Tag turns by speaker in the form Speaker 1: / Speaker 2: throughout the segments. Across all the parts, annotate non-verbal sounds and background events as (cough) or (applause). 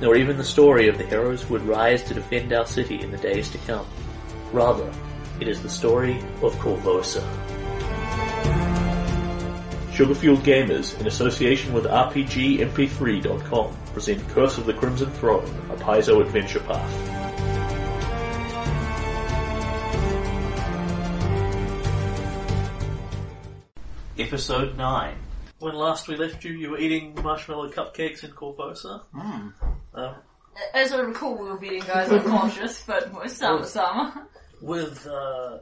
Speaker 1: nor even the story of the heroes who would rise to defend our city in the days to come. Rather, it is the story of Corvosa. Sugarfueled Gamers, in association with RPGMP3.com, present Curse of the Crimson Throne, a Paizo adventure path. Episode 9. When last we left you, you were eating marshmallow cupcakes in Corvosa. Um,
Speaker 2: As I recall, we were beating guys unconscious, but it was Sama Sama.
Speaker 1: with uh,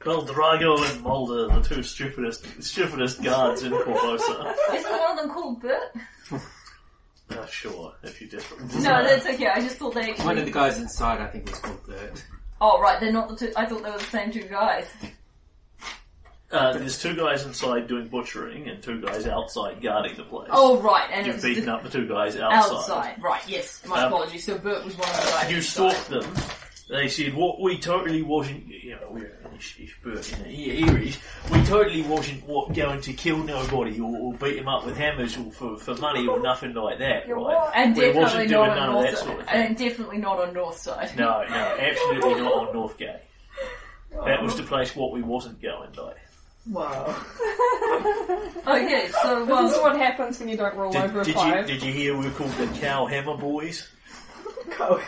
Speaker 1: Khal Drago and Mulder, the two stupidest stupidest guards in Corvosa.
Speaker 2: Isn't one of them called Bert?
Speaker 1: Uh, sure, if you differ.
Speaker 2: No, that's okay. I just thought they
Speaker 3: One of the
Speaker 2: actually.
Speaker 3: guys inside, I think, was called Bert.
Speaker 2: Oh, right, they're not the two. I thought they were the same two guys.
Speaker 1: Uh, there's two guys inside doing butchering and two guys outside guarding the place.
Speaker 2: Oh, right, and
Speaker 1: You've
Speaker 2: it's
Speaker 1: beaten up the two guys outside.
Speaker 2: outside. Right, yes. My
Speaker 1: Um,
Speaker 2: apologies. So Bert was one of the guys.
Speaker 1: You
Speaker 2: inside.
Speaker 1: stalked them. They said, "What we totally wasn't, you know, we're English, but in the Irish, we totally wasn't what, going to kill nobody or, or beat him up with hammers or for, for money or nothing like that, right?
Speaker 2: And
Speaker 1: we
Speaker 2: definitely
Speaker 1: wasn't doing
Speaker 2: not
Speaker 1: none
Speaker 2: on
Speaker 1: of that
Speaker 2: North
Speaker 1: sort
Speaker 2: side.
Speaker 1: of thing.
Speaker 2: And definitely not on North side.
Speaker 1: No, no, absolutely not on Northgate. That was the place what we wasn't going, like.
Speaker 4: Wow.
Speaker 2: Okay, so
Speaker 4: This is
Speaker 2: well,
Speaker 4: what happens when you don't roll
Speaker 1: Did,
Speaker 4: over a
Speaker 1: did you
Speaker 4: five.
Speaker 1: did you hear we were called the Cow Hammer Boys?
Speaker 4: Go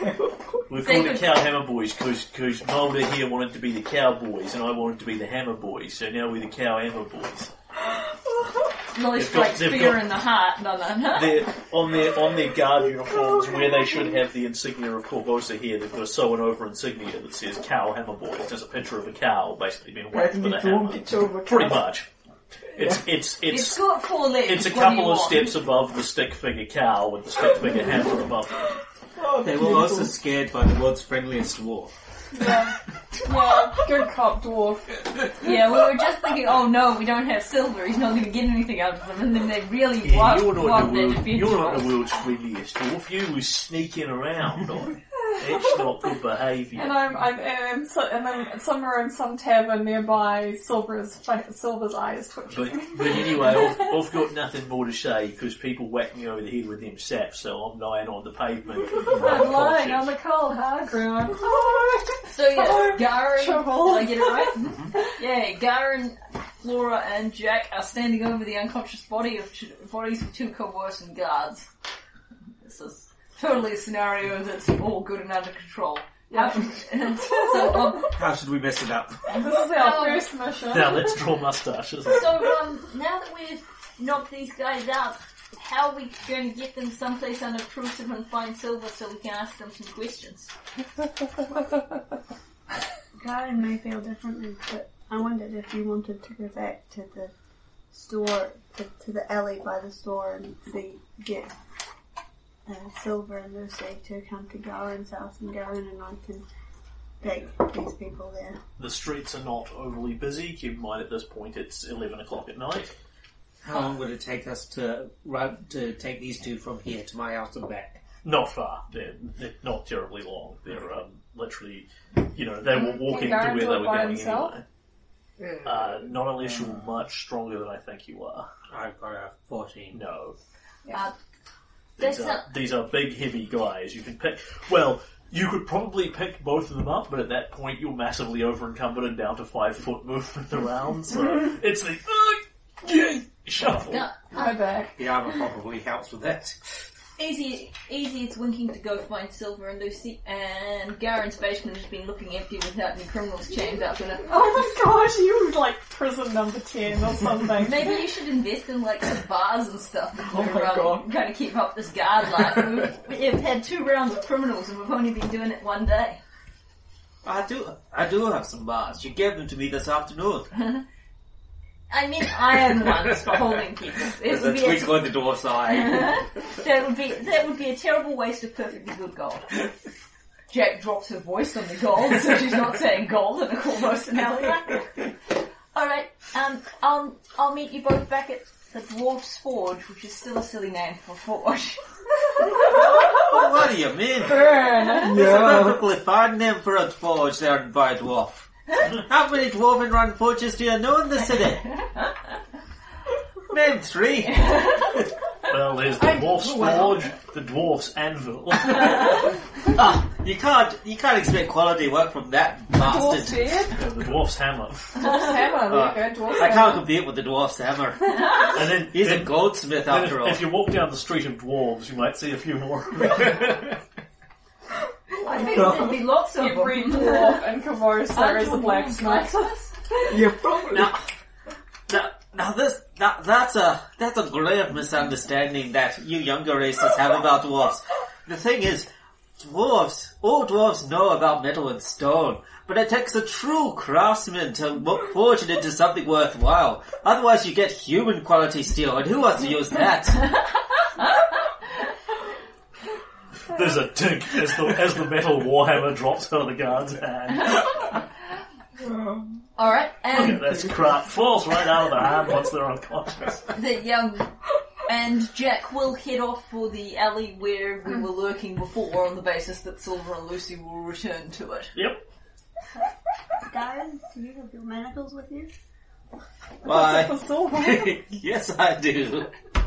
Speaker 1: We were
Speaker 2: They
Speaker 1: called the
Speaker 2: would-
Speaker 1: Cow Hammer Boys because Mulder here wanted to be the Cowboys and I wanted to be the Hammer Boys, so now we're the Cow Hammer Boys. they've got-
Speaker 2: Lily strikes
Speaker 1: they've
Speaker 2: fear
Speaker 1: got-
Speaker 2: in the heart. No, no, no.
Speaker 1: They're on their on their guard uniforms where they should have the insignia of Corvosa here, they've got a sewn over insignia that says Cow Hammer Boys. There's a picture of a cow basically being whacked with a hammer. Pretty much. It's it's it's
Speaker 2: It's got four legs.
Speaker 1: It's a
Speaker 2: what do you
Speaker 1: couple of
Speaker 2: want?
Speaker 1: steps above the stick figure cow with the stick figure hammer above it.
Speaker 3: They were also scared by the world's friendliest dwarf.
Speaker 4: Yeah. yeah, good cop dwarf.
Speaker 2: Yeah, we were just thinking, oh no, we don't have silver, he's not going to get anything out of them, and then they really yeah,
Speaker 1: you're
Speaker 2: walked,
Speaker 1: not,
Speaker 2: walked
Speaker 1: the
Speaker 2: their
Speaker 1: world,
Speaker 2: defense
Speaker 1: you're not the
Speaker 2: roles.
Speaker 1: world's friendliest dwarf. You was sneaking around. Like. That's not good
Speaker 4: And
Speaker 1: behaviour.
Speaker 4: I'm, I'm, and, I'm so, and then somewhere in some tavern nearby, Silver's Silver's eyes twitching.
Speaker 1: But, but anyway, I've, I've got nothing more to say because people whack me over the head with them saps, so I'm lying on the pavement.
Speaker 4: (laughs) I'm lying on the cold hard ground.
Speaker 2: So yes, Garen,
Speaker 4: Trouble.
Speaker 2: did I get it right? (laughs) yeah, Garen, Laura, and Jack are standing over the unconscious body of ch- bodies of two Corvosan guards. This is totally a scenario that's all good and under control. How- (laughs) so, um,
Speaker 3: How should we mess it up?
Speaker 4: This is
Speaker 2: Oh.
Speaker 4: our first mission.
Speaker 1: Now let's draw mustaches.
Speaker 2: so um, now that we've knocked these guys out, how are we going to get them someplace unobtrusive and find silver so we can ask them some questions?
Speaker 5: Garen may feel differently, but I wondered if you wanted to go back to the store, to, to the alley by the store and see, get uh, Silver and Lucy to come to Garen's house and Garen and I can take these people there.
Speaker 1: The streets are not overly busy. Keep in mind at this point it's 11 o'clock at night.
Speaker 3: How long would it take us to run, to take these two from here to my house and back?
Speaker 1: Not far. They're, they're not terribly long. They're um, literally, you know, they were walking to where
Speaker 4: Garen
Speaker 1: they
Speaker 4: do it
Speaker 1: were
Speaker 4: by
Speaker 1: going
Speaker 4: himself?
Speaker 1: anyway. Uh, not unless you're much stronger than I think you are.
Speaker 3: I've got a 14.
Speaker 1: No.
Speaker 2: Uh,
Speaker 1: These
Speaker 2: that's
Speaker 1: are,
Speaker 2: not-
Speaker 1: these are big, heavy guys. You can pick. Well, you could probably pick both of them up, but at that point you're massively over encumbered and down to five foot movement around. So it's the uh, yeah, shuffle.
Speaker 2: no,
Speaker 4: My back.
Speaker 3: The armor probably helps with that.
Speaker 2: Easy, easy. It's winking to go find Silver and Lucy, and Garen's basement has been looking empty without any criminals chained up in it.
Speaker 4: Oh my gosh, you were like prison number 10
Speaker 2: (laughs)
Speaker 4: or something.
Speaker 2: Maybe you should invest in like some bars and stuff.
Speaker 4: Oh my God.
Speaker 2: Kind of keep up this guard life. We've, we've had two rounds of criminals, and we've only been doing it one day.
Speaker 3: I do, I do have some bars. You gave them to me this afternoon.
Speaker 2: (laughs) I mean, iron ones for holding people. It
Speaker 3: There's a
Speaker 2: would be (laughs)
Speaker 3: twinkle in the dwarf's eye.
Speaker 2: that would be that would be a terrible waste of perfectly good gold. Jack drops her voice on the gold, so she's not saying gold in a cool personality. Alright, um, I'll, I'll meet you both back at the Dwarf's Forge, which is still a silly name for forge. (laughs)
Speaker 3: Oh, what do you mean?
Speaker 2: Burn!
Speaker 3: It's a perfectly fine name for a forge there in by dwarf. How many dwarven run forges do you know in the city? Name three.
Speaker 1: Well, there's the dwarf's forge, the dwarf's anvil. (laughs)
Speaker 3: Ah, you can't you can't expect quality work from that
Speaker 4: Dwarf's
Speaker 3: bastard.
Speaker 4: beard?
Speaker 1: Yeah, the dwarf's hammer.
Speaker 4: Dwarf's hammer. There you go, dwarf's
Speaker 3: I can't
Speaker 4: hammer.
Speaker 3: compete with the dwarf's hammer.
Speaker 1: And then,
Speaker 3: He's a
Speaker 1: then-
Speaker 3: goldsmith
Speaker 1: then
Speaker 3: after all.
Speaker 1: if, if you walk down the street of dwarves, you might see a few more.
Speaker 2: I think there'd be lots of
Speaker 4: Every
Speaker 2: them.
Speaker 4: dwarf in Kavoris
Speaker 2: (laughs)
Speaker 4: there
Speaker 2: Aren't
Speaker 4: is a
Speaker 2: dwarves
Speaker 4: blacksmith.
Speaker 2: blacksmiths?
Speaker 3: You're probably now, now, now this that, that's a that's a grave misunderstanding that you younger races have about dwarves. The thing is, dwarves all dwarves know about metal and stone, but it takes a true craftsman to mo- forge it into something worthwhile. Otherwise, you get human quality steel, and who wants to use that?
Speaker 1: there's a tink as the, as the metal warhammer drops out of the guard's hand.
Speaker 2: Alright,
Speaker 1: Yeah,
Speaker 2: and
Speaker 1: that's crap. Falls right out of the hand once they're unconscious.
Speaker 2: the young and Jack will head off for the alley where we were lurking before on the basis that Silver and Lucy will return to
Speaker 3: (laughs)
Speaker 2: it.
Speaker 1: Yep.
Speaker 5: Darren, do you have your manacles with you?
Speaker 3: Why? (laughs)
Speaker 4: That's all right.
Speaker 1: (laughs)
Speaker 3: yes, I do. (laughs)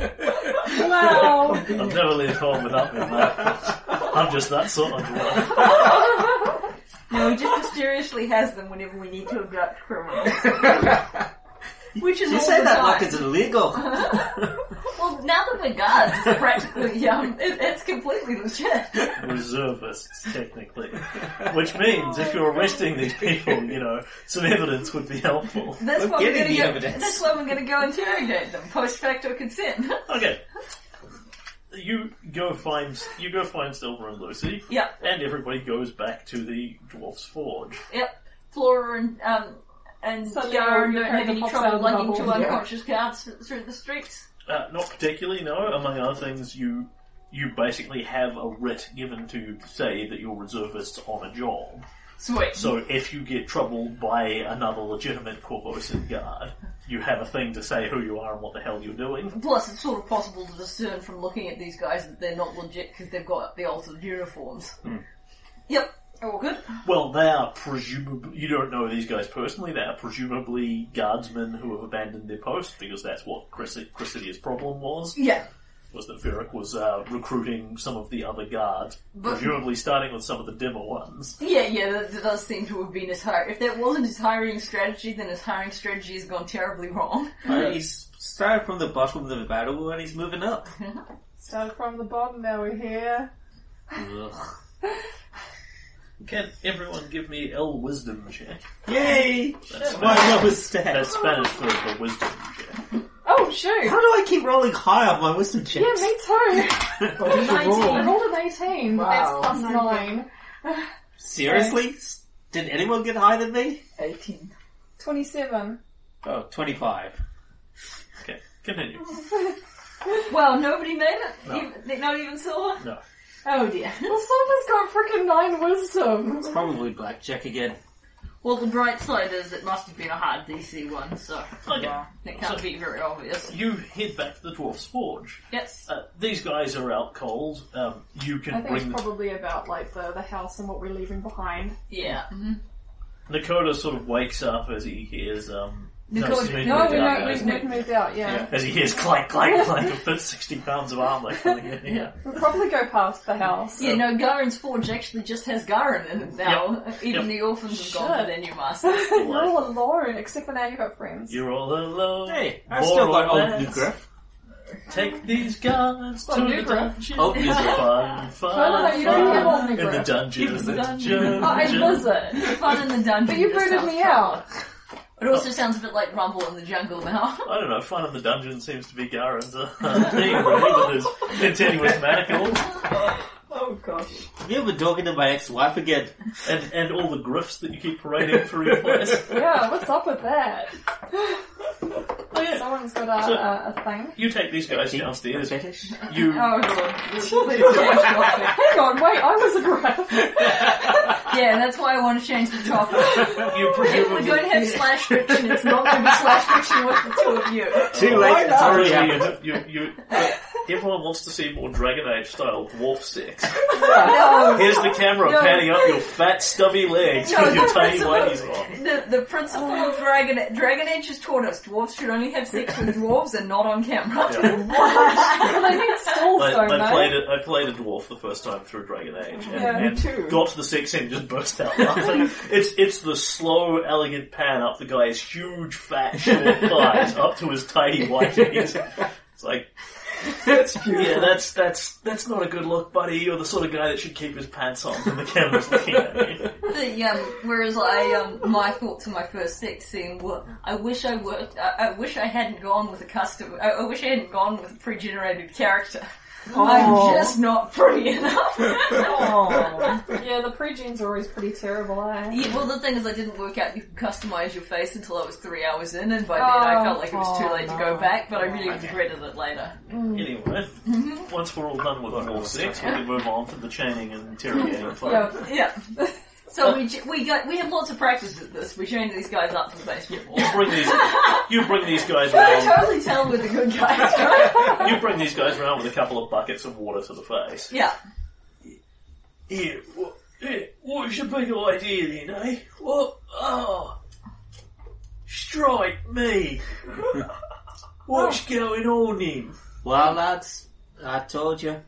Speaker 4: Wow.
Speaker 1: I've never left home without them. I'm just that sort of dwarf.
Speaker 2: No, he just mysteriously has them whenever we need to abduct criminals. Which is
Speaker 3: You
Speaker 2: all
Speaker 3: say
Speaker 2: the
Speaker 3: that
Speaker 2: time.
Speaker 3: like it's illegal. (laughs)
Speaker 2: (laughs) Well, now that we're guards, it's practically, um, it, it's completely legit.
Speaker 1: Reservists, technically. Which means if you're arresting these people, you know, some evidence would be helpful.
Speaker 2: That's
Speaker 3: We're
Speaker 2: why we're
Speaker 3: getting
Speaker 2: gonna
Speaker 3: the
Speaker 2: go,
Speaker 3: evidence.
Speaker 2: That's why we're gonna go interrogate them, post facto
Speaker 3: (laughs)
Speaker 2: consent.
Speaker 1: Okay. You go find you go find Silver and Lucy,
Speaker 2: yeah,
Speaker 1: and everybody goes back to the dwarf's forge.
Speaker 2: yep. Flora and, um, and
Speaker 4: Suddenly
Speaker 2: Yara
Speaker 4: you're
Speaker 2: don't have any
Speaker 4: pops out
Speaker 2: trouble
Speaker 4: of the
Speaker 2: lugging
Speaker 4: bubble.
Speaker 2: two unconscious guards through the streets.
Speaker 1: Uh, not particularly, no. Among other things, you you basically have a writ given to you to say that you're reservists on a job.
Speaker 2: Sweet.
Speaker 1: So if you get troubled by another legitimate Corvosan guard, you have a thing to say who you are and what the hell you're doing.
Speaker 2: Plus, it's sort of possible to discern from looking at these guys that they're not legit because they've got the altered uniforms.
Speaker 1: Hmm.
Speaker 2: Yep, all good.
Speaker 1: Well, they are presumably you don't know these guys personally. They are presumably guardsmen who have abandoned their post because that's what Chris- Chrysidia's problem was.
Speaker 2: Yeah,
Speaker 1: was that Varric was uh, recruiting some of the other guards,
Speaker 2: But-
Speaker 1: presumably starting with some of the dimmer ones.
Speaker 2: yeah, yeah. That, that does seem to have been his hire. If that wasn't his hiring strategy, then his hiring strategy has gone terribly wrong.
Speaker 3: Uh, he's started from the bottom of the barrel and he's moving up.
Speaker 4: Started from the bottom, now we're here.
Speaker 3: Ugh.
Speaker 1: Can everyone give me L wisdom check?
Speaker 3: Yay!
Speaker 1: That's,
Speaker 3: My
Speaker 1: Spanish-
Speaker 3: lowest stat.
Speaker 1: that's Spanish for the wisdom check.
Speaker 4: Oh,
Speaker 3: How
Speaker 4: shoot.
Speaker 3: do I keep rolling high on my wisdom
Speaker 4: Yeah,
Speaker 3: checks? (laughs)
Speaker 4: me too. I
Speaker 2: Nineteen.
Speaker 4: rolled an 18.
Speaker 2: Wow.
Speaker 4: That's plus 9.
Speaker 3: Seriously? S- Did anyone get higher than me?
Speaker 2: 18.
Speaker 4: 27.
Speaker 3: Oh, 25.
Speaker 1: Okay, continue.
Speaker 2: Well, nobody made it?
Speaker 1: No.
Speaker 2: Even, not even Silver?
Speaker 1: No.
Speaker 2: Oh dear.
Speaker 4: Well, Silver's got freaking 9 wisdom.
Speaker 3: It's probably blackjack again.
Speaker 2: Well, the bright side is it must have been a hard DC one, so
Speaker 1: Okay.
Speaker 2: that can't be very obvious.
Speaker 1: You head back to the Dwarf's Forge.
Speaker 2: Yes.
Speaker 1: Uh, these guys are out cold. Um, you
Speaker 4: I
Speaker 1: can
Speaker 4: think it's
Speaker 1: bring...
Speaker 4: probably about, like, the, the house and what we're leaving behind.
Speaker 2: Yeah.
Speaker 1: Nakoda sort of wakes up as he hears... Um,
Speaker 2: Nakoda-
Speaker 1: excuse me,
Speaker 2: no,
Speaker 1: moved
Speaker 4: we
Speaker 1: out,
Speaker 4: know,
Speaker 1: guys.
Speaker 4: we've we've moved out, yeah.
Speaker 1: As he hears clank, clank, clank of that 60 pounds of armor coming in
Speaker 4: (laughs)
Speaker 1: here.
Speaker 4: We'll probably go past the house.
Speaker 2: Yeah, no, Garen's Forge actually just has Garen in it now. Even
Speaker 1: Yep.
Speaker 2: the orphans have gone for
Speaker 4: Shit.
Speaker 2: their new masters.
Speaker 4: (laughs) You're all alone, except for now you've got friends.
Speaker 1: You're all alone.
Speaker 3: Hey, I
Speaker 1: More
Speaker 3: still got
Speaker 1: or
Speaker 3: old
Speaker 1: less.
Speaker 3: new griff.
Speaker 1: Take these guns
Speaker 4: Well,
Speaker 1: to
Speaker 4: new
Speaker 1: the
Speaker 4: (laughs) grip.
Speaker 1: dungeon.
Speaker 3: Old new griff.
Speaker 1: Fun,
Speaker 4: No, no, no,
Speaker 1: fun,
Speaker 4: you don't have
Speaker 1: fun.
Speaker 4: old new
Speaker 1: In the
Speaker 4: grip.
Speaker 1: dungeon.
Speaker 3: Give us
Speaker 1: the
Speaker 3: the
Speaker 1: dungeon.
Speaker 4: Oh, and Blizzard.
Speaker 2: (laughs) Fun in the dungeon.
Speaker 4: But you
Speaker 2: just
Speaker 4: booted
Speaker 2: sounds
Speaker 4: me
Speaker 2: fun.
Speaker 4: out.
Speaker 2: It also sounds a bit like Rumble in the Jungle now. (laughs)
Speaker 1: I don't know, fun in the dungeon seems to be Garen's uh, (laughs) thing, really, with his
Speaker 4: (laughs)
Speaker 1: continuous manacles
Speaker 4: Oh gosh.
Speaker 3: You've been talking to my ex-wife again.
Speaker 1: and, and all
Speaker 3: (laughs)
Speaker 1: the griffs that you keep parading through your place.
Speaker 4: Yeah, what's up with that?
Speaker 1: Oh, yeah.
Speaker 4: Someone's got a,
Speaker 1: So-
Speaker 4: a, a thing.
Speaker 1: You take these guys downstairs.
Speaker 3: Fetish?
Speaker 1: You
Speaker 2: Oh, God.
Speaker 4: Hang on, wait, I was a graph.
Speaker 2: Yeah, that's why I want to change the topic.
Speaker 1: (laughs)
Speaker 3: (laughs)
Speaker 1: you
Speaker 2: If we're
Speaker 1: presumably
Speaker 2: going to have slash fiction, it's not going to be slash fiction with the two of you.
Speaker 3: Too late, it's already happened.
Speaker 1: you, you, you, everyone wants to see more Dragon Age style dwarf sex.
Speaker 2: No,
Speaker 1: Here's the camera
Speaker 2: No.
Speaker 1: panning up your fat, stubby legs
Speaker 2: No,
Speaker 1: with your
Speaker 2: the
Speaker 1: tiny
Speaker 2: principle-
Speaker 1: whities on.
Speaker 2: the, the principle
Speaker 4: Oh.
Speaker 2: of Dragon Dragon Age has taught us dwarves should only have sex
Speaker 4: (laughs)
Speaker 2: with dwarves and not on camera.
Speaker 1: Yeah.
Speaker 2: (laughs)
Speaker 4: Well, they need stalls
Speaker 1: I,
Speaker 4: though,
Speaker 1: I,
Speaker 4: no?
Speaker 1: played a, I played a dwarf the first time through Dragon Age and,
Speaker 4: Yeah, me
Speaker 1: and
Speaker 4: too.
Speaker 1: got to the sex scene and just burst out laughing. it's it's the slow, elegant pan up the guy's huge, fat, short thighs up to his tiny whities. It's like,
Speaker 3: (laughs) That's beautiful.
Speaker 1: yeah, that's that's that's not a good look, buddy. You're the sort of guy that should keep his pants on when the camera's looking at me.
Speaker 2: The, um, whereas I, um, my thought to my first sex scene was, I wish I worked, I, I wish I hadn't gone with a custom, I, I wish I hadn't gone with a pre-generated character.
Speaker 4: Oh.
Speaker 2: I'm just not pretty enough. (laughs)
Speaker 4: Yeah, the pre-gens are always pretty terrible, eh?
Speaker 2: Yeah, well, the thing is, I didn't work out you could customize your face until I was three hours in, and by then
Speaker 4: Oh.
Speaker 2: I felt like it was too
Speaker 4: Oh,
Speaker 2: late to
Speaker 4: no.
Speaker 2: go back, but I really
Speaker 1: Okay.
Speaker 2: regretted it later.
Speaker 4: Mm.
Speaker 1: Anyway,
Speaker 4: Mm-hmm.
Speaker 1: once we're all done with Dwarf Six, we can move on to the chaining and interrogating part.
Speaker 4: Yeah.
Speaker 2: Yeah. So we j- we got we have lots of practice at this. We chained these guys up to the
Speaker 1: (laughs)
Speaker 2: basement (laughs) wall.
Speaker 1: You bring these, you bring these guys
Speaker 2: I
Speaker 1: around.
Speaker 2: totally tell we're the good guys, right?
Speaker 1: (laughs) You bring these guys around with a couple of buckets of water to the face.
Speaker 2: yeah.
Speaker 1: Yeah, what, yeah, what's your big idea then, eh? What? Oh, strike me! What's going on then?
Speaker 3: Well, lads, I told you,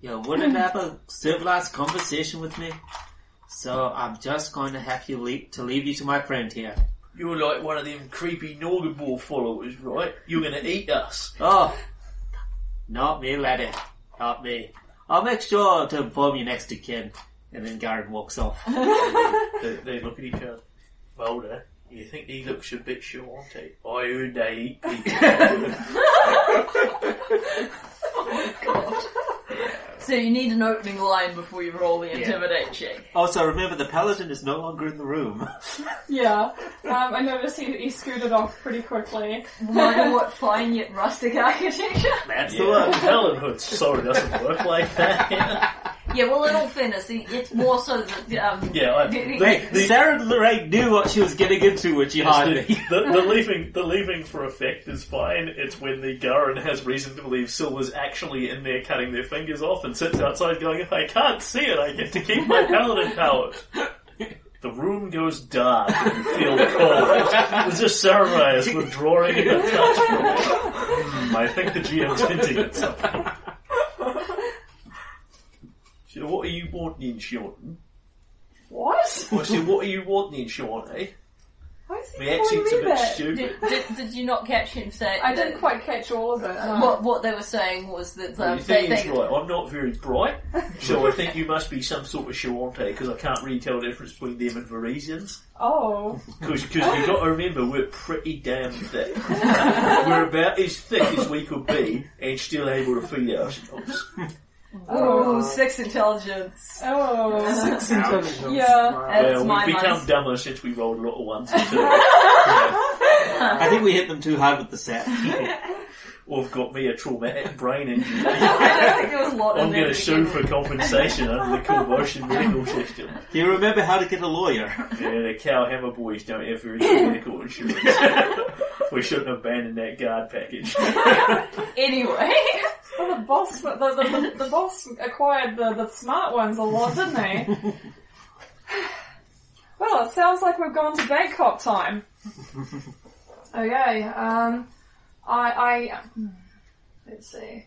Speaker 3: you wouldn't have a civilized conversation with me. So I'm just going to have you leave to leave you to my friend here.
Speaker 1: You're like one of them creepy Norgaball followers, right? You're gonna eat us.
Speaker 3: Oh, not me, laddie, not me. I'll make sure to inform you next to kin. And then Garen walks off.
Speaker 1: They, they look at each other. Mulder, you think he looks a bit shorty? I heard they eat (laughs) people.
Speaker 2: So you need an opening line before you roll the intimidate check.
Speaker 3: also, remember the paladin is no longer in the room. (laughs)
Speaker 4: Yeah. Um, I noticed he, he scooted off pretty quickly.
Speaker 2: Wonder
Speaker 1: (laughs)
Speaker 2: what fine yet rustic architecture.
Speaker 3: That's the
Speaker 1: yeah,
Speaker 3: one.
Speaker 1: Paladinhood sorry doesn't work like that. (laughs)
Speaker 3: (laughs)
Speaker 1: Yeah,
Speaker 2: Yeah, well, in all fairness, it- it's more so that um,
Speaker 1: yeah I,
Speaker 3: Hey, Sarah Lorraine knew what she was getting into when she hired
Speaker 1: The,
Speaker 3: me.
Speaker 1: (laughs) the, the leaving, the leaving for effect is fine. It's when the Garen has reason to believe Silver's actually in there cutting their fingers off and sits outside going, "I can't see it. I get to keep my paladin (laughs) powers." The room goes dark and you feel cold.
Speaker 3: (laughs)
Speaker 1: It's just samurai is withdrawing in
Speaker 2: (laughs)
Speaker 1: the touch from it. Hmm, I think the GM's hinting at something. So what are you wanting,
Speaker 2: (laughs)
Speaker 1: Sean?
Speaker 4: What?
Speaker 1: Well, so what are you wanting, Sean, eh?
Speaker 4: Why is he
Speaker 1: The accent's a
Speaker 4: calling me
Speaker 1: bit
Speaker 4: that?
Speaker 1: stupid.
Speaker 2: did, did, did you not catch him say?
Speaker 4: I didn't
Speaker 2: that-
Speaker 4: quite catch all of it. no.
Speaker 2: What what they were saying was that
Speaker 1: Well,
Speaker 2: um,
Speaker 1: you
Speaker 2: they,
Speaker 1: think
Speaker 2: they,
Speaker 1: he's right. I'm not very bright, so I think you must be some sort of Shawante because I can't really tell the difference between them and Varisians.
Speaker 4: Oh.
Speaker 1: Because you've got to remember, we're pretty damn thick. we're about as thick as we could be and still able to feed ourselves.
Speaker 2: (laughs) oh sex intelligence.
Speaker 4: Oh. (laughs)
Speaker 3: Intelligence.
Speaker 4: Yeah.
Speaker 2: That's
Speaker 1: well,
Speaker 2: my
Speaker 1: we've become
Speaker 2: minus-
Speaker 1: dumber since we rolled a lot of ones and twos.
Speaker 3: I think we hit them too hard with the set.
Speaker 1: Or have got me a traumatic brain injury.
Speaker 3: (laughs)
Speaker 2: I think there was a lot
Speaker 1: I'm
Speaker 2: in Oh, there
Speaker 1: going to
Speaker 2: to
Speaker 1: sue
Speaker 2: begin
Speaker 1: for
Speaker 2: with.
Speaker 1: compensation under the conversion medical system.
Speaker 3: Do you remember how to get a lawyer?
Speaker 1: Yeah, the cowhammer boys don't have very good medical insurance. we shouldn't have abandoned that guard package.
Speaker 2: Anyway,
Speaker 4: Well, the boss, the, the, the, the boss acquired the, the smart ones a lot, didn't (laughs) he? well, it sounds like we've gone to Bangkok time. Okay, um, I, I, hmm, let's see.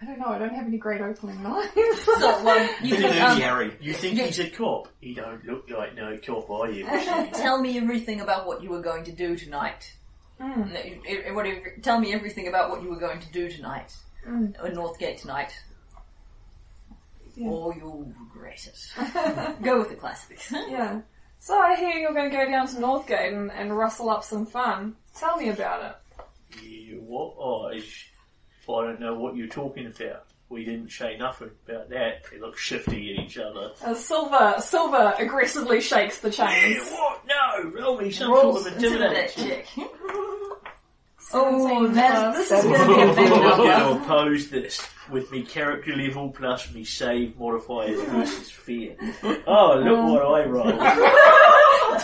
Speaker 4: I don't know, I don't have any great opening lines.
Speaker 2: so
Speaker 4: (laughs)
Speaker 2: um, you can um,
Speaker 3: Gary.
Speaker 1: You think he's a cop? He don't look like no cop, are you?
Speaker 2: (laughs) tell me everything about what you were going to do tonight.
Speaker 4: Mm.
Speaker 2: No, you- e- whatever- tell me everything about what you were going to do tonight,
Speaker 4: Mm.
Speaker 2: or Northgate tonight,
Speaker 4: Yeah.
Speaker 2: or you'll regret it. Go with the classics.
Speaker 4: (laughs) yeah. So I hear you're going to go down to Northgate and, and rustle up some fun. Tell me about it.
Speaker 1: Yeah, what eyes? I don't know what you're talking about. We didn't say nothing about that. They look shifty at each other.
Speaker 4: Uh, Silver, Silver aggressively shakes the
Speaker 1: Yeah,
Speaker 4: chains.
Speaker 1: what? No, roll me some
Speaker 2: Roll
Speaker 1: sort of
Speaker 2: intimidate
Speaker 1: intimidation.
Speaker 2: check. Oh, that's, this is going to be a big
Speaker 1: I'm
Speaker 2: number.
Speaker 1: going to oppose this with me character level plus me save modifiers versus fear. Oh, look what I rolled.
Speaker 4: (laughs)
Speaker 1: It's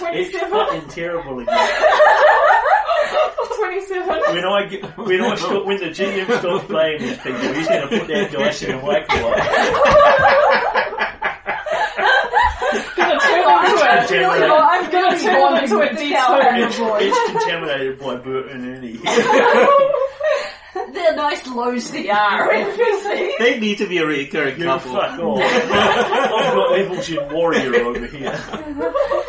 Speaker 3: (laughs)
Speaker 4: 27.
Speaker 1: fucking terrible again.
Speaker 4: 27.
Speaker 1: When I get, when I stop, when the GM stops playing these people, he's going to put that dice in a microwave.
Speaker 4: Gonna turn into a-
Speaker 1: Generally,
Speaker 4: I'm gonna turn into a D2.
Speaker 1: it's, it's contaminated by Bert and Ernie.
Speaker 2: They're nice low
Speaker 4: (laughs)
Speaker 2: CR.
Speaker 3: They need to be a recurring
Speaker 1: You
Speaker 3: couple. (laughs)
Speaker 1: fuck off. I've got levels in warrior over here.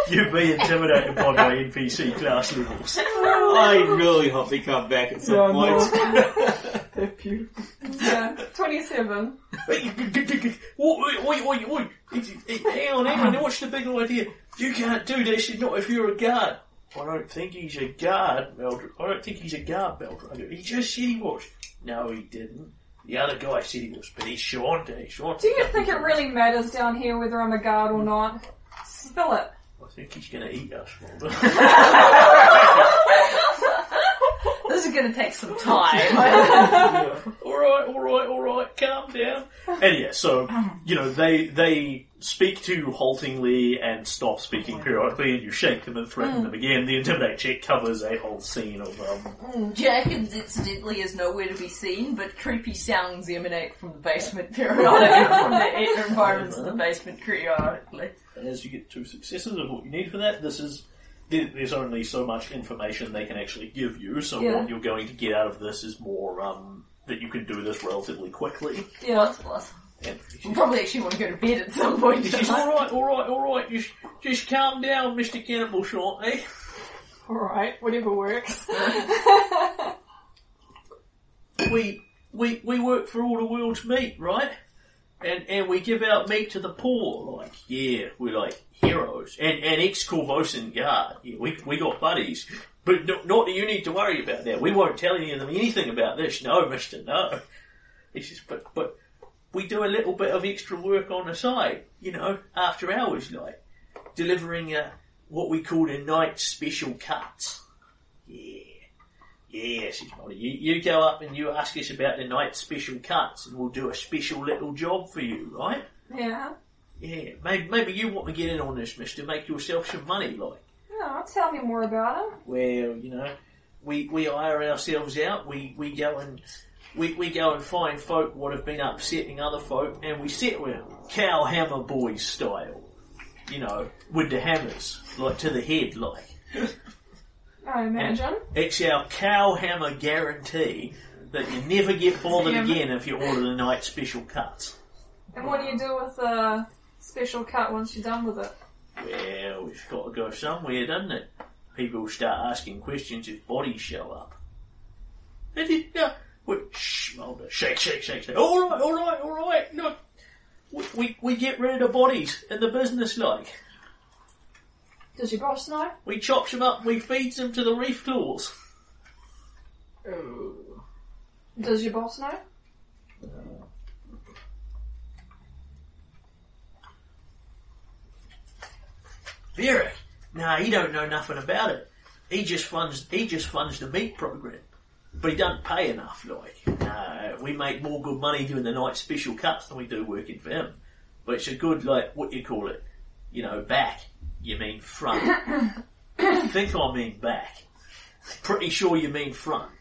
Speaker 1: You be intimidated by my NPC class levels.
Speaker 3: I really hope they come back at some
Speaker 4: Yeah, I
Speaker 3: point.
Speaker 4: They're beautiful. Yeah, 27.
Speaker 1: Hey, g- g- g- g- Oi, oi, oi, oi. It's- it- Hang on, hang on. Now What's the big idea? You can't do this. You're not if you're a guard. I don't think he's a guard, Meldrum. I don't think he's a guard, Meldrum. I go, He just said he was. No, he didn't. The other guy said he was, but he's Sean Day. Sean
Speaker 4: Do you think it really matters down here whether I'm a guard or not? Spill it.
Speaker 1: I think he's going to eat us. Mulder. (laughs)
Speaker 2: (laughs) this is going to take some time. (laughs)
Speaker 1: all right, all right, all right, calm down. And yeah, so you know they they speak to you haltingly and stop speaking periodically, and you shake them and threaten them again. The intimidate check covers a whole scene of um,
Speaker 2: Jack incidentally is nowhere to be seen, but creepy sounds emanate from the basement (laughs) periodically, from the e-, environments of the basement periodically.
Speaker 1: and as you get two successes of what you need for that, this is there- there's only so much information they can actually give you. So
Speaker 4: Yeah.
Speaker 1: what you're going to get out of this is more um, that you can do this relatively quickly.
Speaker 2: Yeah, that's plus.
Speaker 1: And
Speaker 2: We probably actually want to go to bed at some point (laughs)
Speaker 1: Just,
Speaker 2: tonight.
Speaker 1: all right, all right, all right. Just, just calm down, Mister Cannibal eh?" Shorty.
Speaker 4: Alright, whatever works.
Speaker 1: we we we work for all the world's meat, right? And and we give out meat to the poor. Like, yeah, we're like heroes. And and ex Corvosan Guard, yeah, we we got buddies. But no, not that you need to worry about that. We won't tell any of them anything about this. No, Mister, no. He says, but but we do a little bit of extra work on the side, you know, after hours, like delivering uh what we call the night special cuts. Yeah. Yes, it's Molly. You, you go up and you ask us about the night's special cuts, and we'll do a special little job for you, right?
Speaker 4: (laughs) Yeah.
Speaker 1: Yeah, maybe, maybe you want to get in on this, mister, make yourself some money, like.
Speaker 4: No, tell me more about it.
Speaker 1: Well, you know, we, we hire ourselves out, we, we go and we, we go and find folk what have been upsetting other folk, and we sit with them, cow hammer boys style. You know, with the hammers, like to the head, like.
Speaker 4: I imagine.
Speaker 1: It's our cow hammer guarantee that you never get bothered
Speaker 4: Yeah.
Speaker 1: again if you order the night special cuts.
Speaker 4: And what do you do with the special cut once you're done with it?
Speaker 1: Well, it's got to go somewhere, doesn't it? People start asking questions if bodies show up. They did no. Wait, shh, Mulder, shake, shake, shake, shake. All right, all right, all right. No, we, we we get rid of the bodies in the business like.
Speaker 4: Does your boss know?
Speaker 1: We chops them up, we feeds them to the reef claws.
Speaker 4: Does your boss know?
Speaker 1: Vera, nah, he don't know nothing about it. He just funds he just funds the meat program, but he don't pay enough. Like, no, we make more good money doing the night special cuts than we do working for him. But it's a good like what you call it, you know, back. You mean front? I think I mean back. Pretty sure you mean front.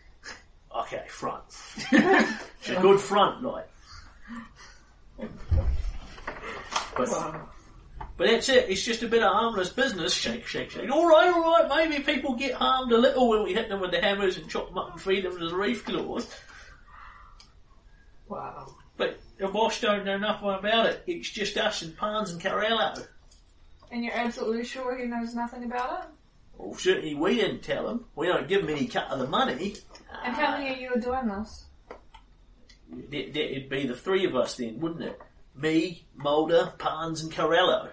Speaker 1: Okay, front. (laughs) it's a good front, like. But, but that's it. It's just a bit of harmless business. Shake, shake, shake. All right, all right. Maybe people get harmed a little when we hit them with the hammers and chop them up and feed them to the reef claws.
Speaker 4: Wow.
Speaker 1: But the boss don't know nothing about it. It's just us and Pans and Carello.
Speaker 4: And you're absolutely sure he knows nothing about it?
Speaker 1: Well, certainly we didn't tell them. We don't give them any cut of the money.
Speaker 4: And how many of you are doing (laughs) this?
Speaker 1: It, it'd be the three of us then, wouldn't it? Me, Mulder, Pans, and Carello.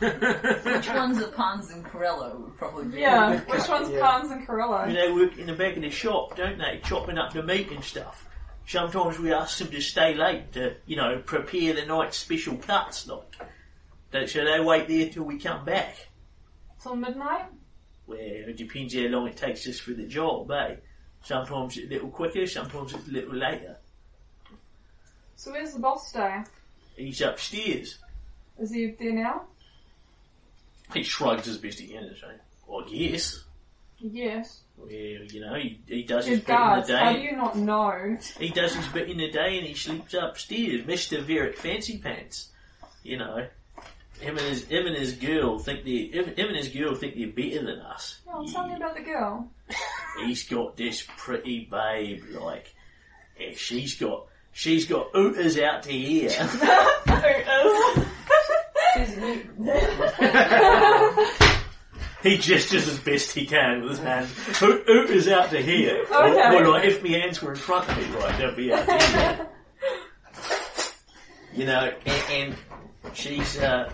Speaker 2: Which ones are Pans and Corello would probably be.
Speaker 4: Yeah, which one's Pans and
Speaker 1: You
Speaker 4: Carilla?
Speaker 1: know, they work in the back of the shop, don't they? Chopping up the meat and stuff. Sometimes we ask them to stay late to, you know, prepare the night's special cuts, like. They- So they wait there till we come back.
Speaker 4: Till midnight?
Speaker 1: Well, it depends how long it takes us for the job, eh? Sometimes it's a little quicker, sometimes it's a little later.
Speaker 4: So where's the boss today?
Speaker 1: He's upstairs.
Speaker 4: Is he there now?
Speaker 6: He shrugs his
Speaker 1: Best he can, it's right. Well, yes.
Speaker 4: Yes.
Speaker 1: Well, you know, he, he does his
Speaker 4: It
Speaker 1: bit in the
Speaker 4: does. How do
Speaker 1: day.
Speaker 4: you not know?
Speaker 1: He does his bit in the day and he sleeps upstairs. Mister Verrett Fancy Pants. You know, him and his him and his girl think they him, him and his girl think they're better than us.
Speaker 4: Oh, tell me about the girl.
Speaker 1: he's got this pretty babe, like, and she's got she's got ooters out to here.
Speaker 7: She's mute.
Speaker 1: (laughs)
Speaker 4: (laughs)
Speaker 1: He gestures as best he can with his hand. Hoot, hoot is out to here. Or-
Speaker 4: Okay.
Speaker 1: Or, like, if my hands were in front of me, right, they'd be out
Speaker 4: (laughs)
Speaker 1: to here. You know, and, and she's, uh,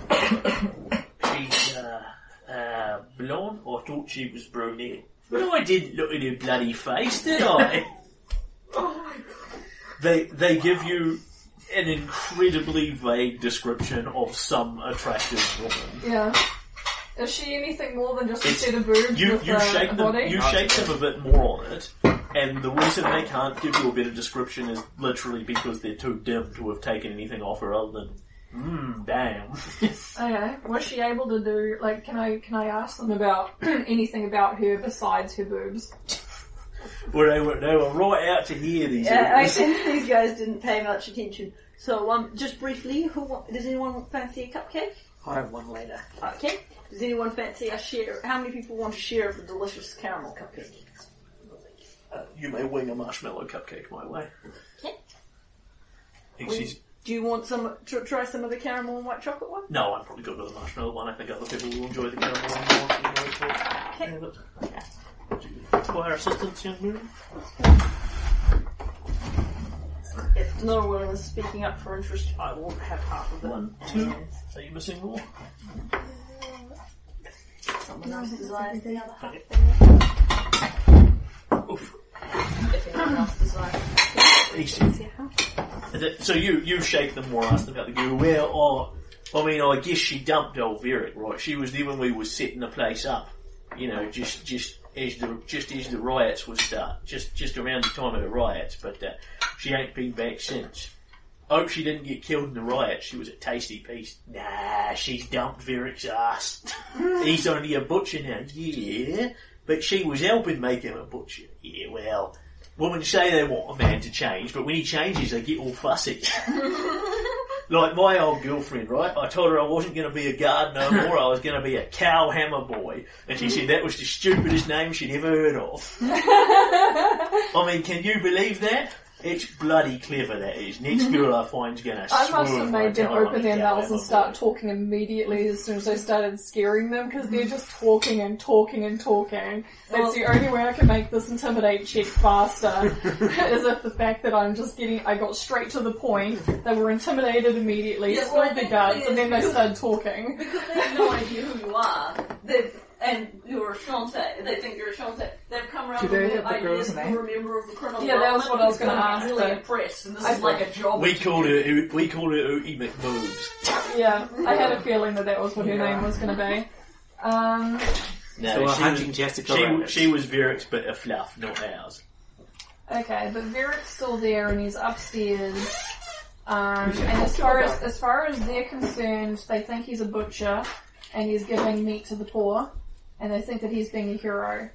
Speaker 1: she's, uh, uh, blonde. I thought she was brunette. But I didn't look at her bloody face, did
Speaker 4: (laughs)
Speaker 1: I? Oh they, they give you an incredibly vague description of some attractive woman.
Speaker 4: Yeah. Is she anything more than just a
Speaker 1: It's-
Speaker 4: set of boobs
Speaker 1: You
Speaker 4: with
Speaker 1: you
Speaker 4: a
Speaker 1: shake them
Speaker 4: body?
Speaker 1: you shake them a bit more on it, and the reason they can't give you a better description is literally because they're too dim to have taken anything off her other than mmm, damn. (laughs)
Speaker 4: Okay. Oh, Was she able to do like? Can I can I ask them about (clears throat) anything about her besides her boobs?
Speaker 1: Where they were they were right out to here these
Speaker 2: Yeah, I
Speaker 1: others.
Speaker 2: sense these guys didn't pay much attention. So, um, just briefly, who wa- does anyone want fancy a cupcake?
Speaker 3: I have one later.
Speaker 2: Okay. Does anyone fancy a share? How many people want a share of the delicious caramel cupcake?
Speaker 6: You may wing a marshmallow cupcake my way.
Speaker 2: Okay.
Speaker 6: And she's
Speaker 2: Do you want some? Tr- try some of the caramel and white chocolate one.
Speaker 6: no, I'm probably good with the marshmallow one. I think other people will enjoy the caramel one more. Okay. Fire assistance, young man.
Speaker 2: If no one is speaking up for interest, I will have half of it.
Speaker 6: One, two.
Speaker 2: And
Speaker 6: Are you missing more?
Speaker 2: someone else desires the other half.
Speaker 6: Oof.
Speaker 2: If anyone else desires,
Speaker 6: Easy.
Speaker 2: the half.
Speaker 1: And that- So you you shake them more, ask them about the girl. Well, oh, I mean, I guess she dumped old Vera, right? She was there when we were setting the place up. You know, just just as the just as the riots would start, just just around the time of the riots. But uh, she ain't been back since. Hope she didn't get killed in the riot. She was a tasty piece. Nah, she's dumped Verrick's ass. He's only a butcher now. Yeah, but she was helping make him a butcher. Yeah, well, women say they want a man to change, but when he changes, they get all
Speaker 4: (laughs)
Speaker 1: fussy. like my old girlfriend, right? I told her I wasn't going to be a guard no more. I was going to be a cow hammer boy, and she said that was the stupidest name she'd ever heard
Speaker 4: (laughs)
Speaker 1: of. I mean, can you believe that? It's bloody clever that is. Next
Speaker 4: (laughs)
Speaker 1: girl I find's going to.
Speaker 4: I must have made them open their mouths and start talking immediately as soon as I started scaring them because they're just talking and talking and talking. That's
Speaker 7: Mm-hmm. Well-
Speaker 4: the only way I can make this intimidate check faster (laughs) is if the fact that I'm just getting, I got straight to the point. They were intimidated immediately,
Speaker 7: Yeah,
Speaker 4: yeah,
Speaker 7: well, I
Speaker 4: their
Speaker 7: think
Speaker 4: guns,
Speaker 7: it
Speaker 4: and then they
Speaker 7: is-
Speaker 4: started talking.
Speaker 7: (laughs) Because they have no idea who you are. They've, and you're a Shante. They think you're a Shante. They've come around
Speaker 3: Do
Speaker 7: with
Speaker 3: they
Speaker 7: the
Speaker 3: have the
Speaker 7: idea
Speaker 3: girl's
Speaker 7: that
Speaker 3: name?
Speaker 7: you're a member of the criminal
Speaker 4: Yeah, that was what I was gonna
Speaker 7: element who's
Speaker 4: ask,
Speaker 7: Really
Speaker 4: but-
Speaker 7: impressed, and this
Speaker 4: I-
Speaker 7: is like a job.
Speaker 1: We call her Oot- we call her Ooty McMoves.
Speaker 4: Yeah, I had a feeling that that was what her name was going to be. Um,
Speaker 1: No, she, was,
Speaker 3: Jessica
Speaker 1: she, she was Verrick's bit of fluff, not ours.
Speaker 4: Okay, but Varick's still there and he's upstairs. Um, and as far as as far as they're concerned, they think he's a butcher and he's giving meat to the poor, and they think that he's being a hero.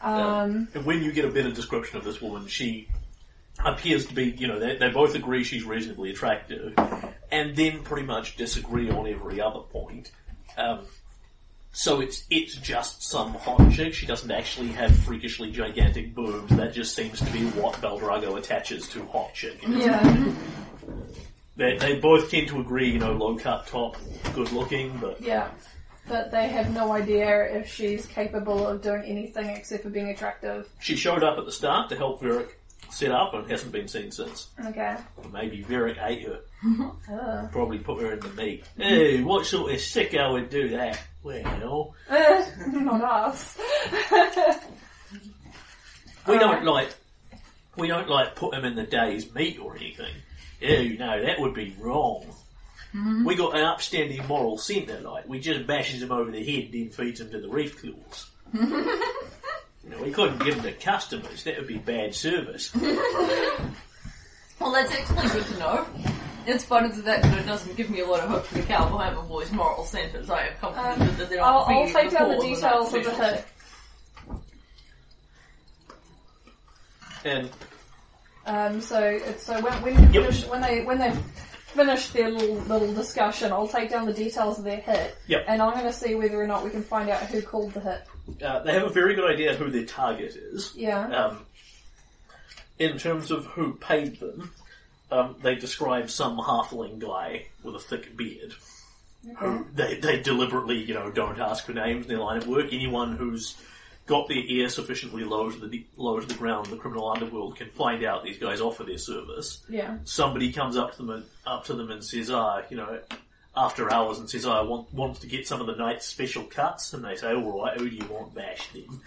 Speaker 4: Um,
Speaker 1: And when you get a better description of this woman, she appears to be, you know, they, they both agree she's reasonably attractive, and then pretty much disagree on every other point. Um, so it's it's just some hot chick. She doesn't actually have freakishly gigantic boobs. That just seems to be what Beldrago attaches to hot chick.
Speaker 4: yeah,
Speaker 1: They, they both tend to agree, you know, low cut top, good looking, but
Speaker 4: yeah. But they have no idea if she's capable of doing anything except for being attractive.
Speaker 1: She showed up at the start to help Verrick set up and hasn't been seen since.
Speaker 4: Okay.
Speaker 1: Maybe Verrick ate her.
Speaker 4: Ugh.
Speaker 1: Probably put her in the meat. Hey, what sort of sicko would do that? Well,
Speaker 4: Eh, (laughs) Not us.
Speaker 1: we
Speaker 4: Alright.
Speaker 1: don't like we don't like put him in the day's meat or anything. Ew, no, that would be wrong. We got an upstanding moral centre, like we just bashes him over the head, then feeds him to the reef claws. No, we couldn't give them to customers. That would be bad service.
Speaker 8: Well, that's actually good to know. In spite of that, but it doesn't give me a lot of hope for the Cowboy Boys' moral centers. I am confident
Speaker 4: Um,
Speaker 8: that they're not
Speaker 4: I'll, I'll
Speaker 8: feeding
Speaker 4: take down the
Speaker 8: poor
Speaker 4: details of the
Speaker 8: without
Speaker 4: hit.
Speaker 1: And
Speaker 4: Um, so it's so when when, you
Speaker 1: Yep.
Speaker 4: finish, when they when they finish their little little discussion, I'll take down the details of their hit,
Speaker 1: Yep.
Speaker 4: and I'm going to see whether or not we can find out who called the hit.
Speaker 1: uh, they have a very good idea who their target is.
Speaker 4: Yeah.
Speaker 1: Um, in terms of who paid them, um, they describe some halfling guy with a thick beard. Who they, they deliberately, you know, don't ask for names in their line of work. Anyone who's got their ear sufficiently low to the de- low to the ground, in the criminal underworld can find out these guys offer their service.
Speaker 4: Yeah.
Speaker 1: Somebody comes up to them and, up to them and says, "Ah, you know." After hours, and says, "Ah, "I want wants to get some of the night's special cuts," and they say, "All right, who do you want?" Bash them.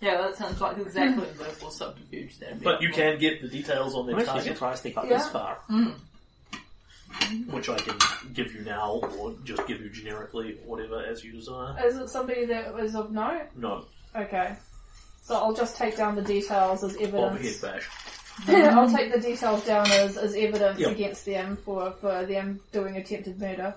Speaker 8: Yeah, that sounds like exactly the local subterfuge there.
Speaker 1: But you can get the details on
Speaker 3: I'm
Speaker 1: their
Speaker 3: actually
Speaker 1: target,
Speaker 3: surprised they got
Speaker 4: Yeah.
Speaker 3: this far.
Speaker 1: which I can give you now, or just give you generically, whatever as you desire.
Speaker 4: Is it somebody that was of note?
Speaker 1: No,
Speaker 4: Okay. So I'll just take down the details as
Speaker 1: overhead
Speaker 4: evidence.
Speaker 1: bash.
Speaker 4: (laughs) I'll take the details down as, as evidence
Speaker 1: Yep.
Speaker 4: against them for, for them doing attempted murder.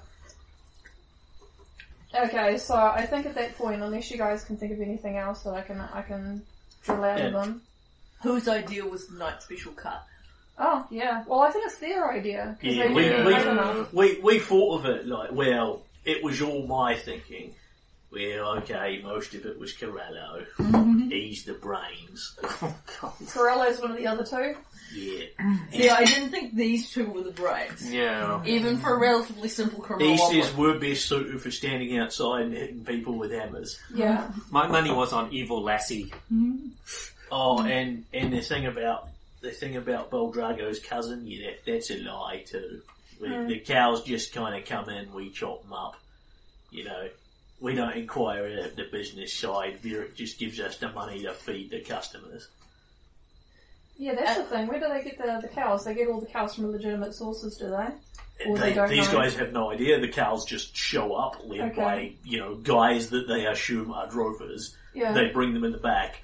Speaker 4: Okay, so I think at that point, unless you guys can think of anything else that I can I can drill out of
Speaker 1: Yeah.
Speaker 4: them.
Speaker 8: Whose idea was the night special cut?
Speaker 4: Oh yeah. Well, I think it's their idea. 'cause
Speaker 1: Yeah,
Speaker 4: they
Speaker 1: we,
Speaker 4: didn't
Speaker 1: we,
Speaker 4: pay enough.
Speaker 1: we, we thought of it like, well, it was all my thinking. Well, okay, most of it was Corallo. He's the brains.
Speaker 3: (laughs)
Speaker 4: Corello's one of the other two.
Speaker 1: Yeah.
Speaker 8: Yeah, I didn't think these two were the brides.
Speaker 9: Yeah.
Speaker 8: Even for a relatively simple criminal
Speaker 1: He
Speaker 8: operation.
Speaker 1: says we're best suited for standing outside and hitting people with hammers.
Speaker 4: Yeah.
Speaker 3: My money was on Evil Lassie.
Speaker 1: Oh, and and the thing about the thing about Beldrago's cousin, yeah, that, that's a lie too. We,
Speaker 4: Hmm.
Speaker 1: The cows just kind of come in, we chop them up. You know, we don't inquire into the business side. Vera just gives us the money to feed the customers.
Speaker 4: Yeah, that's the thing. Where do they get the, the cows? They get all the cows from legitimate sources, do they? Or they
Speaker 1: They-
Speaker 4: don't
Speaker 1: these
Speaker 4: know.
Speaker 1: guys have no idea. The cows just show up, led
Speaker 4: Okay.
Speaker 1: by you know guys that they assume are drovers.
Speaker 4: Yeah.
Speaker 1: They bring them in the back.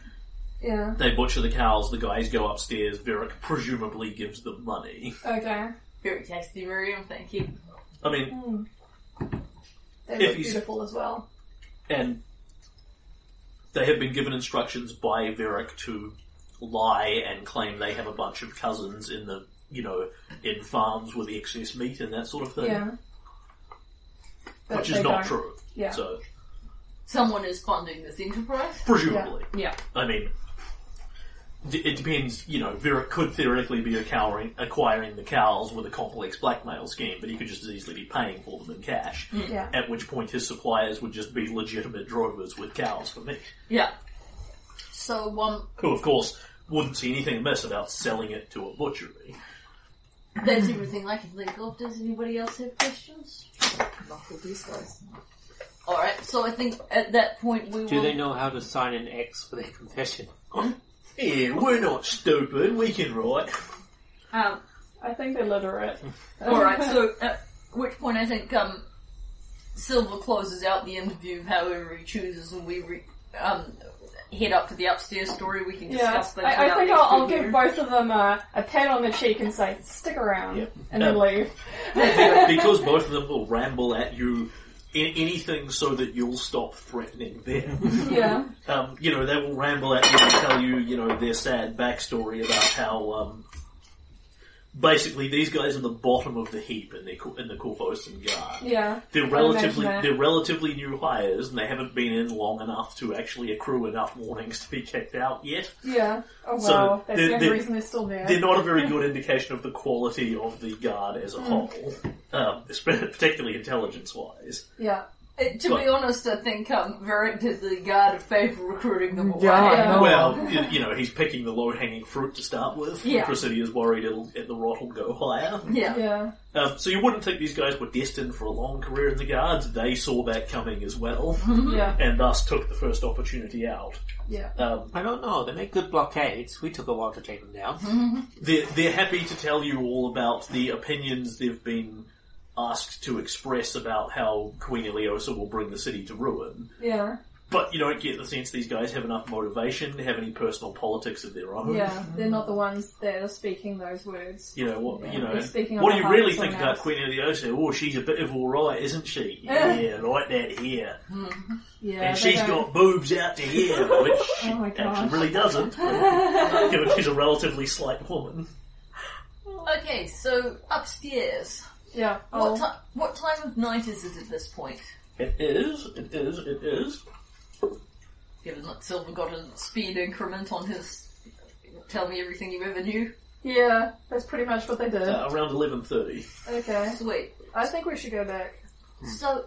Speaker 4: yeah.
Speaker 1: They butcher the cows. The guys go upstairs. Vera presumably gives them money.
Speaker 4: Okay. Hmm.
Speaker 8: Very tasty, Miriam, thank you.
Speaker 1: I mean,
Speaker 4: They
Speaker 1: If
Speaker 4: look
Speaker 1: he's-
Speaker 4: beautiful as well.
Speaker 1: and they have been given instructions by Verrick to lie and claim they have a bunch of cousins in the you know in farms with excess meat and that sort of thing,
Speaker 4: Yeah. But
Speaker 1: which
Speaker 4: they
Speaker 1: is not
Speaker 4: don't.
Speaker 1: true.
Speaker 4: Yeah.
Speaker 1: So
Speaker 8: Someone is funding this enterprise.
Speaker 1: presumably,
Speaker 4: Yeah.
Speaker 1: I mean, d- it depends. You know, Verrick could theoretically be acquiring, acquiring the cows with a complex blackmail scheme, but he could just as easily be paying for them in cash.
Speaker 4: Yeah.
Speaker 1: At which point, his suppliers would just be legitimate drovers with cows for meat.
Speaker 8: Yeah. So, um,
Speaker 1: who of course wouldn't see anything amiss about selling it to a butchery.
Speaker 8: that's everything I can think of. Does anybody else have questions?
Speaker 2: Not for these guys.
Speaker 8: Alright, so I think at that point we
Speaker 3: Do
Speaker 8: will...
Speaker 3: they know how to sign an X for their confession?
Speaker 1: Yeah, we're not stupid, we can write.
Speaker 8: Um,
Speaker 4: I think they're (laughs) literate.
Speaker 8: Alright, so at which point I think um, Silver closes out the interview however he chooses and we re- um, head up to the upstairs story. We can
Speaker 4: Yeah,
Speaker 8: discuss things
Speaker 4: I, I
Speaker 8: without
Speaker 4: think
Speaker 8: these
Speaker 4: I'll,
Speaker 8: two
Speaker 4: I'll give
Speaker 8: here.
Speaker 4: both of them a, a pat on the cheek and say, stick around,
Speaker 1: Yep.
Speaker 4: and then
Speaker 1: Um,
Speaker 4: leave.
Speaker 1: because both of them will ramble at you in anything so that you'll stop threatening them.
Speaker 4: yeah,
Speaker 1: um, you know, they will ramble at you and tell you, you know, their sad backstory about how, um, basically these guys are the bottom of the heap in, their, Cor- in the Corvosan Guard.
Speaker 4: yeah,
Speaker 1: They're
Speaker 4: I'd
Speaker 1: relatively
Speaker 4: imagine that.
Speaker 1: they're relatively new hires, and they haven't been in long enough to actually accrue enough warnings to be kicked out yet.
Speaker 4: yeah. Oh, wow.
Speaker 1: So
Speaker 4: That's
Speaker 1: they're-
Speaker 4: the only
Speaker 1: they're-
Speaker 4: reason they're still there.
Speaker 1: They're not a very good indication of the quality of the guard as a whole, um, (laughs) espe- particularly intelligence-wise.
Speaker 4: yeah.
Speaker 8: (laughs) Uh, to
Speaker 1: But-
Speaker 8: be honest, I think um, Varric did the guard a favour recruiting them all.
Speaker 2: Yeah.
Speaker 4: Oh.
Speaker 1: Well, y- you know, he's picking the low-hanging fruit to start with.
Speaker 8: Yeah.
Speaker 1: Presidia's worried it'll, it, the rot will go higher.
Speaker 8: Yeah.
Speaker 4: Yeah,
Speaker 1: Um, so you wouldn't think these guys were destined for a long career in the guards. They saw that coming as well,
Speaker 9: Mm-hmm.
Speaker 4: yeah,
Speaker 1: and thus took the first opportunity out.
Speaker 4: yeah.
Speaker 1: Um,
Speaker 3: I don't know. They make good blockades. We took a while to take them
Speaker 2: (laughs)
Speaker 3: down.
Speaker 1: they're, they're happy to tell you all about the opinions they've been asked to express about how Queen Iliosa will bring the city to ruin.
Speaker 4: Yeah,
Speaker 1: But you don't get the sense these guys have enough motivation, have any personal politics of their own.
Speaker 4: Yeah, they're not the ones that are speaking those words.
Speaker 1: You know what? You know.
Speaker 4: They're speaking on
Speaker 1: What do you
Speaker 4: behalf of
Speaker 1: really think
Speaker 4: someone
Speaker 1: about
Speaker 4: else.
Speaker 1: Queen of the Ocean? Oh, she's a bit of alright, isn't she? Yeah, right that here.
Speaker 4: Yeah,
Speaker 1: And
Speaker 4: they
Speaker 1: she's
Speaker 4: don't-
Speaker 1: got boobs out to here, which she
Speaker 4: Oh my
Speaker 1: actually
Speaker 4: gosh.
Speaker 1: really doesn't.
Speaker 4: (laughs)
Speaker 1: but Given she's a relatively slight woman.
Speaker 2: Okay, so upstairs.
Speaker 4: Yeah.
Speaker 2: What,
Speaker 4: Oh,
Speaker 2: ti what time of night is it at this point?
Speaker 1: It is, it is, it is.
Speaker 2: Given that Silver got a speed increment on his tell me everything you ever knew.
Speaker 4: yeah. That's pretty much what they did.
Speaker 1: Uh, around 11.30.
Speaker 4: Okay.
Speaker 2: Sweet.
Speaker 4: I think we should go back.
Speaker 9: So,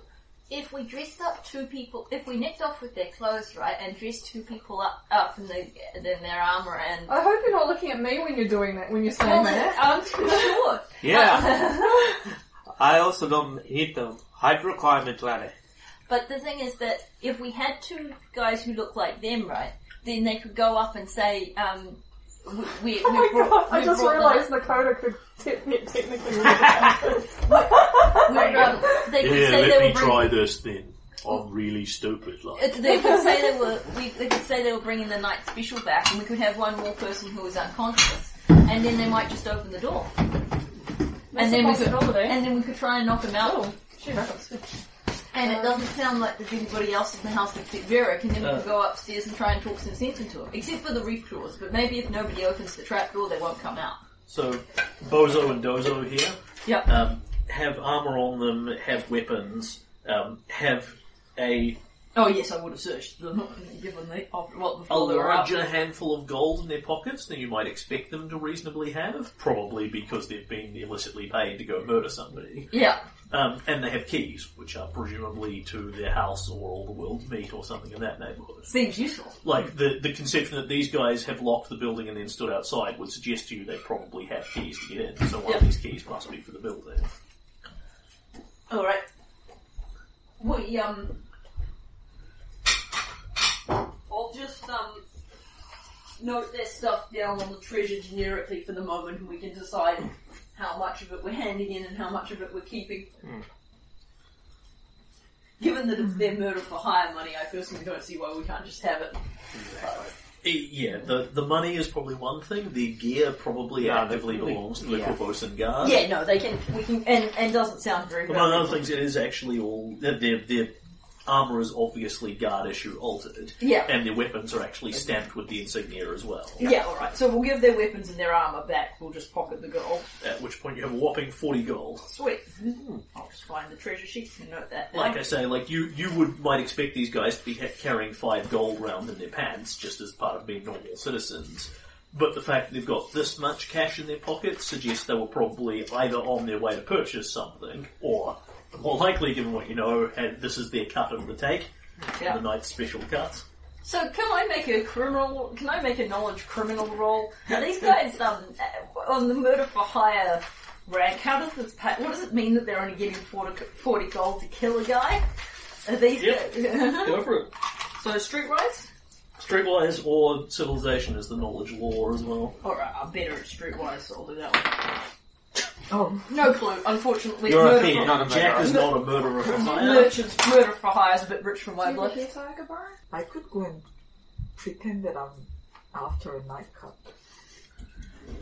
Speaker 9: if we dressed up two people, if we nicked off with their clothes, right, and dressed two people up, up and they, then their armor and
Speaker 4: I hope you're not looking at me when you're doing that. When you're saying
Speaker 2: Well,
Speaker 4: that.
Speaker 10: (laughs)
Speaker 2: I'm sure.
Speaker 3: Yeah. I also don't hit the height
Speaker 2: (laughs)
Speaker 3: requirement ladder.
Speaker 9: (laughs) But the thing is that if we had two guys who looked like them, right, then they could go up and say, um, we, we,
Speaker 4: Oh my
Speaker 9: we brought,
Speaker 4: god!
Speaker 9: we
Speaker 4: I just
Speaker 9: brought them
Speaker 4: realised Nakota could te- technically.
Speaker 9: (laughs)
Speaker 3: Oh,
Speaker 4: Wait,
Speaker 9: up. Um, they could
Speaker 10: Yeah,
Speaker 9: say they
Speaker 10: let
Speaker 9: were
Speaker 10: me
Speaker 9: bringing,
Speaker 10: try this then. I'm really stupid, like.
Speaker 9: it- they could say they were, we, they could say they were bringing the night special back and we could have one more person who was unconscious. And then they might just open the door.
Speaker 4: That's
Speaker 9: and then
Speaker 4: a
Speaker 9: we could,
Speaker 4: possibility.
Speaker 9: and then we could try and knock them out.
Speaker 4: Oh, she knows.
Speaker 9: And it doesn't sound like there's anybody else in the house except Varric, and then we can go upstairs and try and talk some sense into him. Except for the reef claws, but maybe if nobody opens the trap door, they won't come out.
Speaker 1: So, Bozo and Dozo here.
Speaker 9: Yep.
Speaker 1: Um, have armor on them, have weapons, um, have a,
Speaker 2: Oh yes, I would have searched them given the op- what
Speaker 1: a
Speaker 2: before they were up.
Speaker 1: larger handful of gold in their pockets than you might expect them to reasonably have, probably because they've been illicitly paid to go murder somebody.
Speaker 2: Yeah.
Speaker 1: Um, and they have keys, which are presumably to their house or all the world meet or something in that neighbourhood.
Speaker 2: Seems useful.
Speaker 1: Like, the, the conception that these guys have locked the building and then stood outside would suggest to you they probably have keys to get in, so one of
Speaker 2: Yeah.
Speaker 1: these keys must be for the building.
Speaker 2: Alright. We, um... I'll just, um... Note their stuff down on the treasure generically for the moment and we can decide how much of it we're handing in and how much of it we're keeping. Given that it's their murder for hire money, I personally don't see why we can't just have it.
Speaker 1: E- Yeah, the, the money is probably one thing. The gear probably
Speaker 3: Yeah,
Speaker 1: actively
Speaker 3: definitely.
Speaker 1: belongs to the
Speaker 2: Yeah.
Speaker 1: Corvosan Guard.
Speaker 2: Yeah, no, they can, we can, and, and doesn't sound very
Speaker 1: Among other
Speaker 2: valuable.
Speaker 1: things, it is actually all their their, their armor is obviously guard issue altered,
Speaker 2: Yeah.
Speaker 1: and their weapons are actually stamped with the insignia as well.
Speaker 2: Yeah, alright. So we'll give their weapons and their armour back. We'll just pocket the gold.
Speaker 1: At which point, you have a whopping forty gold.
Speaker 2: Sweet. I'll just find the treasure sheet and note that. down.
Speaker 1: Hmm. Like I say, like you you would might expect these guys to be ha- carrying five gold round in their pants just as part of being normal citizens. But the fact that they've got this much cash in their pockets suggests they were probably either on their way to purchase something, or more likely, given what you know, had this is their cut of the take,
Speaker 2: Yeah.
Speaker 1: the night's special cut.
Speaker 2: So can I make a criminal? Can I make a knowledge criminal
Speaker 1: (laughs)
Speaker 2: roll? Are these guys um uh, on the murder for hire rank? How does this? Pa- what does it mean that they're only getting 40, 40 gold to kill a guy? Are these?
Speaker 1: Yep.
Speaker 2: guys-
Speaker 1: Go for it.
Speaker 2: (laughs) so streetwise?
Speaker 1: Streetwise or civilization is the knowledge law as well.
Speaker 2: All right, I'm better at streetwise, so I'll do that one. Oh, no clue. Unfortunately, murder for-
Speaker 3: not
Speaker 1: Jack is not a murderer for hire.
Speaker 2: merchants murder for hire is a bit rich for my
Speaker 4: Do you
Speaker 2: blood.
Speaker 4: hear Tiger Bar?
Speaker 9: I could go and pretend that I'm after a (laughs) nightclub.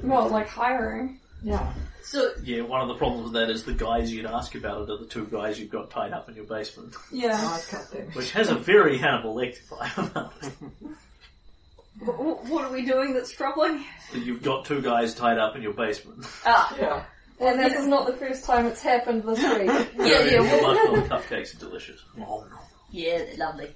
Speaker 4: Well, like hiring.
Speaker 9: Yeah.
Speaker 2: So
Speaker 1: Yeah, one of the problems with that is the guys you'd ask about it are the two guys you've got tied up in your basement.
Speaker 4: Yeah.
Speaker 9: Nightclub then.
Speaker 1: Which has a very Hannibal Lecter vibe about
Speaker 2: (laughs)
Speaker 1: it.
Speaker 2: Wh- What are we doing that's troubling?
Speaker 1: That You've got two guys tied up in your basement.
Speaker 2: Ah,
Speaker 9: Yeah.
Speaker 4: And this is not the first time it's happened this week.
Speaker 2: (laughs) yeah, yeah.
Speaker 1: The
Speaker 2: Well,
Speaker 1: buffalo cupcakes are delicious.
Speaker 2: yeah, they're lovely.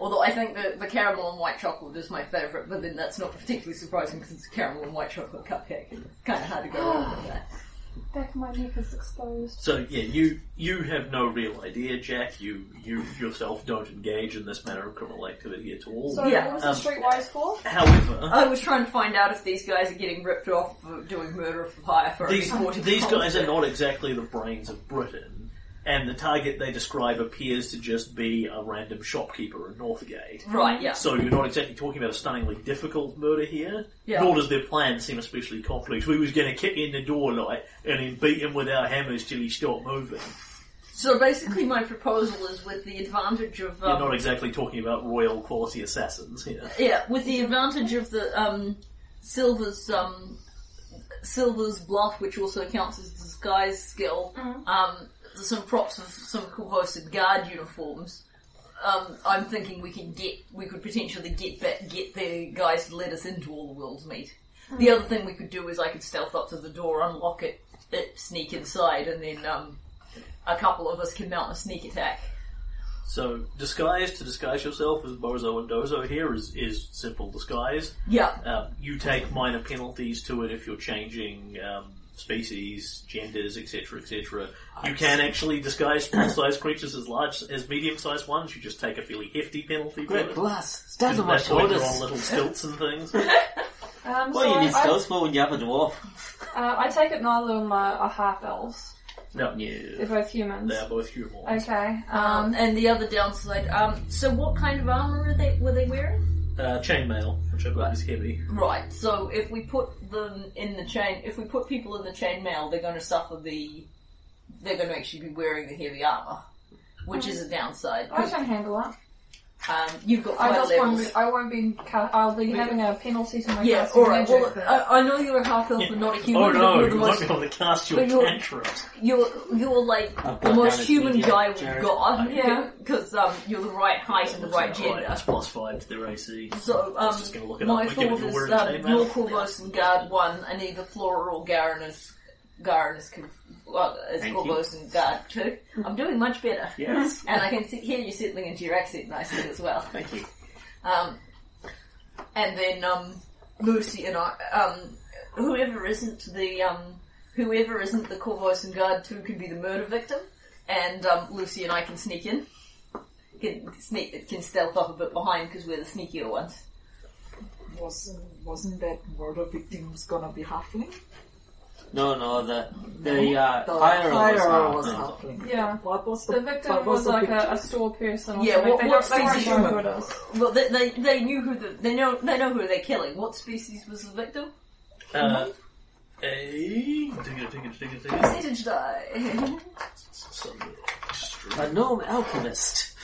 Speaker 2: Although I think the, the caramel and white chocolate is my favourite, but then that's not particularly surprising because it's a caramel and white chocolate cupcake. It's kind of hard to go wrong with
Speaker 1: (sighs)
Speaker 2: that.
Speaker 4: Back of my neck is exposed.
Speaker 1: So yeah, you you have no real idea, Jack. You you yourself don't engage in this manner of criminal activity at all.
Speaker 4: So
Speaker 2: Yeah,
Speaker 4: what was the
Speaker 1: um,
Speaker 4: streetwise for?
Speaker 1: However,
Speaker 2: I was trying to find out if these guys are getting ripped off for doing murder for hire for
Speaker 1: these
Speaker 2: extorting
Speaker 1: these guys are
Speaker 2: content.
Speaker 1: not exactly the brains of Britain, and the target they describe appears to just be a random shopkeeper in Northgate.
Speaker 2: Right, yeah.
Speaker 1: So you're not exactly talking about a stunningly difficult murder here.
Speaker 2: Yeah.
Speaker 1: Nor does their plan seem especially complex. We was going to kick in the door like and then beat him with our hammers till he stopped moving.
Speaker 2: So basically, my proposal is with the advantage of
Speaker 1: You're
Speaker 2: um,
Speaker 1: not exactly talking about royal quality assassins here.
Speaker 2: yeah, with the advantage of the um, silver's um, silver's bluff, which also counts as disguise skill. Um, some props of some corvosid guard uniforms. Um, I'm thinking we can get we could potentially get that get the guys to let us into all the world's meat. The other thing we could do is I could stealth up to the door, unlock it, it sneak inside, and then um, a couple of us can mount a sneak attack.
Speaker 1: So disguise to disguise yourself as Bozo and Dozo here is, is simple disguise.
Speaker 2: Yeah,
Speaker 1: Um, you take minor penalties to it if you're changing um, species, genders, etc., etc. You can actually disguise small-sized creatures as large as medium-sized ones. You just take a fairly hefty penalty for
Speaker 3: Great
Speaker 1: it.
Speaker 3: glass. Stand on my
Speaker 1: That's why they're on
Speaker 3: shoulders.
Speaker 1: little stilts and
Speaker 3: (laughs)
Speaker 1: things.
Speaker 4: Um,
Speaker 3: What
Speaker 4: so
Speaker 3: do you need
Speaker 4: I,
Speaker 3: skills for when you have a dwarf?
Speaker 4: uh, I take it neither of them are, are half elves.
Speaker 1: No,
Speaker 4: They're
Speaker 1: yeah.
Speaker 4: both humans.
Speaker 1: they are both human.
Speaker 4: Okay. Um,
Speaker 2: Um, and the other downside. Um, so what kind of armor are they were they wearing?
Speaker 1: Uh, chainmail, which I believe is heavy.
Speaker 2: Right. So if we put them in the chain, if we put people in the chainmail, they're going to suffer the. They're going to actually be wearing the heavy armor, which is a downside.
Speaker 4: I can handle it.
Speaker 2: Um, you've got
Speaker 4: I
Speaker 2: five
Speaker 4: just
Speaker 2: levels.
Speaker 4: won't. Be, I won't be. Ca- I'll be having a penalty to my
Speaker 2: yeah,
Speaker 4: casting
Speaker 2: alright, well, uh,
Speaker 4: magic.
Speaker 2: I, I know you're a half elf but not a human,
Speaker 1: oh no,
Speaker 2: but you're
Speaker 1: you
Speaker 2: the
Speaker 1: might be
Speaker 2: most,
Speaker 1: able to cast your
Speaker 2: but you're-
Speaker 1: cantrips.
Speaker 2: you're, you're like
Speaker 3: I've
Speaker 2: the
Speaker 3: got
Speaker 2: most
Speaker 3: down as
Speaker 2: human
Speaker 3: medium,
Speaker 2: guy we've
Speaker 3: Jared.
Speaker 2: got, (laughs)
Speaker 4: Yeah.
Speaker 2: because um, you're the right height and the right gender.
Speaker 1: That's plus five to their AC.
Speaker 2: So,
Speaker 1: I
Speaker 2: um,
Speaker 1: was just gonna look it
Speaker 2: my
Speaker 1: up. Give it
Speaker 2: thought
Speaker 1: the
Speaker 2: is
Speaker 1: word
Speaker 2: um,
Speaker 1: name,
Speaker 2: your
Speaker 1: man.
Speaker 2: Corvus and Guard 1, and either Flora or Garen is, Garen is, con- well, is
Speaker 3: Thank
Speaker 2: Corvus and Guard 2. I'm doing much better.
Speaker 1: Yes.
Speaker 2: And I can see, hear you settling into your accent nicely as well.
Speaker 1: Thank you.
Speaker 2: Um, and then um, Lucy and I, um, whoever isn't the um, whoever isn't the Corvus and Guard 2 can be the murder victim, and um, Lucy and I can sneak in. Can sneak, can stealth up a bit behind because we're the sneakier ones.
Speaker 9: Wasn't wasn't that murder victim's gonna be halfling?
Speaker 3: No, no, the the uh,
Speaker 9: The
Speaker 3: higher
Speaker 9: higher
Speaker 3: was
Speaker 9: was
Speaker 3: half.
Speaker 9: halfling.
Speaker 4: yeah.
Speaker 9: What was the,
Speaker 4: The
Speaker 9: what
Speaker 4: victim
Speaker 9: was
Speaker 4: was
Speaker 9: the
Speaker 4: like
Speaker 9: victim?
Speaker 4: a, a store person. Or
Speaker 2: Yeah,
Speaker 4: something.
Speaker 2: what-
Speaker 4: they
Speaker 2: what
Speaker 4: don't, they
Speaker 2: species
Speaker 4: don't know who
Speaker 9: human?
Speaker 4: it is.
Speaker 2: Well, they, they they knew who the they know they know who they're killing. What species was the victim?
Speaker 1: Uh, a digga digga digga digga.
Speaker 2: Percentage die.
Speaker 1: Some
Speaker 3: a gnome alchemist.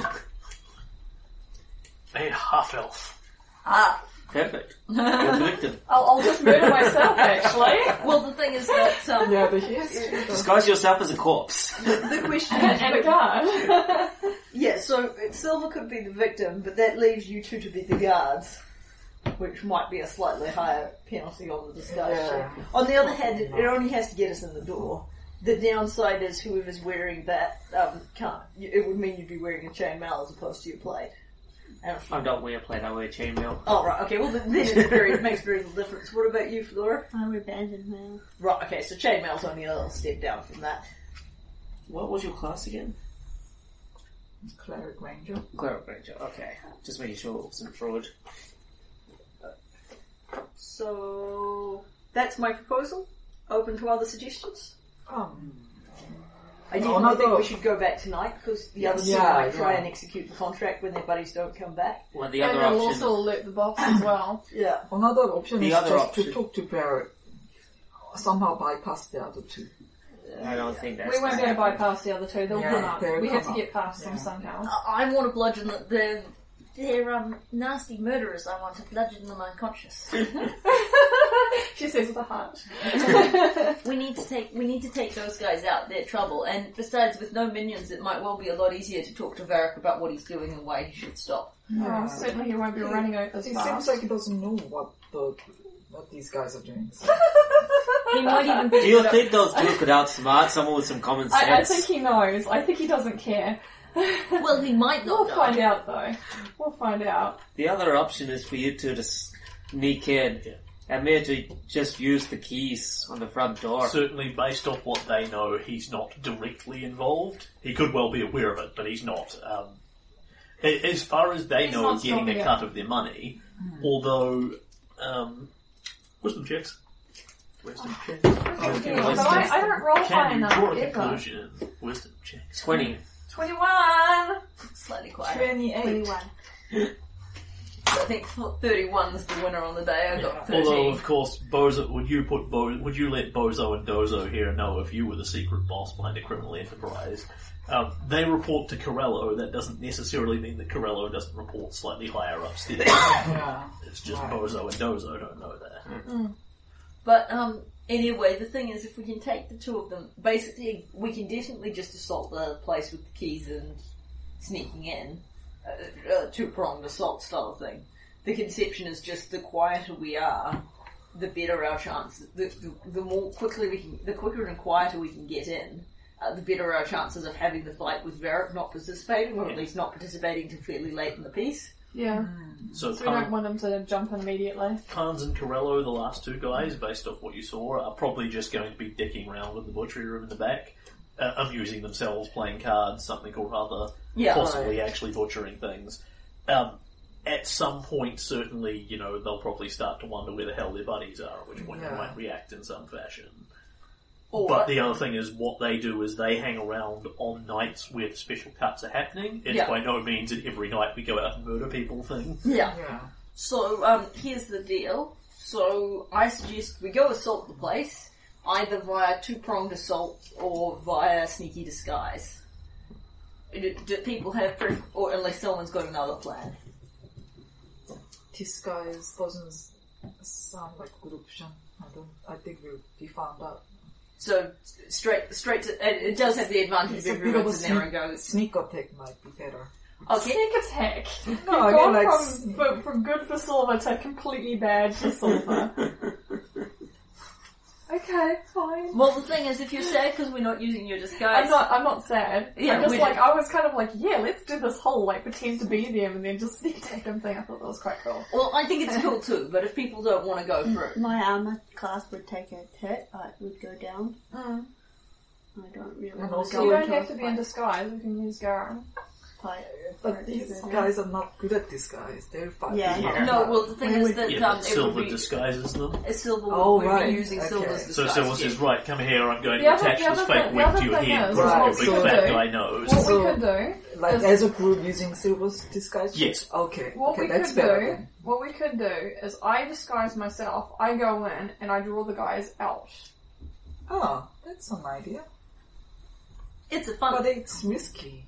Speaker 1: A half elf.
Speaker 2: ah. (laughs)
Speaker 3: Perfect. You're the victim.
Speaker 4: I'll, I'll just murder myself. Actually, (laughs)
Speaker 2: Well, the thing is that
Speaker 9: (laughs)
Speaker 2: um,
Speaker 9: Yeah, but he is.
Speaker 3: Disguise yourself as a corpse.
Speaker 2: the question
Speaker 4: and, and a guard.
Speaker 2: Yeah, so Silver could be the victim, but that leaves you two to be the guards, which might be a slightly higher penalty on the disguise.
Speaker 9: Yeah.
Speaker 2: sheet. On the other hand, it, it only has to get us in the door. The downside is whoever's wearing that um, can't. you- It would mean you'd be wearing a chainmail as opposed to your plate. And if-
Speaker 3: I don't wear plate, I wear chainmail.
Speaker 2: oh right, okay. Well, then then it's very, it makes very little difference. What about you, Flora?
Speaker 5: I would abandon now.
Speaker 2: Right, okay. So chainmail's only a little step down from that.
Speaker 3: What was your class again?
Speaker 9: Cleric Ranger.
Speaker 3: Cleric Ranger, okay. Just making sure it wasn't fraud.
Speaker 2: So that's my proposal. Open to other suggestions.
Speaker 9: Um,
Speaker 2: I
Speaker 9: No,
Speaker 2: definitely
Speaker 9: not
Speaker 2: think we
Speaker 9: though.
Speaker 2: should go back tonight because the others
Speaker 9: Yeah,
Speaker 2: might try
Speaker 9: yeah.
Speaker 2: and execute the contract when their buddies don't come back.
Speaker 3: Well, the
Speaker 4: and
Speaker 3: other
Speaker 4: it'll
Speaker 3: option.
Speaker 4: also alert the box as
Speaker 2: (coughs)
Speaker 4: well.
Speaker 2: Yeah.
Speaker 9: another option
Speaker 3: The
Speaker 9: is
Speaker 3: other
Speaker 9: just
Speaker 3: option.
Speaker 9: to talk to Barrett. Somehow bypass the other two.
Speaker 3: I don't think that's.
Speaker 4: We won't be able to bypass the other two. They'll
Speaker 9: Yeah,
Speaker 4: come up.
Speaker 9: they'll
Speaker 4: We have to
Speaker 9: come
Speaker 4: get past them
Speaker 9: Yeah.
Speaker 4: somehow.
Speaker 2: I, I want to bludgeon them. They're, they're um, nasty murderers. I want to bludgeon them unconscious.
Speaker 4: (laughs) she says with a heart.
Speaker 2: we need to take we need to take those guys out. They're trouble. And besides, with no minions, it might well be a lot easier to talk to Varric about what he's doing and why he should stop.
Speaker 4: Oh, certainly he won't be running out as
Speaker 9: He
Speaker 4: fast. (laughs)
Speaker 9: seems like he doesn't know what the what these guys are doing. So.
Speaker 2: He might even be.
Speaker 3: Do you think those two could outsmart someone with some common sense?
Speaker 4: I, I think he knows. I think he doesn't care. (laughs)
Speaker 2: Well, he might
Speaker 4: We'll
Speaker 2: not.
Speaker 4: find
Speaker 2: Know.
Speaker 4: out though. We'll find out.
Speaker 3: The other option is for you two to sneak in and maybe just use the keys on the front door.
Speaker 1: Certainly, based off what they know, he's not directly involved. He could well be aware of it, but he's not. Um, a- as far as they
Speaker 4: He's
Speaker 1: know,
Speaker 4: not
Speaker 1: getting
Speaker 4: stopping
Speaker 1: a
Speaker 4: it.
Speaker 1: cut of their money. Although, um, wisdom checks. Wisdom checks.
Speaker 4: Yeah, but I, I don't roll high
Speaker 1: Can you
Speaker 4: enough
Speaker 1: draw a
Speaker 4: ever.
Speaker 1: conclusion? Wisdom checks.
Speaker 3: (laughs) 20.
Speaker 4: Twenty-one.
Speaker 2: Slightly quiet.
Speaker 9: Twenty-eight.
Speaker 5: Twenty-one.
Speaker 2: I think 31's the winner on the day. I got 13.
Speaker 1: Although, of course, Bozo, would you put Bo, would you let Bozo and Dozo here know if you were the secret boss behind a criminal enterprise? Um, they report to Corello. That doesn't necessarily mean that Corello doesn't report slightly higher
Speaker 4: (coughs)
Speaker 1: upstairs.
Speaker 9: Yeah.
Speaker 1: it's just Bozo and Dozo don't know that.
Speaker 2: But um, anyway, the thing is, if we can take the two of them, basically, we can definitely just assault the place with the keys and sneaking in. Uh, uh, two pronged assault style thing. The conception is just the quieter we are, the better our chance. The, the, the more quickly we can, the quicker and quieter we can get in. Uh, the better our chances of having the fight with Varric not participating, or at least not participating till fairly late in the piece.
Speaker 4: Yeah.
Speaker 1: So,
Speaker 4: So we don't
Speaker 1: Khan,
Speaker 4: want him to jump in immediately.
Speaker 1: Khans and Corello, the last two guys, based off what you saw, are probably just going to be dicking around in the butchery room in the back, uh, amusing themselves, playing cards, something or other.
Speaker 2: Yeah.
Speaker 1: possibly actually butchering things. Um, at some point, certainly, you know, they'll probably start to wonder where the hell their buddies are, at which point they
Speaker 9: Yeah.
Speaker 1: might react in some fashion.
Speaker 2: Or-
Speaker 1: But the other thing is, what they do is they hang around on nights where the special cuts are happening. It's
Speaker 2: Yeah.
Speaker 1: by no means an every night we go out and murder people
Speaker 4: (laughs)
Speaker 1: thing.
Speaker 2: yeah.
Speaker 9: Yeah.
Speaker 2: So, um, here's the deal. So, I suggest we go assault the place, either via two-pronged assault or via sneaky disguise. Do, do people have pref- or unless someone's got another plan?
Speaker 9: Disguise doesn't sound like a good option. I don't. I think we'll be found out.
Speaker 2: So, straight, straight to, it, it does have the advantage of
Speaker 9: It's a bit
Speaker 2: everyone
Speaker 9: of a
Speaker 2: in there and
Speaker 9: A
Speaker 2: goes,
Speaker 9: sneak attack might be better.
Speaker 2: okay,
Speaker 4: Sneak (laughs) attack.
Speaker 9: No,
Speaker 4: You've
Speaker 9: I mean
Speaker 4: gone
Speaker 9: like
Speaker 4: from, from, from good for silver to completely bad for silver. (laughs) okay, fine.
Speaker 2: well the thing is if you're sad because we're not using your disguise,
Speaker 4: I'm not. I'm not sad.
Speaker 2: Yeah,
Speaker 4: I'm just
Speaker 2: we-
Speaker 4: like I was kind of like, yeah, let's do this whole like pretend to be them and then just (laughs) sneak attack them thing. I thought that was quite cool.
Speaker 2: well I think it's cool too, but if people don't want to go through,
Speaker 5: My armor class would take a hit. uh, It would go down. I don't really
Speaker 9: And
Speaker 5: want to
Speaker 9: also-
Speaker 4: Hmm. So
Speaker 5: go
Speaker 4: you don't
Speaker 5: into
Speaker 4: have
Speaker 5: a
Speaker 4: to be in
Speaker 5: fight-
Speaker 4: disguise. You can use Garum.
Speaker 5: fight.
Speaker 9: But these guys are not good at disguise. They're fighting.
Speaker 5: Yeah.
Speaker 1: Yeah.
Speaker 2: no, well the thing
Speaker 5: We
Speaker 2: is
Speaker 5: would-
Speaker 2: that,
Speaker 1: Yeah,
Speaker 2: um,
Speaker 1: but
Speaker 2: it would
Speaker 1: Silver
Speaker 2: be,
Speaker 1: disguises them.
Speaker 2: it's Silver,
Speaker 9: Oh,
Speaker 2: we'd
Speaker 9: right,
Speaker 2: be using
Speaker 9: okay.
Speaker 2: Silver's
Speaker 1: So
Speaker 2: disguise.
Speaker 1: Silver
Speaker 2: yeah.
Speaker 1: says, right, come here, I'm going
Speaker 4: The
Speaker 1: to
Speaker 4: other-
Speaker 1: attach
Speaker 4: the
Speaker 1: this
Speaker 4: other
Speaker 1: fake
Speaker 4: thing-
Speaker 1: wig
Speaker 4: the
Speaker 1: to your
Speaker 4: other thing
Speaker 1: head
Speaker 4: is,
Speaker 1: because
Speaker 9: right,
Speaker 1: your big
Speaker 9: so
Speaker 1: fat
Speaker 9: the-
Speaker 1: guy knows.
Speaker 4: What we
Speaker 9: So-
Speaker 4: could do
Speaker 9: Like
Speaker 4: Does-
Speaker 9: as a group using Silver's disguise.
Speaker 1: Yes.
Speaker 9: Okay.
Speaker 4: What
Speaker 9: okay,
Speaker 4: we
Speaker 9: that's
Speaker 4: could
Speaker 9: better.
Speaker 4: do, what we could do, is I disguise myself. I go in and I draw the guys out.
Speaker 9: Oh, that's an idea.
Speaker 2: It's a fun
Speaker 9: But it's risky.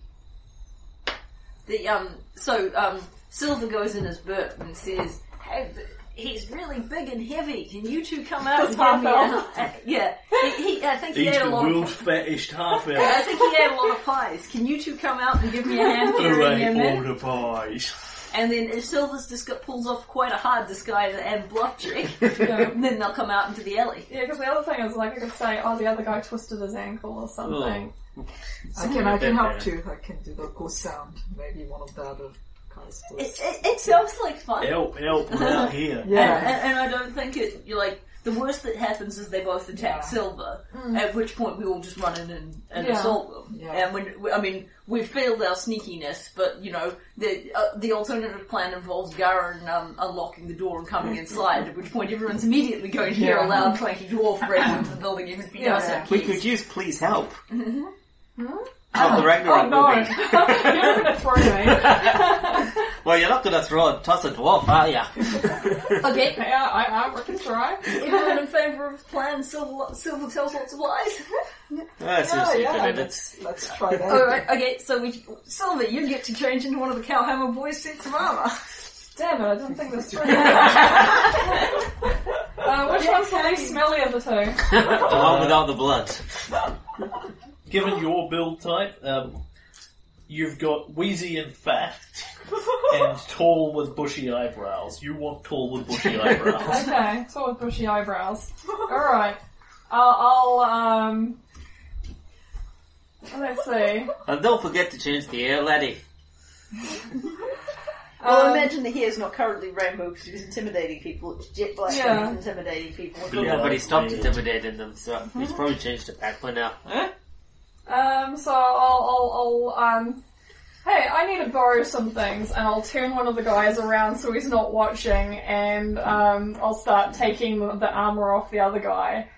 Speaker 2: the um so um Silver goes in as Bert and says, "Hey, th- he's really big and heavy. Can you two come out and
Speaker 4: That's
Speaker 9: (laughs)
Speaker 2: give me a
Speaker 4: half
Speaker 2: Uh, (laughs) yeah, he, he, I think he
Speaker 1: He's
Speaker 2: ate
Speaker 1: the
Speaker 2: a lot. Of,
Speaker 1: world's fattest
Speaker 4: (laughs)
Speaker 1: half elf.
Speaker 2: (laughs) I think he ate a lot of pies. Can you two come out and give me a (laughs) hand carrying
Speaker 1: Hooray,
Speaker 2: him in?
Speaker 1: order pies.
Speaker 2: And then if Silver's disgu- pulls off quite a hard disguise and bluff check, (laughs) then they'll come out into the alley.
Speaker 4: (laughs) Yeah, because the other thing is like I could say, oh, the other guy twisted his ankle or something.
Speaker 9: I can, I can
Speaker 1: Yeah.
Speaker 9: help too. I can do the ghost sound. Maybe one of the other guys
Speaker 2: It,
Speaker 9: first.
Speaker 2: it, it sounds like fun.
Speaker 1: Help, help, we're
Speaker 4: (laughs)
Speaker 1: out here.
Speaker 4: uh,
Speaker 2: And,
Speaker 9: Yeah.
Speaker 2: and, and I don't think it. You're like the worst that happens is they both attack
Speaker 9: Yeah. Mm.
Speaker 2: Silver, at which point we all just run in and, and
Speaker 4: Yeah.
Speaker 2: assault them.
Speaker 9: Yeah.
Speaker 2: And when we- I mean we've failed our sneakiness, but you know the uh, the alternative plan involves Garen um, unlocking the door and coming inside. At which point everyone's immediately going to hear a
Speaker 9: Yeah.
Speaker 2: loud clanky dwarf break into the building, even if he does
Speaker 9: Yeah.
Speaker 2: have
Speaker 3: We
Speaker 2: keys.
Speaker 3: could use please help. How the Ragnarok
Speaker 4: Mm-hmm. Oh no!
Speaker 3: would be.
Speaker 4: (laughs) You're gonna throw me.
Speaker 3: Well, you're not gonna throw and toss a dwarf, are
Speaker 4: (laughs)
Speaker 3: ya?
Speaker 2: Okay,
Speaker 4: Yeah, I, I reckon try.
Speaker 2: everyone in favour of the plan. Silver, Silver tells lots of
Speaker 9: (laughs)
Speaker 2: lies.
Speaker 3: That seems
Speaker 9: yeah,
Speaker 3: stupid,
Speaker 9: yeah.
Speaker 3: and it's
Speaker 4: (laughs) uh,
Speaker 9: Let's, let's try that.
Speaker 2: All right, okay. So we, Silver, you get to change into one of the Cowhammer boys' suits of
Speaker 9: (laughs)
Speaker 2: armour.
Speaker 4: Damn it! I didn't think this through. uh, which one's the least smelly of the two?
Speaker 3: (laughs) the one without the blood.
Speaker 1: Given your build type, um, you've got wheezy and fat
Speaker 9: Oh,
Speaker 1: and tall with bushy eyebrows. You want tall with
Speaker 4: (laughs)
Speaker 1: bushy eyebrows.
Speaker 2: (laughs)
Speaker 4: Okay, so with bushy eyebrows. All right, I'll, I'll um. Let's see.
Speaker 3: And don't forget to change the air, laddie.
Speaker 2: (laughs) Well,
Speaker 4: Um,
Speaker 2: imagine the hair is not currently rainbow because he's intimidating people. It's jet black
Speaker 4: Yeah.
Speaker 2: and he's intimidating people.
Speaker 1: Blue
Speaker 3: Yeah, but he
Speaker 1: eyes,
Speaker 3: stopped
Speaker 1: red.
Speaker 3: intimidating them, so he's probably changed it back by now.
Speaker 4: Um, so I'll, I'll, I'll, um, hey, I need to borrow some things, and I'll turn one of the guys around so he's not watching, and um, I'll start taking the armor off the other guy,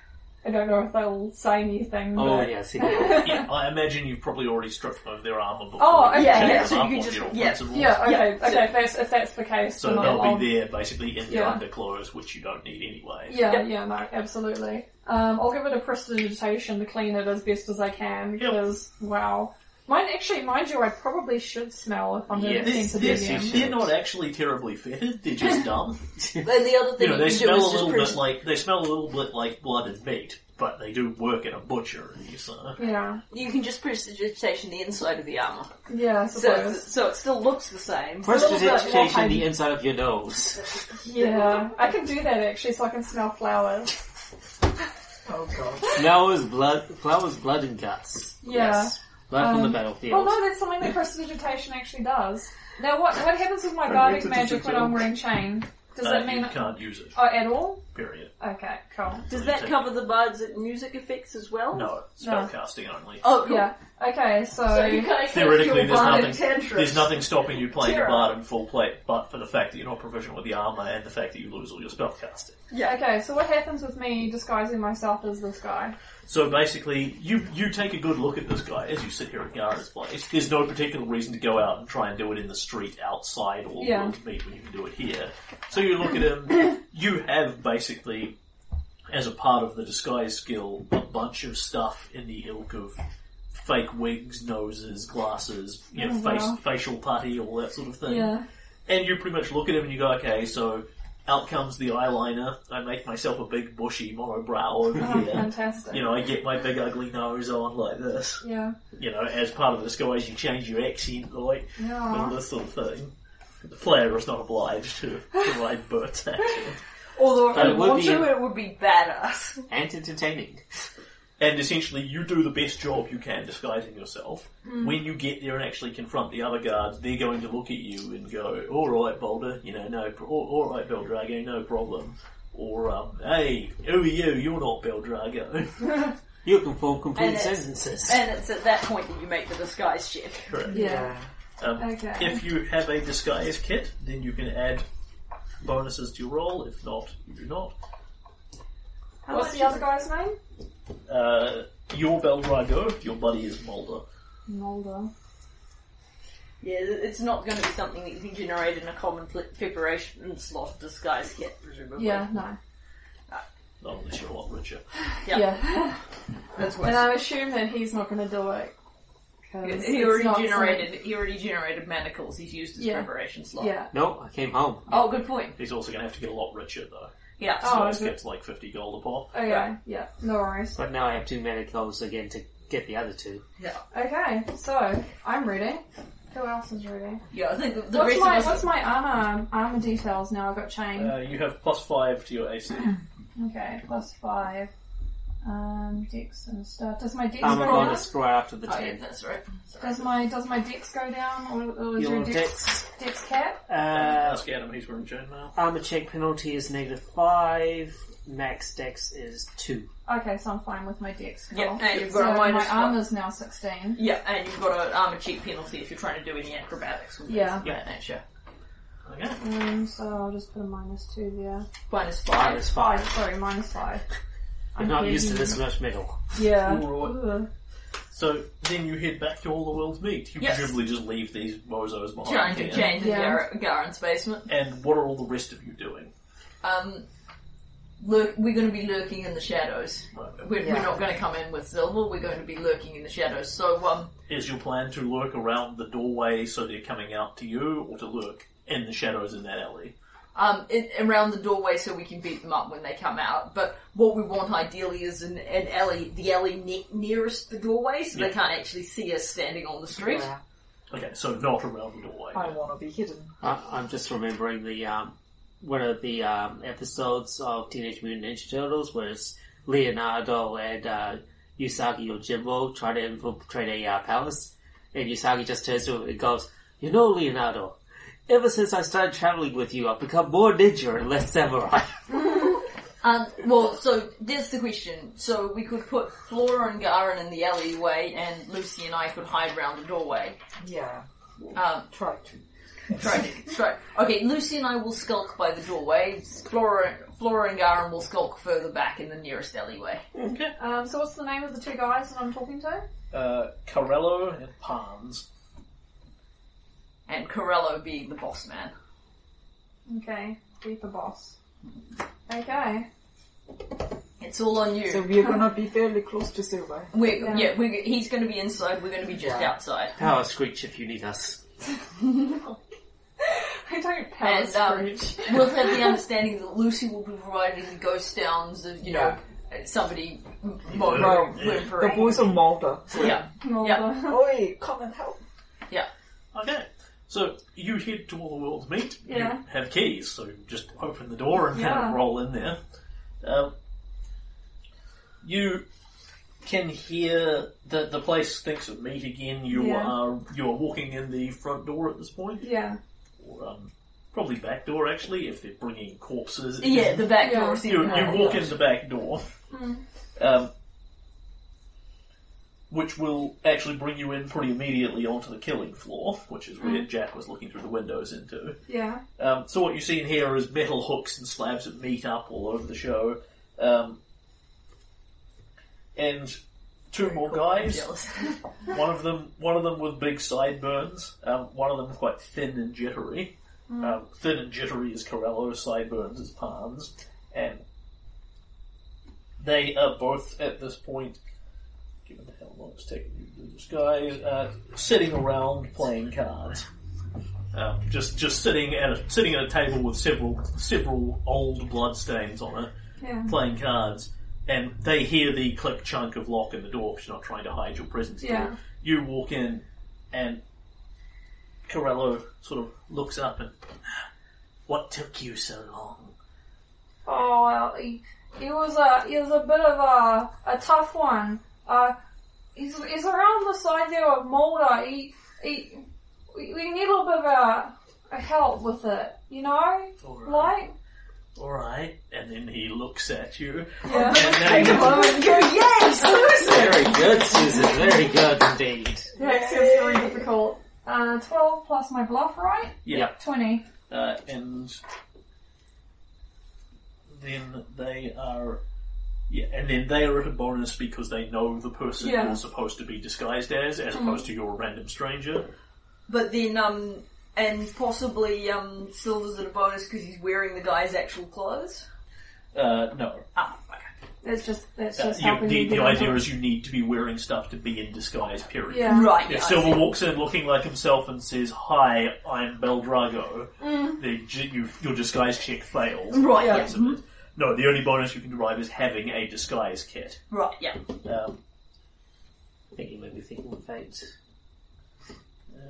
Speaker 4: I don't know if they'll say anything.
Speaker 1: Oh
Speaker 2: (laughs)
Speaker 4: but-
Speaker 1: yes, he did. yeah, I imagine you've probably already stripped both their armor before.
Speaker 4: Oh,
Speaker 1: you
Speaker 4: okay,
Speaker 1: checked
Speaker 4: yeah,
Speaker 1: them
Speaker 4: so
Speaker 1: up
Speaker 4: you could
Speaker 1: on
Speaker 4: just-
Speaker 1: your
Speaker 2: yeah,
Speaker 1: principles.
Speaker 4: Yeah, okay,
Speaker 2: Yeah.
Speaker 4: okay, if that's, if that's the case,
Speaker 1: So
Speaker 4: then I'll,
Speaker 1: they'll
Speaker 4: I'll-
Speaker 1: be there basically in their
Speaker 4: Yeah.
Speaker 1: underclothes, which you don't need anyway.
Speaker 4: Yeah, yeah, no, absolutely. Um, I'll give it a prestidigitation to clean it as best as I can because wow, mine actually, mind you, I probably should smell if I'm
Speaker 1: Yeah,
Speaker 4: going
Speaker 1: this,
Speaker 4: to
Speaker 1: this,
Speaker 4: be
Speaker 1: they're not actually terribly fetid, they're
Speaker 4: (laughs)
Speaker 1: just dumb.
Speaker 2: And the other
Speaker 1: you
Speaker 2: thing
Speaker 1: know,
Speaker 2: you,
Speaker 1: they
Speaker 2: can
Speaker 1: smell
Speaker 2: do
Speaker 1: a
Speaker 2: is just
Speaker 1: little
Speaker 2: print
Speaker 1: bit like they smell a little bit like blood and meat, but they do work at a butchery, so
Speaker 4: Yeah,
Speaker 2: you can just prestidigitation the inside of the armor.
Speaker 4: yeah, I
Speaker 2: So
Speaker 4: suppose.
Speaker 2: it's, so it still looks the same.
Speaker 3: First
Speaker 4: little
Speaker 3: is
Speaker 4: bit more
Speaker 3: education
Speaker 4: hiding.
Speaker 3: the inside of your nose.
Speaker 4: yeah, I can do that actually, so I can smell flowers.
Speaker 9: Oh god.
Speaker 3: Flowers, blood, flowers, blood and guts.
Speaker 4: Yeah.
Speaker 3: Life on the
Speaker 4: Um, Well,
Speaker 3: battlefield.
Speaker 4: no, that's something that prestidigitation actually does. Now, what what happens with my
Speaker 11: I
Speaker 4: bardic
Speaker 11: need to
Speaker 4: magic when
Speaker 11: disable-
Speaker 4: I'm wearing chain? Does
Speaker 1: uh,
Speaker 4: that
Speaker 1: you
Speaker 4: mean
Speaker 1: can't use it.
Speaker 4: oh, at all?
Speaker 1: Period.
Speaker 4: Okay, cool.
Speaker 2: Does that cover the bard's music effects as well?
Speaker 1: No, spellcasting only.
Speaker 2: Oh, cool.
Speaker 4: Yeah. Okay, so,
Speaker 8: So you kind of
Speaker 1: Theoretically,
Speaker 8: your
Speaker 1: there's
Speaker 8: bardic
Speaker 1: nothing.
Speaker 8: Tantrums.
Speaker 1: There's nothing stopping you playing your
Speaker 8: Terror.
Speaker 1: bard in full plate, but for the fact that you're not proficient with the armor and the fact that you lose all your spellcasting.
Speaker 4: Okay, so what happens with me disguising myself as this guy?
Speaker 1: So basically, you you take a good look at this guy as you sit here at Gara's place. There's no particular reason to go out and try and do it in the street outside or
Speaker 4: Yeah.
Speaker 1: world meet when you can do it here. So you look at him.
Speaker 4: (coughs)
Speaker 1: You have basically, as a part of the disguise skill, a bunch of stuff in the ilk of fake wigs, noses, glasses, you know,
Speaker 4: Oh, wow.
Speaker 1: face, facial putty, all that sort of thing. And you pretty much look at him and you go, okay, so out comes the eyeliner. I make myself a big bushy monobrow over (laughs)
Speaker 4: Oh,
Speaker 1: here
Speaker 4: fantastic.
Speaker 1: you know, I get my big ugly nose on like this.
Speaker 4: Yeah.
Speaker 1: You know, as part of the disguise, you change your accent, like, all
Speaker 4: Yeah.
Speaker 1: this sort of thing. The player is not obliged to provide Bert's accent.
Speaker 2: Although if
Speaker 3: But
Speaker 2: I
Speaker 3: it would
Speaker 2: want
Speaker 3: be-
Speaker 2: to, it would be badass.
Speaker 3: And entertaining.
Speaker 1: And essentially, you do the best job you can disguising yourself. When you get there and actually confront the other guards, they're going to look at you and go, alright, Boulder, you know, no, pro- all- alright, Beldrago, no problem. Or, um, hey, who are you? You're not Beldrago. (laughs)
Speaker 3: You can form complete
Speaker 2: And it's- uh,
Speaker 3: sentences.
Speaker 2: And it's at that point that you make the disguise check.
Speaker 1: Correct.
Speaker 4: (laughs) Yeah.
Speaker 1: Um,
Speaker 4: Okay.
Speaker 1: If you have a disguise kit, then you can add bonuses to your roll. If not, you do not.
Speaker 2: How
Speaker 4: What's
Speaker 2: much
Speaker 4: the
Speaker 2: is
Speaker 4: other
Speaker 2: it?
Speaker 4: guy's name?
Speaker 1: Uh, your Beldrago, your buddy is Mulder.
Speaker 4: Mulder.
Speaker 2: Yeah, it's not going to be something that you can generate in a common pl- preparation slot disguise kit, presumably.
Speaker 4: Yeah, no.
Speaker 1: Not unless you're a lot richer.
Speaker 2: Yeah.
Speaker 4: Yeah.
Speaker 2: That's what
Speaker 4: and I assume that he's not going to do it. 'cause
Speaker 2: he
Speaker 4: it's
Speaker 2: already
Speaker 4: not
Speaker 2: generated. He already generated manacles. He's used his
Speaker 4: Yeah.
Speaker 2: preparation slot.
Speaker 4: something- Yeah.
Speaker 3: No, I came home.
Speaker 2: Oh, good point.
Speaker 1: He's also going to have to get a lot richer though.
Speaker 2: Yeah.
Speaker 1: So
Speaker 4: Oh,
Speaker 1: it's
Speaker 4: is it?
Speaker 1: gets like fifty gold a pop.
Speaker 4: Okay, yeah. No worries.
Speaker 3: But now I have two mana clothes again to get the other two.
Speaker 4: Okay, so, I'm ready. Who else is ready?
Speaker 2: Yeah. I think the, the
Speaker 4: What's
Speaker 2: rest
Speaker 4: my,
Speaker 2: of us.
Speaker 4: what's my armor, armor details now? I've got chain.
Speaker 1: Uh, you have plus five to your AC.
Speaker 4: Okay, plus five. Um, dex and stuff. Does my dex
Speaker 3: I'm
Speaker 4: go
Speaker 3: going
Speaker 4: down?
Speaker 3: to scroll after the
Speaker 2: Oh, yeah,
Speaker 3: ten.
Speaker 2: that's right.
Speaker 4: Does my does my dex go down, or, or is there
Speaker 3: Your
Speaker 4: a dex,
Speaker 3: dex
Speaker 4: dex cap?
Speaker 3: uh,
Speaker 1: Ask Adam. Ah, He's wearing chainmail.
Speaker 3: armor check penalty is negative five. Max dex is two.
Speaker 4: Okay, so I'm fine with my dex. Cool.
Speaker 2: Yeah, and you've
Speaker 4: so
Speaker 2: got a minus
Speaker 4: my
Speaker 2: one.
Speaker 4: armor's now sixteen.
Speaker 2: Yeah, and you've got an armor cheat penalty if you're trying to do any acrobatics. Or things
Speaker 4: Yeah.
Speaker 2: of That nature.
Speaker 1: Okay.
Speaker 4: Um, so I'll just put a minus two there.
Speaker 2: Minus
Speaker 3: Five
Speaker 2: five.
Speaker 3: is
Speaker 4: Five,
Speaker 3: five.
Speaker 4: sorry, minus
Speaker 3: (laughs)
Speaker 4: five.
Speaker 3: I'm not used to this much metal.
Speaker 4: Yeah.
Speaker 3: (laughs)
Speaker 1: All
Speaker 4: Ugh.
Speaker 1: So then you head back to all the world's meat. You
Speaker 2: Yes.
Speaker 1: presumably just leave these bozos behind.
Speaker 2: Trying to
Speaker 1: here.
Speaker 2: change
Speaker 4: Yeah.
Speaker 2: Gar- Garen's basement.
Speaker 1: And what are all the rest of you doing?
Speaker 2: Um, lurk, we're going to be lurking in the shadows. We're, we're not going to come in with silver. We're going to be lurking in the shadows. So, um,
Speaker 1: Is your plan to lurk around the doorway so they're coming out to you, or to lurk in the shadows in that alley?
Speaker 2: um, in, around the doorway so we can beat them up when they come out. But what we want ideally is an, an alley, the alley ne- nearest the doorway, so
Speaker 1: Yeah.
Speaker 2: they can't actually see us standing on the street.
Speaker 9: Yeah.
Speaker 1: Okay, so not around the doorway.
Speaker 9: I want to be hidden.
Speaker 3: I, Uh, I'm just remembering the um, one of the um, episodes of Teenage Mutant Ninja Turtles was Leonardo and uh, Usagi Yojimbo try to infiltrate a uh, palace, and Usagi just turns to him and goes, "You know, Leonardo, ever since I started traveling with you, I've become more ninja and less (laughs) samurai."
Speaker 2: Um, well, so there's the question. So we could put Flora and Garen in the alleyway, and Lucy and I could hide around the doorway.
Speaker 9: Yeah.
Speaker 2: Um,
Speaker 9: Try to.
Speaker 2: Try to try. Okay, Lucy and I will skulk by the doorway. Flora, Flora and Garin will skulk further back in the nearest alleyway.
Speaker 4: Um, so what's the name of the two guys that I'm talking to?
Speaker 1: Uh, Carello and Palms.
Speaker 2: And Corello being the boss man.
Speaker 4: Okay, Reaper Boss. Okay. (laughs)
Speaker 2: It's all on you.
Speaker 9: So we are gonna be fairly close to Silver.
Speaker 2: we're,
Speaker 4: Yeah.
Speaker 2: yeah, we're, he's going to be inside, we're going to be just outside.
Speaker 3: Power Screech if you need us.
Speaker 4: I don't power
Speaker 2: And, um,
Speaker 4: (laughs) Scrooge.
Speaker 2: We'll have the understanding that Lucy will be providing the ghost sounds of, you know, somebody mo-
Speaker 9: Yeah. The
Speaker 2: whimpering.
Speaker 9: voice of Malta.
Speaker 2: Yeah.
Speaker 4: Mulder.
Speaker 9: Oi, come and help.
Speaker 2: Yeah.
Speaker 1: Okay. So you head to all the world's meet.
Speaker 4: Yeah.
Speaker 1: You have keys, so you just open the door and kind
Speaker 4: Yeah.
Speaker 1: of roll in there. Um, you can hear that the place thinks of meat again. You
Speaker 4: Yeah.
Speaker 1: are you are walking in the front door at this point,
Speaker 4: (laughs) Yeah.
Speaker 1: or um, probably back door actually, if they're bringing corpses. in.
Speaker 2: Yeah, the Oh, Hmm. back door.
Speaker 4: Yeah.
Speaker 1: (laughs)
Speaker 2: is
Speaker 1: You,
Speaker 2: even
Speaker 1: you
Speaker 2: harder.
Speaker 1: walk in the back door,
Speaker 4: Mm.
Speaker 1: um, which will actually bring you in pretty immediately onto the killing floor, which is
Speaker 2: Hmm.
Speaker 1: where Jack was looking through the windows into.
Speaker 4: Yeah.
Speaker 1: Um, so what you see in here is metal hooks and slabs of meat up all over the show, um, and two more guys.
Speaker 2: Jealous.
Speaker 1: One of them, one of them with big sideburns. Um, one of them quite thin and jittery. Um, thin and jittery is Corello, sideburns is Palms, and they are both at this point. Given how long it's taken you to do this, guys, uh, sitting around playing cards. Um, just, just sitting at a sitting at a table with several several old bloodstains on it,
Speaker 4: Yeah.
Speaker 1: playing cards, and they hear the click chunk of lock in the door because you're not trying to hide your presence. at all.
Speaker 4: Yeah.
Speaker 1: You walk in, and Corello sort of looks up and, "What took you so long?"
Speaker 4: Oh well, he, he was a he was a bit of a a tough one. Uh, he's he's around the side there of Mulder. He he we, we need a little bit of a, a help with it, you know.
Speaker 1: All right,
Speaker 4: Like
Speaker 1: all right. And then he looks at
Speaker 4: (laughs)
Speaker 1: you,
Speaker 4: yeah,
Speaker 1: and then
Speaker 9: Come on and go, yes!
Speaker 3: Very good, Susan. Very good indeed.
Speaker 4: that's really difficult. Uh, twelve plus my bluff, right?
Speaker 1: yeah,
Speaker 4: Twenty.
Speaker 1: uh, and then they are. Yeah, and then they are at a bonus because they know the person
Speaker 4: Yeah. Mm-hmm.
Speaker 1: you're supposed to be disguised as, as opposed to you're a random stranger.
Speaker 2: But then, um, and possibly, um, Silver's at a bonus because he's wearing the guy's actual clothes.
Speaker 1: Uh, no,
Speaker 2: Ah,
Speaker 4: That's just that's
Speaker 1: Uh,
Speaker 4: just
Speaker 1: you
Speaker 4: helping
Speaker 1: need,
Speaker 4: me
Speaker 1: the
Speaker 4: get
Speaker 1: idea
Speaker 4: over-
Speaker 1: is you need to be wearing stuff to be in disguise, period.
Speaker 4: yeah. (laughs)
Speaker 2: right.
Speaker 1: If
Speaker 2: I
Speaker 1: Silver
Speaker 2: see.
Speaker 1: walks in looking like himself and says, Hi, I'm Beldrago, the, j- you, your disguise check fails.
Speaker 2: Mm. Right, yeah. Mm-hmm.
Speaker 1: Because of it. No, the only bonus you can derive is having a disguise kit.
Speaker 2: Right, yeah.
Speaker 1: Um,
Speaker 3: I think you might be thinking of fate.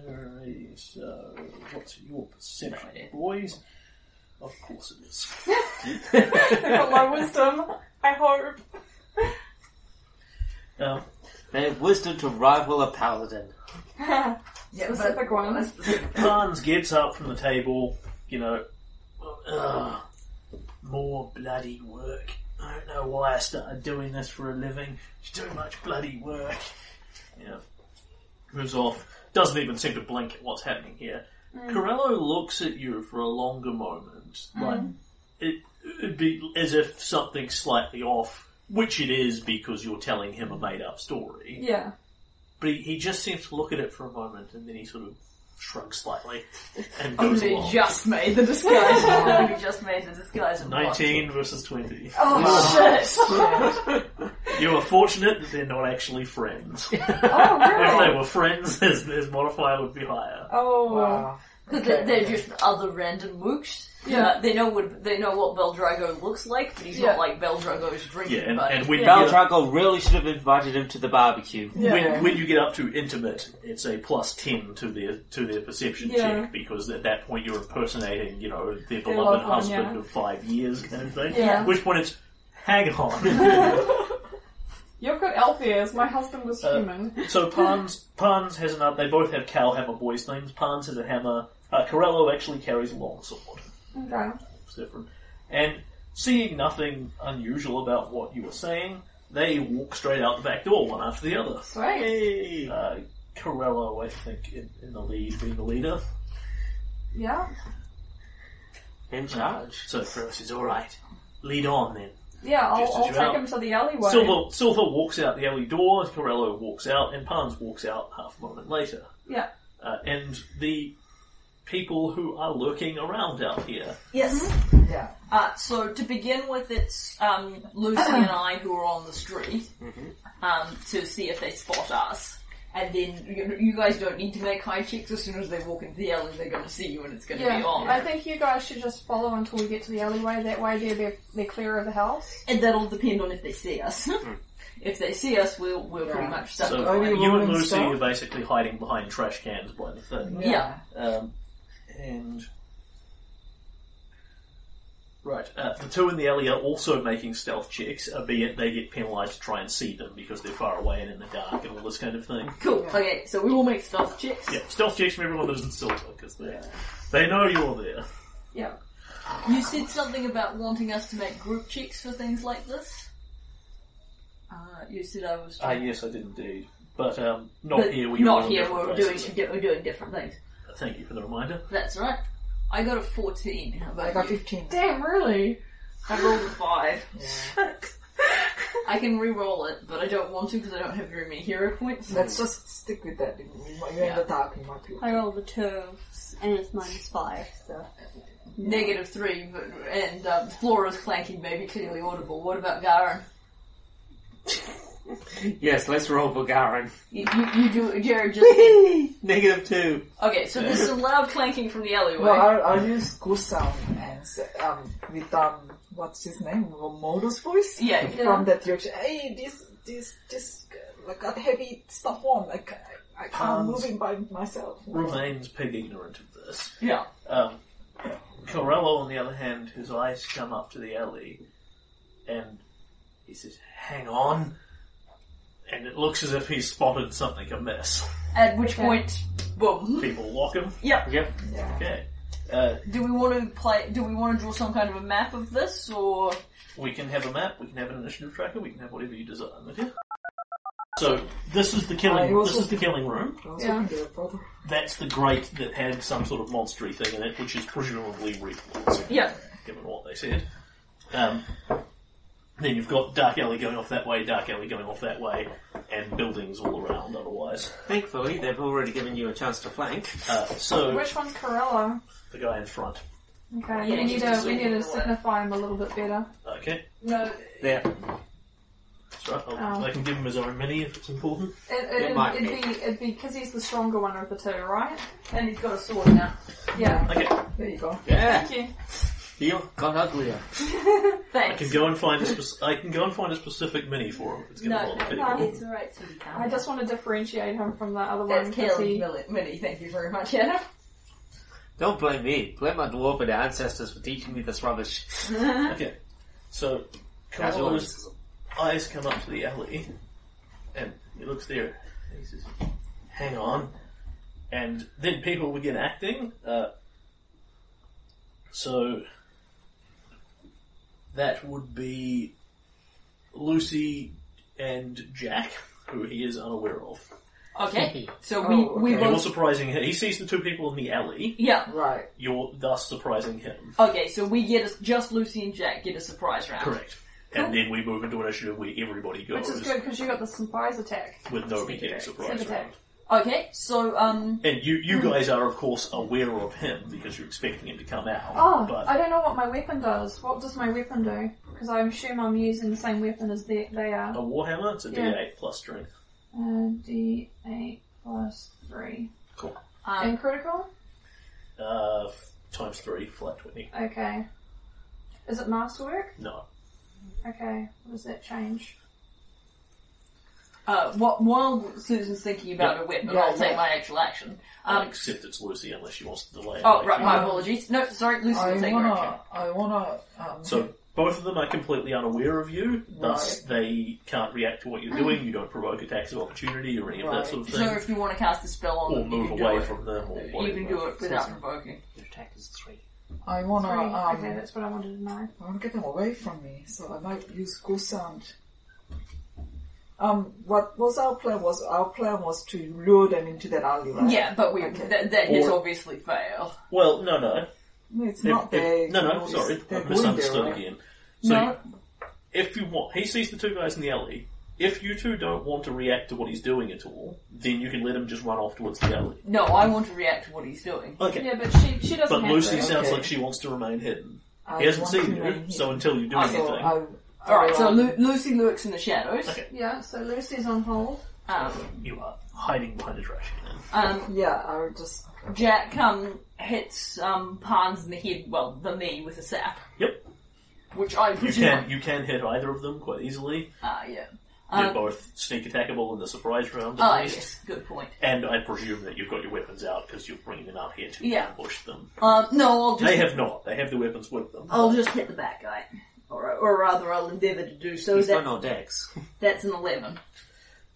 Speaker 1: alright, so, what's your perception, boys? Of course it is.
Speaker 4: Got my wisdom. I hope.
Speaker 1: Um,
Speaker 3: (laughs) They have wisdom to rival a paladin.
Speaker 2: yeah
Speaker 4: Specific ones.
Speaker 1: Barnes gets up from the table, you know, Ugh, more bloody work. I don't know why I started doing this for a living. It's too much bloody work. You know, moves off. Doesn't even seem to blink at what's happening here. Corello looks at you for a longer moment, like it, it'd be as if something's slightly off, which it is because you're telling him a made-up story.
Speaker 4: Yeah.
Speaker 1: But he, he just seems to look at it for a moment and then he sort of shrugs
Speaker 4: (laughs)
Speaker 1: slightly and
Speaker 4: Oh,
Speaker 1: goes along.
Speaker 2: just made the
Speaker 9: (laughs)
Speaker 2: disguise. Only just made the disguise. and lost.
Speaker 1: 19 versus 20.
Speaker 4: Oh
Speaker 1: You are fortunate that they're not actually
Speaker 4: (laughs)
Speaker 1: friends. if
Speaker 4: shit. Oh really?
Speaker 1: they were friends, (laughs) his, his modifier would be higher.
Speaker 4: Oh.
Speaker 9: Wow.
Speaker 2: Because they're, they're just other random mooks.
Speaker 4: Yeah.
Speaker 2: Uh, they know what they know what Beldrago looks like, but he's
Speaker 4: Yeah.
Speaker 2: not like Beldrago's drinking
Speaker 1: Yeah, and,
Speaker 2: buddy.
Speaker 1: and when,
Speaker 4: Yeah.
Speaker 1: you get up,
Speaker 3: Baldrago really should have invited him to the barbecue.
Speaker 9: Yeah.
Speaker 1: when, when you get up to intimate, it's a plus 10 to their, to their perception
Speaker 4: Yeah.
Speaker 1: check, because at that point you're impersonating, you know, their beloved
Speaker 4: loved one,
Speaker 1: husband
Speaker 4: yeah.
Speaker 1: of five years kind of thing.
Speaker 4: Yeah.
Speaker 1: At which point it's, hang
Speaker 4: (laughs)
Speaker 1: on.
Speaker 4: You've got elf ears. My husband was
Speaker 1: Uh,
Speaker 4: human.
Speaker 1: So Pans Pans has another. They both have cow hammer boys' names. Pans has a hammer. Uh, Corello actually carries a long sword.
Speaker 4: Okay.
Speaker 1: It's different. And seeing nothing unusual about what you were saying, they walk straight out the back door, one after the other.
Speaker 4: Sweet.
Speaker 1: Uh, Corello, I think, in, in the lead, being the leader.
Speaker 4: Yeah.
Speaker 3: In charge.
Speaker 1: So Ferris is all right. Lead on then.
Speaker 4: Yeah, I'll,
Speaker 1: Just as
Speaker 4: I'll
Speaker 1: you
Speaker 4: take
Speaker 1: out.
Speaker 4: him to the alleyway.
Speaker 1: Silver Silver walks out the alley door. Corello walks out, and Parnes walks out half a moment later.
Speaker 4: Yeah.
Speaker 1: Uh, and the people who are lurking around out here.
Speaker 8: Yes.
Speaker 2: Mm-hmm.
Speaker 9: Yeah.
Speaker 2: Uh, so to begin with, it's um, Lucy and I who are on the street
Speaker 1: Mm-hmm.
Speaker 2: um, to see if they spot us. And then you, you guys don't need to make high checks. As soon as they walk into the alley, they're going to see you, and it's going to
Speaker 4: Yeah,
Speaker 2: be on.
Speaker 4: I think you guys should just follow until we get to the alleyway. That way, they're they're, they're clear of the house.
Speaker 2: And that'll depend on if they see us. (laughs) if they see us, we'll we're pretty
Speaker 9: Yeah.
Speaker 2: much stuck.
Speaker 1: Hmm. So
Speaker 9: Are you
Speaker 1: you and
Speaker 9: rolling
Speaker 1: Lucy
Speaker 9: stealth?
Speaker 1: are basically hiding behind trash cans by the thing.
Speaker 2: Yeah.
Speaker 1: Um, and right, uh, the two in the alley are also making stealth checks, albeit they get penalised to try and see them because they're far away and in the dark and all this kind of thing.
Speaker 2: Cool. Okay, so we will make stealth checks.
Speaker 1: Yeah, stealth checks from everyone that isn't silver because they they know you're there.
Speaker 4: Yeah.
Speaker 2: You said something about wanting us to make group checks for things like this. Uh, you said I was.
Speaker 1: Ah, yes, I did indeed. But um, not
Speaker 2: but
Speaker 1: here. We
Speaker 2: not
Speaker 1: were
Speaker 2: here.
Speaker 1: different
Speaker 2: We're doing
Speaker 1: places.
Speaker 2: we're doing different things.
Speaker 1: Thank you for the reminder.
Speaker 2: That's right. I got a fourteen. How about
Speaker 9: I got
Speaker 2: you?
Speaker 9: 15.
Speaker 4: Damn, really?
Speaker 2: I rolled a five.
Speaker 9: Yeah.
Speaker 2: (laughs) I can re-roll it, but I don't want to because I don't have very many hero points.
Speaker 9: Let's just stick with that. You might- You're in
Speaker 2: Yeah.
Speaker 9: the dark, you might be.
Speaker 5: I rolled a two, and it's minus five, so.
Speaker 2: Negative three, but, and um, Flora's clanking maybe clearly audible. What about Garen?
Speaker 3: Yes, let's roll for Garen. (laughs)
Speaker 2: You, you, you do, Jared. Just
Speaker 3: Negative two.
Speaker 2: okay. So there's some loud clanking from the alleyway.
Speaker 9: No, I'll, I'll use Gustav and s- um, with um, what's his name, Romodo's voice.
Speaker 2: Yeah.
Speaker 9: From that direction. Hey, this, this, this, uh, like got heavy stuff on. Like I, I can't
Speaker 1: Hans.
Speaker 9: move in by myself.
Speaker 1: Remains pig ignorant of this.
Speaker 2: yeah.
Speaker 1: Um, Corello, on the other hand, his eyes come up to the alley, and he says, "Hang on," and it looks as if he's spotted something amiss.
Speaker 2: At which
Speaker 4: Okay.
Speaker 2: point, boom.
Speaker 1: People lock him.
Speaker 2: Yeah.
Speaker 9: Yeah.
Speaker 1: Okay, uh,
Speaker 2: Do we want to play? Do we want to draw some kind of a map of this, or
Speaker 1: we can have a map. We can have an initiative tracker. We can have whatever you desire. Okay? So this is the
Speaker 9: I
Speaker 1: killing.
Speaker 9: also-
Speaker 1: This is the killing room.
Speaker 9: I was
Speaker 4: Yeah.
Speaker 9: looking at the photo.
Speaker 1: That's the grate that had some sort of monstery thing in it, which is presumably reflux.
Speaker 2: yeah?
Speaker 1: given what they said. Um, then you've got Dark Alley going off that way, Dark Alley going off that way, and buildings all around otherwise.
Speaker 3: Thankfully, they've already given you a chance to flank.
Speaker 1: Uh, so,
Speaker 4: Which one's Corella?
Speaker 1: the guy in front.
Speaker 4: Okay,
Speaker 2: Yeah,
Speaker 4: we need
Speaker 2: just
Speaker 4: to
Speaker 2: a
Speaker 4: we need to
Speaker 2: silver one.
Speaker 4: signify him a little bit better.
Speaker 1: Okay,
Speaker 4: No,
Speaker 3: There.
Speaker 1: that's right. I'll,
Speaker 4: Oh.
Speaker 1: I can give him his own mini if it's important.
Speaker 4: it, it,
Speaker 3: It
Speaker 4: it
Speaker 3: might
Speaker 4: would be it'd be because he's the stronger one of the two, right?
Speaker 2: And he's got a sword now.
Speaker 4: Yeah.
Speaker 1: Okay,
Speaker 9: There you go.
Speaker 3: Yeah,
Speaker 2: Thank you.
Speaker 3: you got uglier.
Speaker 1: I
Speaker 2: Thanks.
Speaker 1: can go and find a spec- I can go and find a specific mini for him. If it's going to
Speaker 2: No,
Speaker 1: bother
Speaker 2: no,
Speaker 1: people.
Speaker 4: no.
Speaker 2: it's alright, sweetie.
Speaker 4: I just want to differentiate him from the other one
Speaker 2: that's
Speaker 4: because
Speaker 2: Caleb
Speaker 4: he.
Speaker 2: Millet Minnie. Thank you very much, Adam.
Speaker 3: Don't blame me. Blame my dwarven ancestors for teaching me this rubbish.
Speaker 1: Okay, so Carlos
Speaker 3: Casualism.
Speaker 1: eyes come up to the alley, and he looks there. And he says, "Hang on," and then people begin acting. Uh, so that would be Lucy and Jack, who he is unaware of.
Speaker 2: Okay. (laughs) So we
Speaker 9: Oh,
Speaker 2: we
Speaker 9: okay.
Speaker 1: And you're
Speaker 2: both.
Speaker 1: surprising him. He sees the two people in the alley.
Speaker 2: Yeah.
Speaker 9: Right.
Speaker 1: You're thus surprising him.
Speaker 2: Okay. So we get a, just Lucy and Jack get a surprise round.
Speaker 1: Correct. And then we move into an issue where everybody
Speaker 4: Which
Speaker 1: goes
Speaker 4: is good because you got the surprise attack.
Speaker 1: with no
Speaker 4: Sneak
Speaker 1: beginning
Speaker 4: attack.
Speaker 1: surprise
Speaker 4: Sneak
Speaker 1: round.
Speaker 4: attack.
Speaker 2: Okay. So um.
Speaker 1: And you, you guys are of course aware of him because you're expecting him to come out.
Speaker 4: Oh,
Speaker 1: but
Speaker 4: I don't know what my weapon does. What does my weapon do? Because I assume I'm using the same weapon as they, they
Speaker 1: a
Speaker 4: are.
Speaker 1: warhammer, it's a
Speaker 4: Yeah.
Speaker 1: D8 plus strength.
Speaker 4: Uh, D8 plus 3.
Speaker 2: Um,
Speaker 4: And critical?
Speaker 1: Uh, f- times three, flat twenty.
Speaker 4: Okay. Is it masterwork?
Speaker 1: No,
Speaker 4: Okay. What does that change?
Speaker 2: Uh, wh- while Susan's thinking about a weapon,
Speaker 9: Yeah,
Speaker 2: I'll take
Speaker 9: yeah.
Speaker 2: my actual action. Um,
Speaker 1: except it's Lucy unless she wants to delay. it.
Speaker 2: oh, right, my
Speaker 9: Yeah.
Speaker 2: apologies. No, sorry, Lucy
Speaker 9: I
Speaker 2: will take her action.
Speaker 9: wanna, I wanna, um,
Speaker 1: So both of them are completely unaware of you, thus they can't react to what you're doing. You don't provoke attacks of opportunity or any of
Speaker 9: Right.
Speaker 1: that sort of
Speaker 2: So
Speaker 1: thing,
Speaker 2: if you want to cast a spell on
Speaker 1: or
Speaker 2: them, you
Speaker 1: move
Speaker 2: can do
Speaker 1: away
Speaker 2: it.
Speaker 1: from them, or
Speaker 2: You
Speaker 1: whatever.
Speaker 2: can do it without
Speaker 9: Susan.
Speaker 2: provoking.
Speaker 3: Your attack is three.
Speaker 9: I wanna,
Speaker 4: 3.
Speaker 9: um,
Speaker 4: okay, that's what I wanted to know.
Speaker 9: I want to get them away from me, so I might use ghost sound. Um, what was our plan? Was our plan was to lure them into that alley, right?
Speaker 2: Yeah, but we
Speaker 9: Okay.
Speaker 2: that, that has
Speaker 1: Or-
Speaker 2: obviously failed.
Speaker 1: Well, no, no,
Speaker 9: No, it's
Speaker 1: If-
Speaker 9: not
Speaker 1: if-
Speaker 9: they.
Speaker 1: no, no,
Speaker 9: it's-
Speaker 1: sorry,
Speaker 9: they're
Speaker 1: I've
Speaker 9: going there,
Speaker 1: misunderstood
Speaker 9: right?
Speaker 1: again. So
Speaker 4: No.
Speaker 1: if you want, he sees the two guys in the alley. If you two don't want to react to what he's doing at all, then you can let him just run off towards the alley.
Speaker 2: No, I want to react to what he's doing.
Speaker 1: Okay.
Speaker 4: Yeah, but she she doesn't
Speaker 1: But
Speaker 4: have
Speaker 1: Lucy
Speaker 4: to.
Speaker 1: sounds
Speaker 9: okay.
Speaker 1: like she wants to remain hidden.
Speaker 9: I
Speaker 1: he hasn't
Speaker 9: want
Speaker 1: seen
Speaker 9: to
Speaker 1: you,
Speaker 9: remain
Speaker 1: so
Speaker 9: hidden.
Speaker 1: until you do
Speaker 9: I
Speaker 1: anything,
Speaker 9: will- I, I
Speaker 2: All right,
Speaker 9: will-
Speaker 2: so Lu- Lucy lurks in the shadows.
Speaker 1: Okay.
Speaker 4: Yeah, so Lucy's on hold.
Speaker 2: Um,
Speaker 1: you are hiding behind a trash can.
Speaker 2: um,
Speaker 9: yeah, I'll just
Speaker 2: Jack um, hits um, Pans in the head, well, the knee with a sap.
Speaker 1: Yep.
Speaker 2: Which I
Speaker 1: You
Speaker 2: presume.
Speaker 1: can you can hit either of them quite easily.
Speaker 2: Ah, yeah.
Speaker 1: They're
Speaker 2: Um,
Speaker 1: both sneak attackable in the surprise round. At
Speaker 2: oh,
Speaker 1: least.
Speaker 2: yes, good point.
Speaker 1: And I presume that you've got your weapons out because you're bringing them out here to
Speaker 2: Yeah.
Speaker 1: ambush them.
Speaker 2: Um, no, I'll just
Speaker 1: They have not. They have the weapons with them.
Speaker 2: I'll just hit the back guy. Or, or rather, I'll endeavour to do so.
Speaker 3: He's got
Speaker 2: That's,
Speaker 3: no dex. (laughs)
Speaker 2: that's an 11.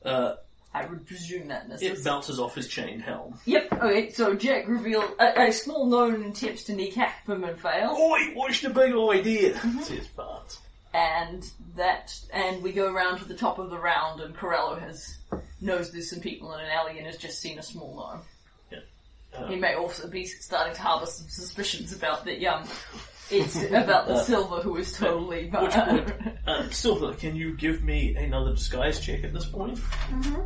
Speaker 1: Uh,
Speaker 2: I would presume that
Speaker 1: it
Speaker 2: misses.
Speaker 1: bounces off his chained helm.
Speaker 2: Yep, okay, so Jack reveal a, a small known attempts to kneecap him and fail.
Speaker 1: Oi, what's the big idea? Says Bart.
Speaker 2: And that, and we go round to the top of the round and Corello has, knows there's some people in an alley and has just seen a small gnome.
Speaker 1: Yeah.
Speaker 2: he may also be starting to harbour some suspicions about the, um, it's about
Speaker 1: (laughs)
Speaker 2: the silver who is totally,
Speaker 1: Which point, uh, Silver, can you give me another disguise check at this point? Mm-hmm.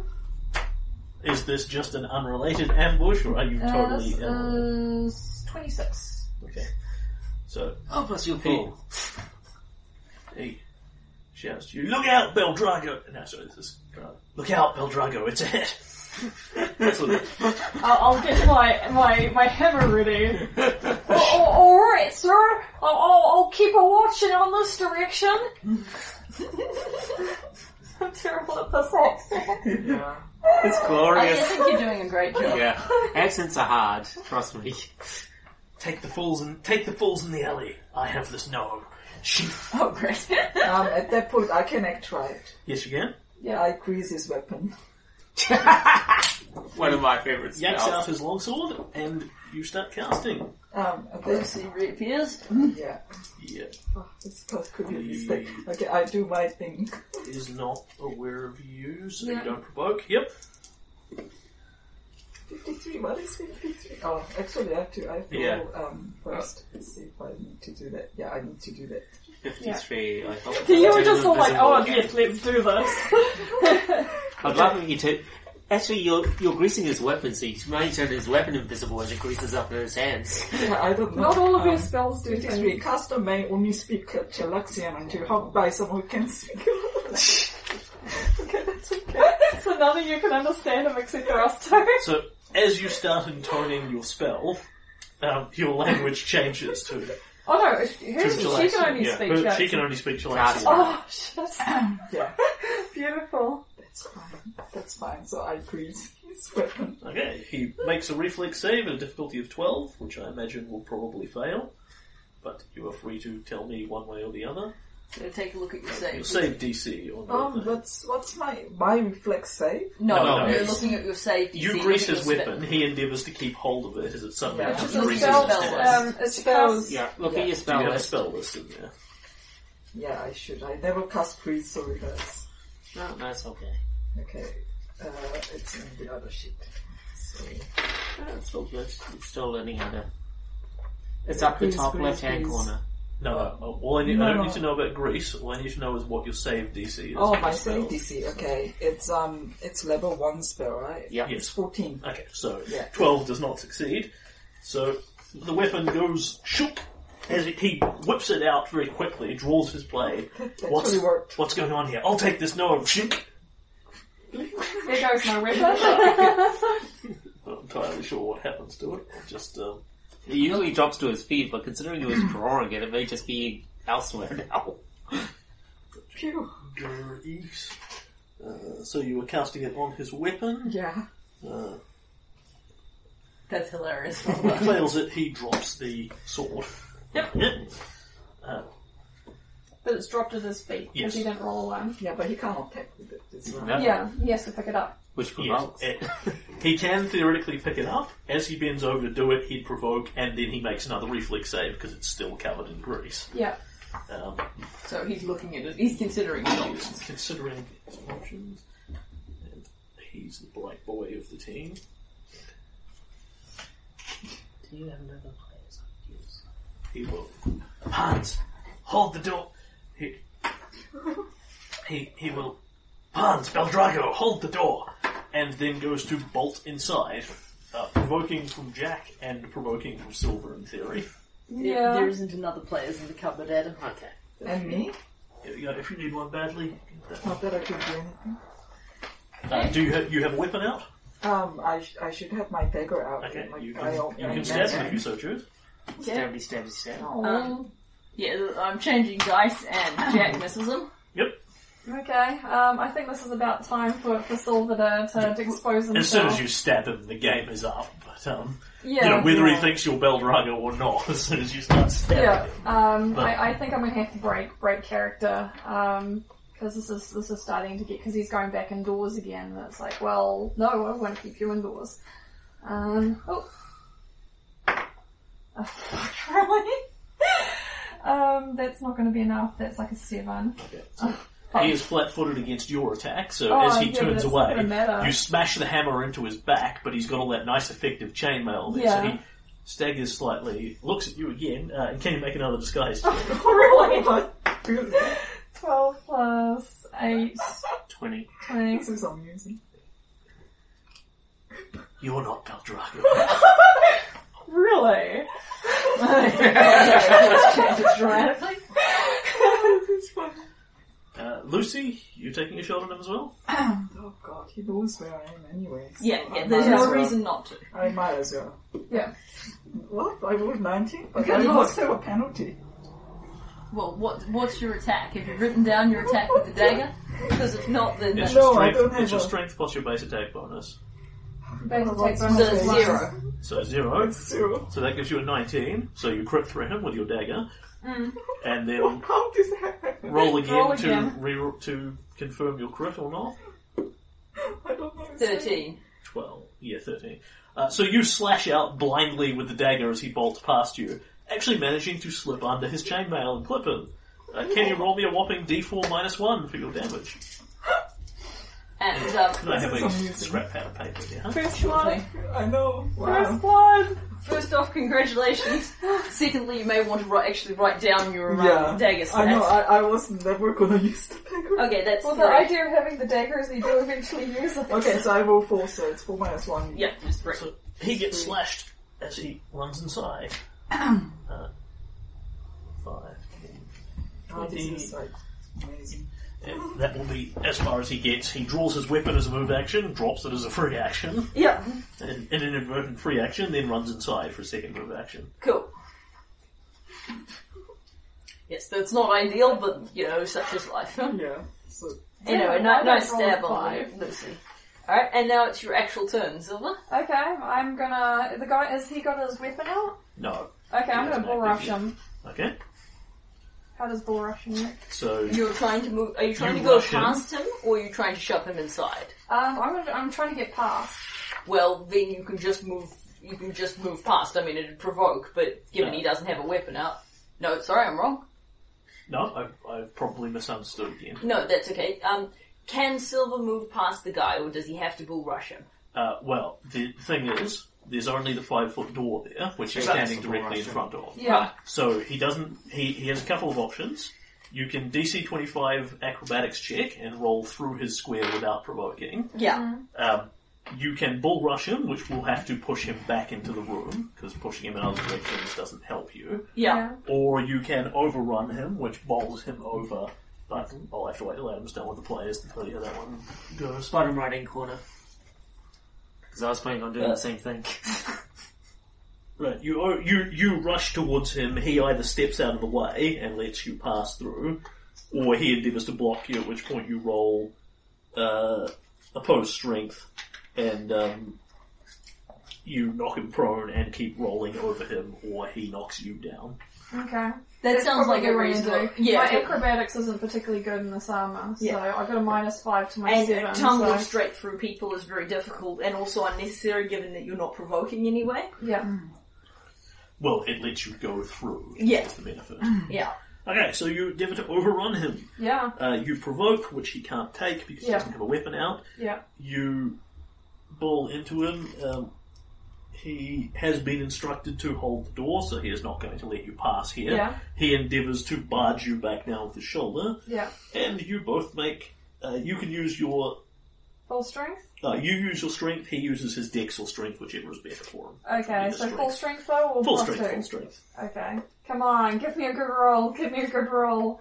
Speaker 1: Is this just an unrelated ambush, or are you totally? Uh,
Speaker 4: Uh, s- 26.
Speaker 1: okay. So
Speaker 3: Help us, you
Speaker 1: he,
Speaker 3: fool.
Speaker 1: he shouts to you, "Look out, Beldrago!" No, sorry, this is Drago. Look out, Beldrago! It's a hit. (laughs) That's what it is.
Speaker 4: I'll, I'll get my, my, my hammer ready. Oh,
Speaker 1: (laughs)
Speaker 4: Alright, sir. I'll, I'll, I'll keep a watching on this direction. (laughs) I'm terrible at this accent.
Speaker 3: It's
Speaker 2: I
Speaker 3: glorious.
Speaker 2: think you're doing a great job.
Speaker 3: (laughs) Yeah. Accents are hard, trust (laughs) me.
Speaker 1: Take the fools and take the fools in the alley. I have this gnome. She.
Speaker 2: Oh, great. (laughs)
Speaker 9: um, at that point I can act right.
Speaker 1: Yes, you can.
Speaker 9: Yeah, I crease his weapon.
Speaker 3: One of my favourite
Speaker 1: Yanks out
Speaker 3: spells.
Speaker 1: his longsword, and you start casting.
Speaker 9: Um, okay,
Speaker 2: Lucy reappears.
Speaker 9: yeah.
Speaker 1: Yeah.
Speaker 9: Oh, this could be a mistake. Okay, I do my thing.
Speaker 1: is not aware of you, so you don't provoke. Yep.
Speaker 9: 53, what is 53? (laughs) Oh, actually I have to, I have to
Speaker 1: Yeah.
Speaker 9: roll, um, first.
Speaker 3: Oh.
Speaker 9: Let's see if I need to do that. Yeah, I need to do that.
Speaker 3: 53, I hope.
Speaker 4: You were just all
Speaker 3: all
Speaker 4: like, oh yes, let's
Speaker 2: (laughs)
Speaker 4: do this.
Speaker 3: I'd love if you to... Actually, you're, you're greasing his weapon, so you might turn his weapon invisible as it greases up in his hands.
Speaker 9: Yeah, I don't know.
Speaker 4: Not all of your
Speaker 9: Um,
Speaker 4: spells do
Speaker 9: Because we
Speaker 4: things.
Speaker 9: cast a may only speak Chalaxian and you help by someone who can speak. (laughs) okay, that's okay.
Speaker 4: so none of you can understand them except for us two.
Speaker 1: So as you start intoning your spell, um, your language changes to.
Speaker 4: Oh no, it's- who,
Speaker 1: She's
Speaker 4: she can only
Speaker 1: yeah,
Speaker 4: speak
Speaker 1: her-
Speaker 4: Jack.
Speaker 1: She can only speak
Speaker 3: Cast.
Speaker 1: Chalaxian.
Speaker 4: Oh (coughs) shit.
Speaker 9: Yeah.
Speaker 4: Beautiful.
Speaker 9: That's fine. That's fine. So I grease his weapon.
Speaker 1: Okay, he makes a reflex save at a difficulty of twelve, which I imagine will probably fail. But you are free to tell me one way or the other.
Speaker 2: So take a look at your
Speaker 1: Your
Speaker 2: save.
Speaker 1: save DC on the
Speaker 4: Um,
Speaker 9: Oh,
Speaker 1: thing.
Speaker 9: what's what's my my reflex save?
Speaker 2: No,
Speaker 1: No, no,
Speaker 2: you're
Speaker 1: it's-
Speaker 2: looking at your save.
Speaker 1: You
Speaker 2: see,
Speaker 1: grease
Speaker 2: look at
Speaker 1: his
Speaker 2: your
Speaker 1: weapon. He endeavours to keep hold of it as it suddenly
Speaker 9: Yeah,
Speaker 1: becomes
Speaker 9: just
Speaker 4: It's
Speaker 1: greasy
Speaker 4: spells,
Speaker 1: as it is.
Speaker 4: um, it's spells.
Speaker 3: Yeah, look
Speaker 9: Yeah.
Speaker 3: at your
Speaker 1: You
Speaker 3: spell
Speaker 1: have a
Speaker 3: list.
Speaker 1: spell list in there.
Speaker 9: Yeah, I should. I never cast grease, so it hurts.
Speaker 3: No, Oh, that's okay.
Speaker 9: Okay. Uh, it's in the other sheet. So,
Speaker 3: No, it's all good. It's still learning how to... It's up the
Speaker 9: Grease,
Speaker 3: top
Speaker 9: grease,
Speaker 3: left-hand
Speaker 9: grease.
Speaker 3: corner.
Speaker 1: No, no, all I, need, I
Speaker 9: No,
Speaker 1: don't
Speaker 9: no.
Speaker 1: need to know about Greece. All I need to know is what your save DC is.
Speaker 9: oh,
Speaker 1: for
Speaker 9: my
Speaker 1: your
Speaker 9: save
Speaker 1: spell.
Speaker 9: DC. Okay, it's um, it's level one spell, right?
Speaker 3: Yeah.
Speaker 9: It's fourteen.
Speaker 1: Okay, so
Speaker 9: Yeah.
Speaker 1: 12 does not succeed. So the weapon goes shook as it, he whips it out very quickly, draws his blade.
Speaker 9: (laughs) That
Speaker 1: What's,
Speaker 9: actually worked.
Speaker 1: what's going on here? I'll take this gnome. Shook!
Speaker 4: There goes my weapon. (laughs)
Speaker 1: Not entirely sure what happens to it. It Just um,
Speaker 3: It usually drops to his feet, but considering he was drawing it, it may just be elsewhere (laughs) now.
Speaker 9: Phew.
Speaker 1: Greece. Uh, so you were casting it on his weapon.
Speaker 9: Yeah.
Speaker 1: Uh,
Speaker 2: weapon. That's hilarious. (laughs)
Speaker 1: he fails it. He drops the sword.
Speaker 2: Yep.
Speaker 1: Yep. (laughs) Uh,
Speaker 4: but it's dropped at his feet
Speaker 1: Yes. Uh-huh.
Speaker 4: because he didn't roll one.
Speaker 9: Yeah, but he can't attack with it. It's right.
Speaker 3: No?
Speaker 4: Yeah, he has to pick it up.
Speaker 3: Which
Speaker 1: Yes,
Speaker 3: provokes.
Speaker 1: it- eh, he can theoretically pick it up. As he bends over to do it, he'd provoke, and then he makes another reflex save because it's still covered in grease.
Speaker 4: Yeah.
Speaker 1: Um,
Speaker 2: so he's looking at it. He's considering his options.
Speaker 1: considering his options, and he's the black boy of the team.
Speaker 3: Do you have another player's
Speaker 1: He will. Hans, hold the door. He- He, he, he will. Hans Beldrago, hold the door! And then goes to bolt inside, uh, provoking from Jack and provoking from Silver in theory.
Speaker 4: Yeah.
Speaker 2: There isn't another player's in the cupboard, Adam.
Speaker 1: Okay.
Speaker 9: And me?
Speaker 1: Here we go. If you need one badly,
Speaker 9: Not that I can do anything.
Speaker 1: uh, do you have, you have a weapon out?
Speaker 9: Um, I, sh- I should have my dagger out.
Speaker 1: Okay,
Speaker 9: and my
Speaker 1: you can,
Speaker 9: file
Speaker 1: you can
Speaker 9: and
Speaker 1: stab
Speaker 9: that-
Speaker 1: him if you so choose.
Speaker 3: Stabby, stabby, stabby.
Speaker 9: Oh,
Speaker 2: Um, yeah, I'm changing dice
Speaker 4: (laughs)
Speaker 2: and Jack misses him.
Speaker 4: Okay, um, I think this is about time for, for Silver to, to, to expose himself.
Speaker 1: As soon as you stab him, the game is up. But um,
Speaker 4: yeah,
Speaker 1: you know whether he
Speaker 4: yeah.
Speaker 1: thinks you're Beldrago or not, (laughs) as soon as you start stabbing
Speaker 4: Yeah,
Speaker 1: him.
Speaker 4: um,
Speaker 1: But-
Speaker 4: I, I think I'm gonna have to break break character because this is this is starting to get because he's going back indoors again. And it's like, well, no, I won't keep you indoors. Um, oh, Oh, (laughs) fuck, really? um, that's not going to be enough. That's like a seven.
Speaker 1: He is flat-footed against your attack, so
Speaker 4: Oh,
Speaker 1: as he
Speaker 4: yeah, but
Speaker 1: turns
Speaker 4: it's not
Speaker 1: away,
Speaker 4: gonna matter.
Speaker 1: you smash the hammer into his back, but he's got all that nice effective chainmail there, so
Speaker 4: Yeah.
Speaker 1: he staggers slightly, looks at you again, uh, and can you make another
Speaker 4: (laughs)
Speaker 1: disguise?
Speaker 4: really? Twelve plus eight,
Speaker 1: 20.
Speaker 4: twenty.
Speaker 9: This is amusing.
Speaker 1: You're not Beldrago.
Speaker 4: (laughs) Really?
Speaker 2: Dramatically.
Speaker 1: Uh, Lucy, you taking a shot at him as well?
Speaker 9: Oh god, he knows where I am anyway. so
Speaker 2: Yeah,
Speaker 9: I
Speaker 4: Oh,
Speaker 2: yeah,
Speaker 9: might
Speaker 2: there's
Speaker 9: as
Speaker 2: no
Speaker 9: well.
Speaker 2: reason not to.
Speaker 9: I might as well.
Speaker 4: Yeah.
Speaker 9: What? I rolled 19? But
Speaker 2: Good
Speaker 9: I
Speaker 2: lord.
Speaker 9: got still a penalty.
Speaker 2: Well, what what's your attack? Have you written down your attack with the dagger? Because if not, then
Speaker 1: It's
Speaker 2: that's
Speaker 9: No,
Speaker 1: your
Speaker 9: I
Speaker 1: strength,
Speaker 9: don't have
Speaker 1: it's your
Speaker 9: a-
Speaker 1: strength plus your base attack bonus.
Speaker 4: Base
Speaker 9: Oh,
Speaker 4: attack
Speaker 9: what's
Speaker 4: bonus
Speaker 2: the
Speaker 9: Okay.
Speaker 4: plus-
Speaker 2: zero.
Speaker 1: So zero.
Speaker 9: Zero.
Speaker 1: So that gives you a 19. So you crit through him with your dagger. And then
Speaker 9: How does that happen?
Speaker 1: roll again,
Speaker 4: Roll
Speaker 1: To,
Speaker 4: again.
Speaker 1: re- to confirm your crit or not.
Speaker 9: I don't know.
Speaker 2: Thirteen.
Speaker 1: 12. Yeah, 13. Uh, so you slash out blindly with the dagger as he bolts past you, actually managing to slip under his chainmail and clip him. Uh, can you roll me a whopping d4 minus 1 for your damage?
Speaker 2: And
Speaker 1: Can
Speaker 2: um,
Speaker 1: I have a
Speaker 9: amazing.
Speaker 1: scrap pad of paper there? huh?
Speaker 4: First one.
Speaker 9: I know.
Speaker 4: First
Speaker 9: Wow.
Speaker 4: one.
Speaker 2: first off, congratulations. Secondly, you may want to write, actually write down your um,
Speaker 9: Yeah.
Speaker 2: dagger stats.
Speaker 9: I know, I, I was never gonna (laughs) use the dagger.
Speaker 2: Okay, that's
Speaker 4: Well,
Speaker 2: well,
Speaker 4: the idea of having the dagger is that you do eventually use it.
Speaker 9: Okay, so I roll 4, so it's 4 minus 1.
Speaker 2: Yeah, just three.
Speaker 1: So he gets slashed as he runs inside. uh, 5,
Speaker 9: Oh, this is like amazing.
Speaker 1: And that will be as far as he gets. He draws his weapon as a move action, drops it as a free action,
Speaker 2: Yeah,
Speaker 1: an an inadvertent free action, then runs inside for a second move action.
Speaker 2: cool. Yes, that's not ideal, but you know, such is life.
Speaker 9: Yeah. So,
Speaker 2: Anyway,
Speaker 4: Yeah,
Speaker 2: no,
Speaker 4: I
Speaker 2: no
Speaker 4: don't roll
Speaker 2: stab on
Speaker 4: five.
Speaker 2: you, Lucy. Alright, and now it's your actual turn, Silver.
Speaker 4: Okay, I'm gonna. The guy has he got his weapon out?
Speaker 1: No.
Speaker 4: Okay, I'm
Speaker 1: Yeah,
Speaker 4: gonna bull
Speaker 1: maybe,
Speaker 4: rush
Speaker 1: yeah.
Speaker 4: him.
Speaker 1: Okay?
Speaker 4: How does bull Um, rushing work?
Speaker 1: So
Speaker 2: You're trying to move. Are you trying
Speaker 1: You
Speaker 2: to go
Speaker 1: rush him.
Speaker 2: past him, or are you trying to shove him inside?
Speaker 4: Um, I'm gonna, I'm trying to get past.
Speaker 2: Well, then you can just move. You can just move past. I mean, it'd provoke, but given
Speaker 1: Yeah.
Speaker 2: he doesn't have a weapon out, no, sorry, I'm wrong.
Speaker 1: No, I've, I've probably misunderstood again.
Speaker 2: No, that's okay. Um, can Silver move past the guy, or does he have to bull rush him?
Speaker 1: Uh, well, the thing is, there's only the five foot door there, which he's
Speaker 3: That's
Speaker 1: standing
Speaker 3: the
Speaker 1: directly in
Speaker 3: Russian.
Speaker 1: front of.
Speaker 4: Yeah.
Speaker 1: So he doesn't. He, he has a couple of options. You can DC 25 acrobatics check and roll through his square without provoking.
Speaker 2: Yeah.
Speaker 4: Mm-hmm.
Speaker 1: Um, you can bull rush him, which will have to push him back into the room, because pushing him in other directions doesn't help you.
Speaker 2: Yeah.
Speaker 1: Or you can overrun him, which bowls him over. But I'll have to wait till Adam's done with the players to tell you how that one goes.
Speaker 3: Bottom right hand corner. Because I was planning on doing the same thing. (laughs)
Speaker 1: Right, you oh, you you rush towards him. He either steps out of the way and lets you pass through, or he endeavours to block you. At which point you roll uh, opposed strength, and um, you knock him prone and keep rolling over him, or he knocks you down.
Speaker 4: Okay.
Speaker 2: That sounds like a
Speaker 4: Probably
Speaker 2: reasonable.
Speaker 4: gonna do.
Speaker 2: Yeah.
Speaker 4: My
Speaker 2: okay.
Speaker 4: acrobatics isn't particularly good in this armor, so
Speaker 2: Yeah.
Speaker 4: I got a minus five to my
Speaker 2: And
Speaker 4: seven.
Speaker 2: tumbling
Speaker 4: so-
Speaker 2: straight through people is very difficult and also unnecessary given that you're not provoking anyway.
Speaker 4: yeah.
Speaker 1: Well, it lets you go through.
Speaker 2: Yeah.
Speaker 1: That's the benefit.
Speaker 2: Yeah.
Speaker 1: Okay, so you endeavour to overrun him.
Speaker 4: Yeah.
Speaker 1: Uh, you provoke, which he can't take because he
Speaker 4: Yeah.
Speaker 1: doesn't have a weapon out.
Speaker 4: Yeah.
Speaker 1: you ball into him. Um, he has been instructed to hold the door, so he is not going to let you pass here.
Speaker 4: Yeah.
Speaker 1: He endeavours to barge you back now with his shoulder,
Speaker 4: Yeah.
Speaker 1: and you both make. Uh, you can use your.
Speaker 4: Full strength?
Speaker 1: Uh, you use your strength. He uses his dex or strength, whichever is better for him.
Speaker 4: Okay,
Speaker 1: Either
Speaker 4: so
Speaker 1: strength.
Speaker 4: full strength though, or
Speaker 1: Full
Speaker 4: plus
Speaker 1: strength.
Speaker 4: two?
Speaker 1: Full strength.
Speaker 4: Okay. Come on, give me a good roll, give me a good roll.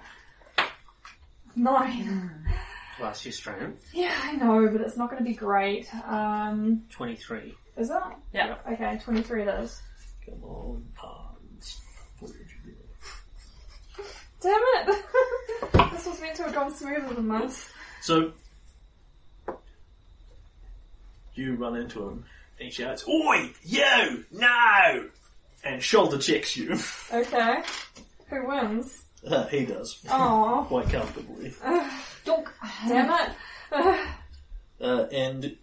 Speaker 4: Nine. (laughs)
Speaker 3: Plus your strength.
Speaker 4: Yeah, I know, but it's not going to be great. Um,
Speaker 3: 23.
Speaker 4: is that?
Speaker 2: Yeah.
Speaker 4: Okay, 23 it is.
Speaker 1: Come on, Pons. What did you do?
Speaker 4: Damn it! (laughs) this was meant to have gone smoother than this.
Speaker 1: So you run into him and he shouts, Oi! You! No! And shoulder checks you. (laughs)
Speaker 4: Okay. Who wins?
Speaker 1: Uh, he does.
Speaker 4: (sighs) Oh,
Speaker 1: Quite comfortably.
Speaker 4: damn it. (sighs)
Speaker 1: Uh, and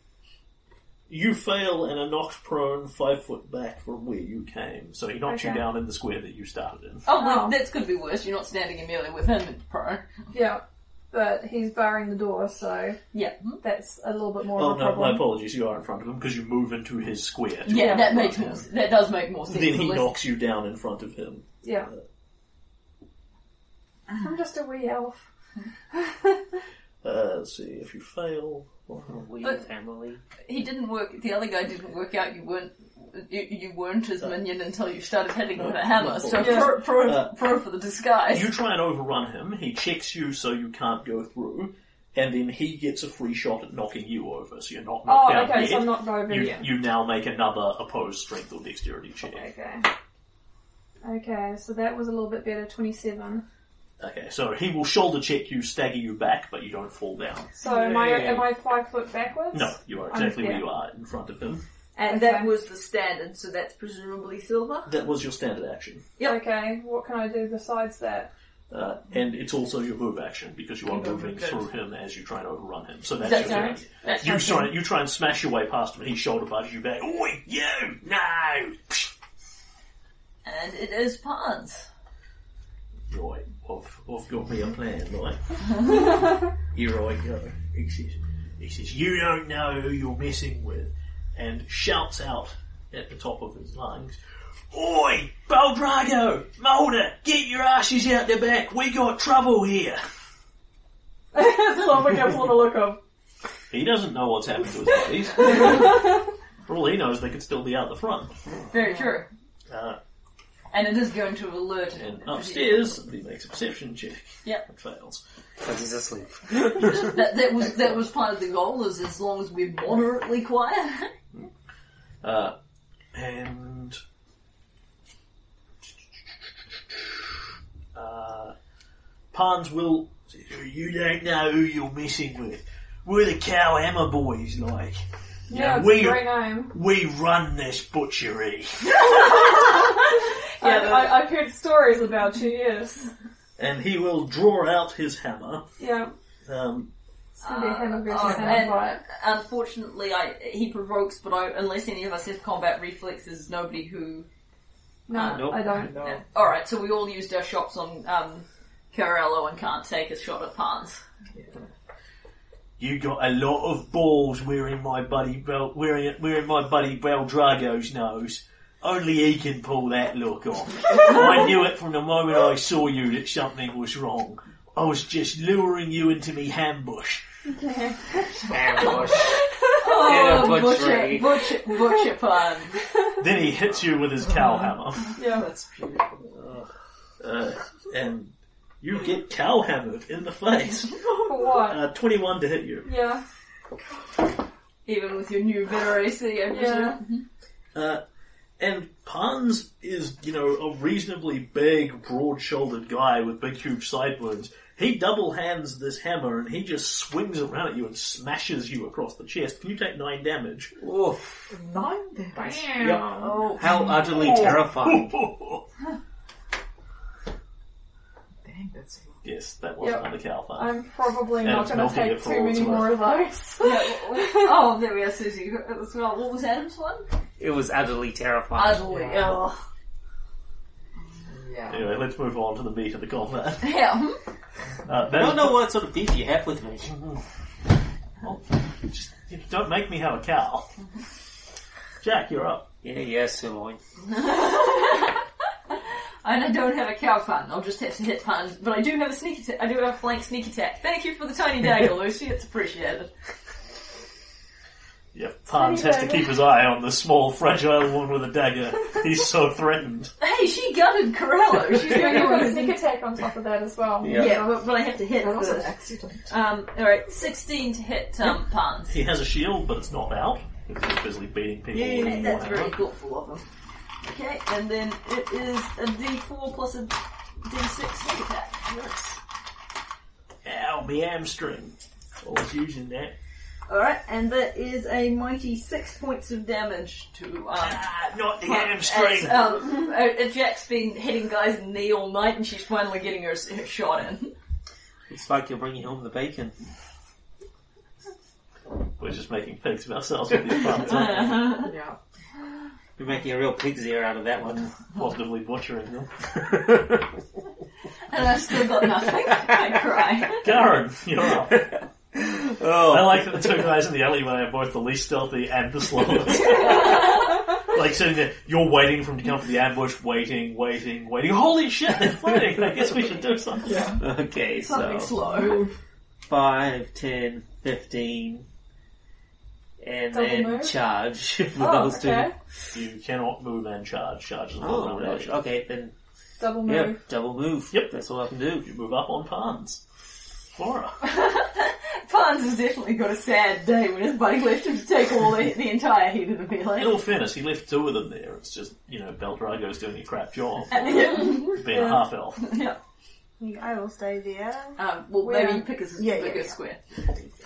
Speaker 1: you fail and are knocked prone five foot back from where you came. So he knocks you
Speaker 4: Okay.
Speaker 1: down in the square that you started in.
Speaker 2: Oh, well,
Speaker 4: Oh.
Speaker 2: that's could be worse. You're not standing immediately with him in pro.
Speaker 4: Yeah, but he's barring the door, so
Speaker 2: Yeah.
Speaker 4: that's a little bit more
Speaker 1: Oh
Speaker 4: of a
Speaker 1: no, my
Speaker 4: problem.
Speaker 1: apologies, you are in front of him because you move into his square. to-
Speaker 2: Yeah,
Speaker 4: Yeah.
Speaker 2: that makes more, that does make more sense.
Speaker 1: Then he
Speaker 2: Unless-
Speaker 1: knocks you down in front of him.
Speaker 4: yeah. I'm just a wee elf.
Speaker 1: Uh, let's see, if you fail...
Speaker 3: We
Speaker 2: But-
Speaker 3: family.
Speaker 2: He didn't work. The other guy didn't work out. You weren't. You, you weren't his minion until you started hitting him with a hammer. So
Speaker 1: Yeah.
Speaker 2: pro, pro,
Speaker 1: Uh,
Speaker 2: pro for the disguise.
Speaker 1: You try and overrun him, he checks you so you can't go through, and then he gets a free shot at knocking you over, so you're not knocked
Speaker 4: Oh,
Speaker 1: down
Speaker 4: okay,
Speaker 1: yet.
Speaker 4: so I'm not over
Speaker 1: you,
Speaker 4: yet.
Speaker 1: you now make another opposed strength or dexterity check. Okay,
Speaker 4: Okay. Okay, so that was a little bit better, 27.
Speaker 1: so he will shoulder check you, stagger you back, but you don't fall down.
Speaker 4: So am I, am I five foot backwards?
Speaker 1: No, you are exactly
Speaker 4: Unfair.
Speaker 1: where you are in front of him.
Speaker 2: And
Speaker 4: Okay.
Speaker 2: that was the standard. So that's presumably silver.
Speaker 1: That was your standard action.
Speaker 2: Yep.
Speaker 4: Okay, what can I do besides that? (laughs)
Speaker 1: Uh, and it's also your move action because you are moving
Speaker 11: okay.
Speaker 1: through him as you try and overrun him. So that's,
Speaker 2: That's
Speaker 1: your
Speaker 2: right.
Speaker 1: turn.
Speaker 2: That's
Speaker 1: You
Speaker 2: right.
Speaker 1: try, you try and smash your way past him, and he shoulder barges you back. Oi, you! No!
Speaker 2: And it is Pons.
Speaker 1: Right, I've, I've got me a plan, right? Here I go. uh, He says, he says, you don't know who you're messing with, and shouts out at the top of his lungs, Oi, Baldrago, Mulder, get your asses out the back, we got trouble here.
Speaker 4: Silver gives a little look of,
Speaker 1: He doesn't know what's happened to his buddies. For all he knows, they could still be out the front.
Speaker 2: Very true.
Speaker 1: Uh,
Speaker 2: And it is going to alert
Speaker 1: and
Speaker 2: him.
Speaker 1: upstairs, somebody makes a perception check.
Speaker 2: Yep.
Speaker 1: It fails.
Speaker 3: Because he's asleep.
Speaker 2: That, that was that was part of the goal. Is as long as we're moderately quiet.
Speaker 1: Uh, and uh, Pons will. You don't know who you're messing with. We're the Cowhammer boys, like.
Speaker 4: yeah, it's
Speaker 1: we-
Speaker 4: a great name.
Speaker 1: We run this butchery.
Speaker 4: I, I, I've heard stories about you, yes.
Speaker 1: And he will draw out his hammer.
Speaker 4: Yeah,
Speaker 1: Um,
Speaker 4: it's going to be a hammer versus
Speaker 2: Uh,
Speaker 4: hammer
Speaker 2: and-
Speaker 4: fight.
Speaker 2: Unfortunately, I he provokes, but I, unless any of us have combat reflexes, nobody who.
Speaker 4: No,
Speaker 3: Nope.
Speaker 4: I don't. (laughs)
Speaker 2: Yeah. Oh. All right, so we all used our shots on um, Carello and can't take a shot at Pans.
Speaker 1: you got a lot of balls wearing my buddy Bel- wearing wearing my buddy Beldrago's nose. Only he can pull that look off. I knew it from the moment I saw you that something was wrong. I was just luring you into me ambush.
Speaker 3: Ambush.
Speaker 2: Oh,
Speaker 3: In a
Speaker 2: butcher,
Speaker 3: butchery.
Speaker 2: butcher, butcher Pans.
Speaker 1: Then he hits you with his cow hammer,
Speaker 4: Yeah.
Speaker 1: uh, and you get cow hammered in the face.
Speaker 4: For what?
Speaker 1: Uh, Twenty-one to hit you.
Speaker 4: Yeah.
Speaker 2: Even with your new better AC, I
Speaker 4: Yeah.
Speaker 2: presume.
Speaker 1: Uh, and Pons is, you know, a reasonably big, broad-shouldered guy with big, huge sideburns. He double hands this hammer and he just swings around at you and smashes you across the chest. You take nine damage.
Speaker 3: Oof.
Speaker 9: Nine damage.
Speaker 3: How
Speaker 4: Oh.
Speaker 3: utterly terrifying.
Speaker 4: (laughs)
Speaker 9: Dang, that's a lot.
Speaker 1: yes, that was
Speaker 4: Yep.
Speaker 1: another cow thumb.
Speaker 4: I'm probably
Speaker 1: And
Speaker 4: not
Speaker 1: it's
Speaker 4: going to
Speaker 1: melting it
Speaker 4: take
Speaker 1: for
Speaker 4: too
Speaker 1: all
Speaker 4: many
Speaker 1: it's
Speaker 4: more of those. (laughs)
Speaker 2: Yeah, w- w- oh, there we are, Susie. As well. What was Adam's one?
Speaker 3: It was utterly terrifying.
Speaker 2: Ugly.
Speaker 9: Yeah.
Speaker 2: Oh.
Speaker 9: Yeah.
Speaker 1: Anyway, let's move on to the meat of the (laughs) combat.
Speaker 2: Yeah. Hmm?
Speaker 1: Uh,
Speaker 3: I
Speaker 1: that
Speaker 3: don't know what sort of beef you have with me.
Speaker 1: Just, don't make me have a cow. Jack, you're up.
Speaker 3: Yeah, yes, sirloin.
Speaker 2: And I don't have a cow pun. I'll just have to hit puns. But I do have a sneak attack. I do have a flank sneak attack. Thank you for the tiny dagger, Lucy. It's appreciated.
Speaker 1: Yep, Hans has to keep his eye on the small, fragile one with a
Speaker 4: (laughs)
Speaker 1: dagger. He's so threatened.
Speaker 2: Hey, she gutted Corello. She's
Speaker 4: You've
Speaker 2: doing it
Speaker 4: got a
Speaker 2: with
Speaker 4: sneak attack on top of that as well.
Speaker 3: Yeah.
Speaker 2: Yeah, but, but I have to hit
Speaker 9: That was an
Speaker 2: first.
Speaker 9: accident.
Speaker 2: Um, alright, 16 to hit um, puns.
Speaker 1: He has a shield, but it's not out. Because he's busily beating people.
Speaker 3: Yeah,
Speaker 1: with one
Speaker 2: That's
Speaker 1: hammer.
Speaker 2: very thoughtful of him. Okay, and then it is a d4 plus a d6 sneak attack. Nice.
Speaker 1: Ow, me hamstring. Always using that.
Speaker 2: Alright, and that is a mighty 6 points of damage to um,
Speaker 1: Ah, not the
Speaker 2: As,
Speaker 1: hamstring.
Speaker 3: Oh.
Speaker 2: um, (laughs) uh, Jack's been hitting guys in the knee all night, and she's finally getting her, her shot in.
Speaker 3: It's like you're bringing home the bacon.
Speaker 1: We're just making pigs of ourselves with these puns. aren't
Speaker 2: Uh-huh.
Speaker 9: Yeah.
Speaker 3: You're making a real pig's ear out of that one. (laughs)
Speaker 1: we? Positively butchering them.
Speaker 2: and I've still got nothing. I
Speaker 1: (laughs)
Speaker 2: cry.
Speaker 1: Garen, you're up.
Speaker 3: Oh,
Speaker 1: I like that the two guys in the alleyway are both the least stealthy and the
Speaker 3: (laughs)
Speaker 1: slowest. like sitting there, you're waiting for them to come from the ambush, waiting, waiting, waiting. Holy shit, they're fighting! I guess we should do something.
Speaker 9: Yeah.
Speaker 3: (laughs) Okay,
Speaker 2: Something
Speaker 3: so
Speaker 2: slow.
Speaker 3: 5, 10, 15, and
Speaker 4: Double
Speaker 3: then
Speaker 4: move?
Speaker 3: charge (laughs) for
Speaker 4: Oh,
Speaker 3: those
Speaker 4: okay.
Speaker 3: two.
Speaker 1: You cannot move and charge. Charge is a full
Speaker 3: Oh,
Speaker 1: round
Speaker 3: right.
Speaker 1: action.
Speaker 3: okay, then
Speaker 4: Double move.
Speaker 3: yeah, double move.
Speaker 1: Yep.
Speaker 3: that's all I can do.
Speaker 1: You move up on pawns. Flora.
Speaker 2: (laughs) Pons has definitely got a sad day when his buddy left him to take all the, the entire heat of the
Speaker 1: In
Speaker 2: melee.
Speaker 1: all fairness, he left two of them there. It's just, you know, Beldrago's doing a crap job
Speaker 2: (laughs) yeah.
Speaker 1: being a half elf.
Speaker 5: I will stay there,
Speaker 2: (laughs) Um, well,
Speaker 5: Where-
Speaker 2: maybe pick his
Speaker 5: Yeah, yeah,
Speaker 2: bigger
Speaker 5: yeah.
Speaker 2: square.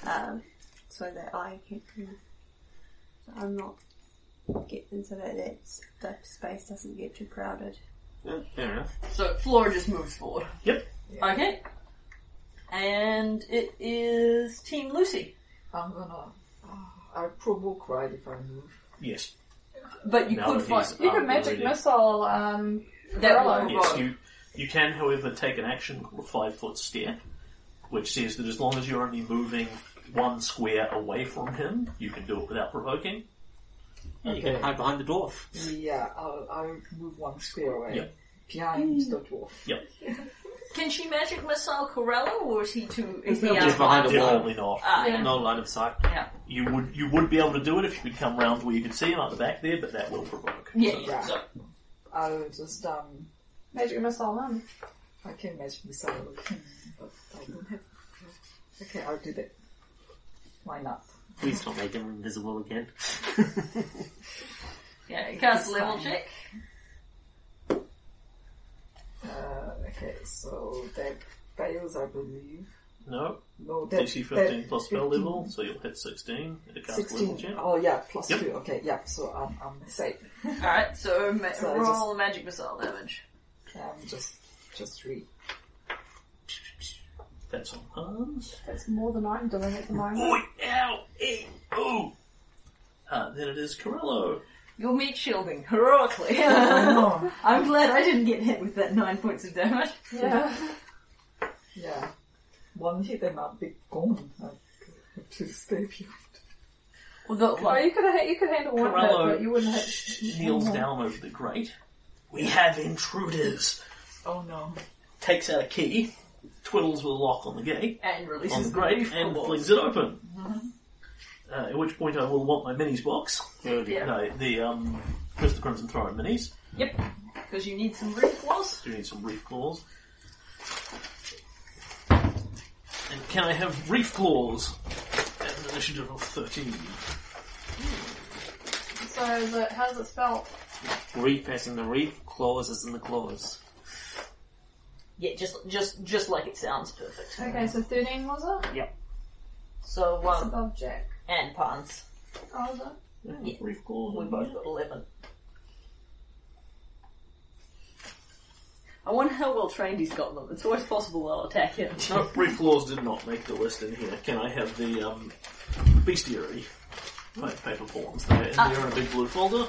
Speaker 5: um, so that I can, so I'm not getting so that it's, the space doesn't get too crowded.
Speaker 3: Yeah, fair enough.
Speaker 2: So Flora just moves forward.
Speaker 1: Yep.
Speaker 2: Okay. And it is Team Lucy.
Speaker 9: I'm gonna. Oh, I provoke right if I move.
Speaker 1: Yes.
Speaker 2: But you
Speaker 1: Now
Speaker 2: could
Speaker 1: that
Speaker 2: find...
Speaker 1: he's
Speaker 4: You could
Speaker 1: up,
Speaker 4: magic
Speaker 1: Oh, really-
Speaker 4: missile, um,
Speaker 2: That
Speaker 4: Corello.
Speaker 2: one.
Speaker 1: Yes, you, you can, however, take an action called a five foot step, which says that as long as you're only moving one square away from him, you can do it without provoking.
Speaker 3: Yeah, You can hide behind the dwarf.
Speaker 9: Yeah, I'll, I'll move one square away.
Speaker 1: Yep.
Speaker 9: Behind the dwarf.
Speaker 2: Can she magic missile Corella, or is he too? Is he out?
Speaker 3: Just behind a wall.
Speaker 1: Definitely not.
Speaker 2: Ah,
Speaker 4: Yeah.
Speaker 3: No line of sight.
Speaker 1: You would you would be able to do it if you could come round where you could see him at the back there, but that will provoke.
Speaker 2: yeah, yeah. So,
Speaker 9: I'll just um.
Speaker 4: magic missile him.
Speaker 9: I can imagine this out but I don't have. Okay, I'll do that. Why not?
Speaker 3: Please don't make him invisible again. (laughs)
Speaker 2: yeah, cast a level check.
Speaker 9: Uh, okay, so that fails, I believe.
Speaker 1: No,
Speaker 9: No, that
Speaker 1: DC 15
Speaker 9: that-
Speaker 1: plus spell
Speaker 9: 15,
Speaker 1: level, so you'll hit 16 at a cast level
Speaker 9: 16.
Speaker 1: check.
Speaker 9: Oh yeah, plus
Speaker 1: Yep.
Speaker 9: two. Okay, yeah. So I'm I'm safe.
Speaker 2: All right, so, ma-
Speaker 9: So I
Speaker 2: roll
Speaker 9: just-
Speaker 2: magic missile damage.
Speaker 9: Um, just just (laughs) read.
Speaker 1: That's on Hans.
Speaker 4: That's more than I'm doing at the
Speaker 1: (laughs)
Speaker 4: moment.
Speaker 1: Oi, ow, eh, ooh. Uh, then it is Corello.
Speaker 2: Your meat shielding (laughs) heroically.
Speaker 9: Oh,
Speaker 2: I'm glad I didn't get hit with that nine points of damage.
Speaker 4: Yeah.
Speaker 9: yeah. One hit and I'll be gone. I have to stay behind.
Speaker 2: Although,
Speaker 4: Well,
Speaker 2: like,
Speaker 4: you could ha- you could handle one hit,
Speaker 1: Corello
Speaker 4: but you wouldn't hit.
Speaker 1: kneels down over the grate. We have intruders.
Speaker 9: Oh no.
Speaker 1: Takes out a key, twiddles with a lock on the gate,
Speaker 2: and
Speaker 1: on
Speaker 2: releases
Speaker 1: the
Speaker 2: the
Speaker 1: grate,
Speaker 2: grief
Speaker 1: and
Speaker 2: claws.
Speaker 1: flings it open. Uh, at which point I will want my minis box.
Speaker 2: Yeah.
Speaker 1: No, the um, Crystal Crimson Throne minis.
Speaker 2: Yep, because you need some grief claws.
Speaker 1: Do need some reef claws. And can I have reef claws? At an initiative of 13.
Speaker 4: So is it, how does it spell?
Speaker 3: Reef as in the reef, claws as in the claws.
Speaker 2: Yeah, just just just like it sounds perfect.
Speaker 4: Okay, so thirteen was it?
Speaker 2: So
Speaker 4: It's
Speaker 2: um,
Speaker 4: above Jack.
Speaker 2: and puns.
Speaker 4: Oh, is it?
Speaker 2: Yeah.
Speaker 1: Reef claws.
Speaker 2: We both got 11. I wonder how well trained he's got them. It's always possible they'll attack him.
Speaker 1: No, reef claws Uh, did not make the list in here. Can I have the um, bestiary? Right, paper forms. They're
Speaker 4: Uh,
Speaker 1: in there in a big blue folder.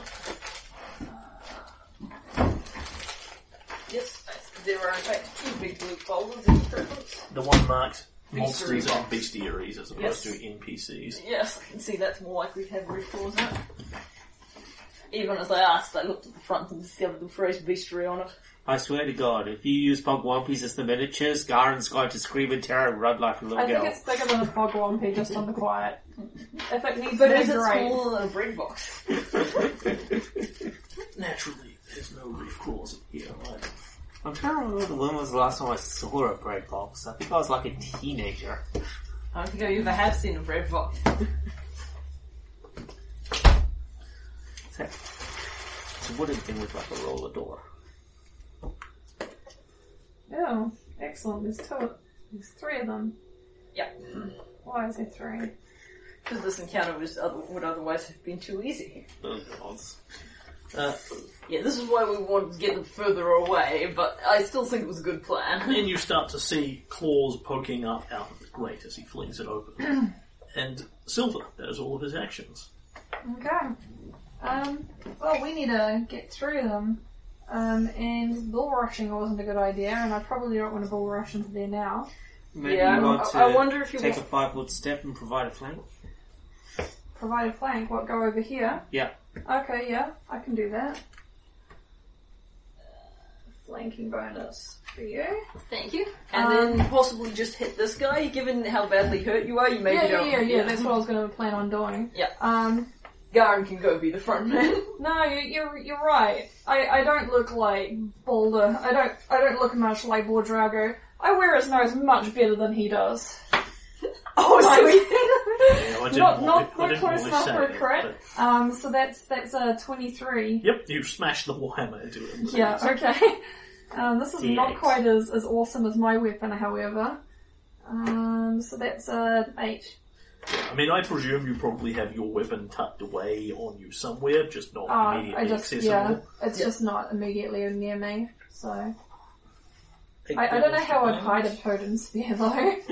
Speaker 2: yes, there are in fact two big blue folders in preference.
Speaker 1: The one marked
Speaker 9: Bestiary
Speaker 1: monsters and
Speaker 9: box.
Speaker 1: bestiaries as opposed
Speaker 2: Yes.
Speaker 1: to NPCs.
Speaker 2: Yes, I can see that's more likely to have red claws in it. Even as I asked, I looked at the front and discovered the phrase bestiary on it.
Speaker 3: I swear to God, if you use Pogwampis as the miniatures, Garen's going to scream in terror and run like a little
Speaker 4: I
Speaker 3: girl.
Speaker 4: think it's bigger than a Pogwampy, just on the quiet. If it needs
Speaker 2: But
Speaker 4: to
Speaker 2: is
Speaker 4: be
Speaker 2: it
Speaker 4: great.
Speaker 2: smaller than a bread box?
Speaker 1: Naturally, there's no reef claws in here. Like,
Speaker 3: (laughs) I'm trying to remember when was the last time I saw a bread box. I think I was like a teenager.
Speaker 2: I don't think I ever have seen a bread box.
Speaker 3: It's a wooden thing with like a roller door.
Speaker 4: Oh, excellent. There's two. There's three of them.
Speaker 2: Yep.
Speaker 4: Why is there three?
Speaker 2: Because this encounter was other, would otherwise have been too easy.
Speaker 3: Oh, gods.
Speaker 2: Yeah, this is why we wanted to get them further away, but I still think it was a good (laughs) plan.
Speaker 1: And you start to see claws poking up out of the grate as he flings it open.
Speaker 4: (clears throat)
Speaker 1: and Silver, that is all of his actions.
Speaker 4: Okay. Um, well, we need to get through them. Um, and bull rushing wasn't a good idea, and I probably don't want to bull rush into there now.
Speaker 3: Maybe
Speaker 2: Yeah,
Speaker 3: you
Speaker 2: I-
Speaker 3: want to
Speaker 2: I wonder if you
Speaker 3: take
Speaker 2: want-
Speaker 3: a five foot step and provide a flank.
Speaker 4: Provide a flank. What, go over here?
Speaker 3: Yeah.
Speaker 4: Okay, yeah, I can do that. Flanking bonus for you.
Speaker 2: Thank you. And then possibly just hit this guy, given how badly hurt you are, you maybe
Speaker 4: yeah, yeah,
Speaker 2: don't.
Speaker 4: yeah, yeah, That's what I was going to plan on doing.
Speaker 2: Yeah.
Speaker 4: Um,
Speaker 2: Garen can go be the front man.
Speaker 4: no, you- you're you're right. I, I don't look like Balder. I don't I don't look much like Lord Drago. I wear his nose much better than he does.
Speaker 2: (laughs) (laughs) oh,
Speaker 1: Yeah, I didn't
Speaker 4: not
Speaker 1: really-
Speaker 4: not,
Speaker 1: I
Speaker 4: not
Speaker 1: didn't
Speaker 4: close
Speaker 1: really
Speaker 4: enough
Speaker 1: say
Speaker 4: for a
Speaker 1: it,
Speaker 4: crit.
Speaker 1: but-
Speaker 4: Um, so that's that's a twenty-three.
Speaker 1: Yep, you smash the warhammer into him.
Speaker 4: Yeah. Okay. Um, this is not
Speaker 3: D8.
Speaker 4: quite as, as awesome as my weapon, however. Um, so that's a eight.
Speaker 1: I mean, I presume you probably have your weapon tucked away on you somewhere, just not
Speaker 4: Uh,
Speaker 1: immediately
Speaker 4: I just
Speaker 1: accessible.
Speaker 4: yeah, it's
Speaker 2: Yeah.
Speaker 4: just not immediately near me. So I, I don't know how I'd hide a potent spear though. (laughs)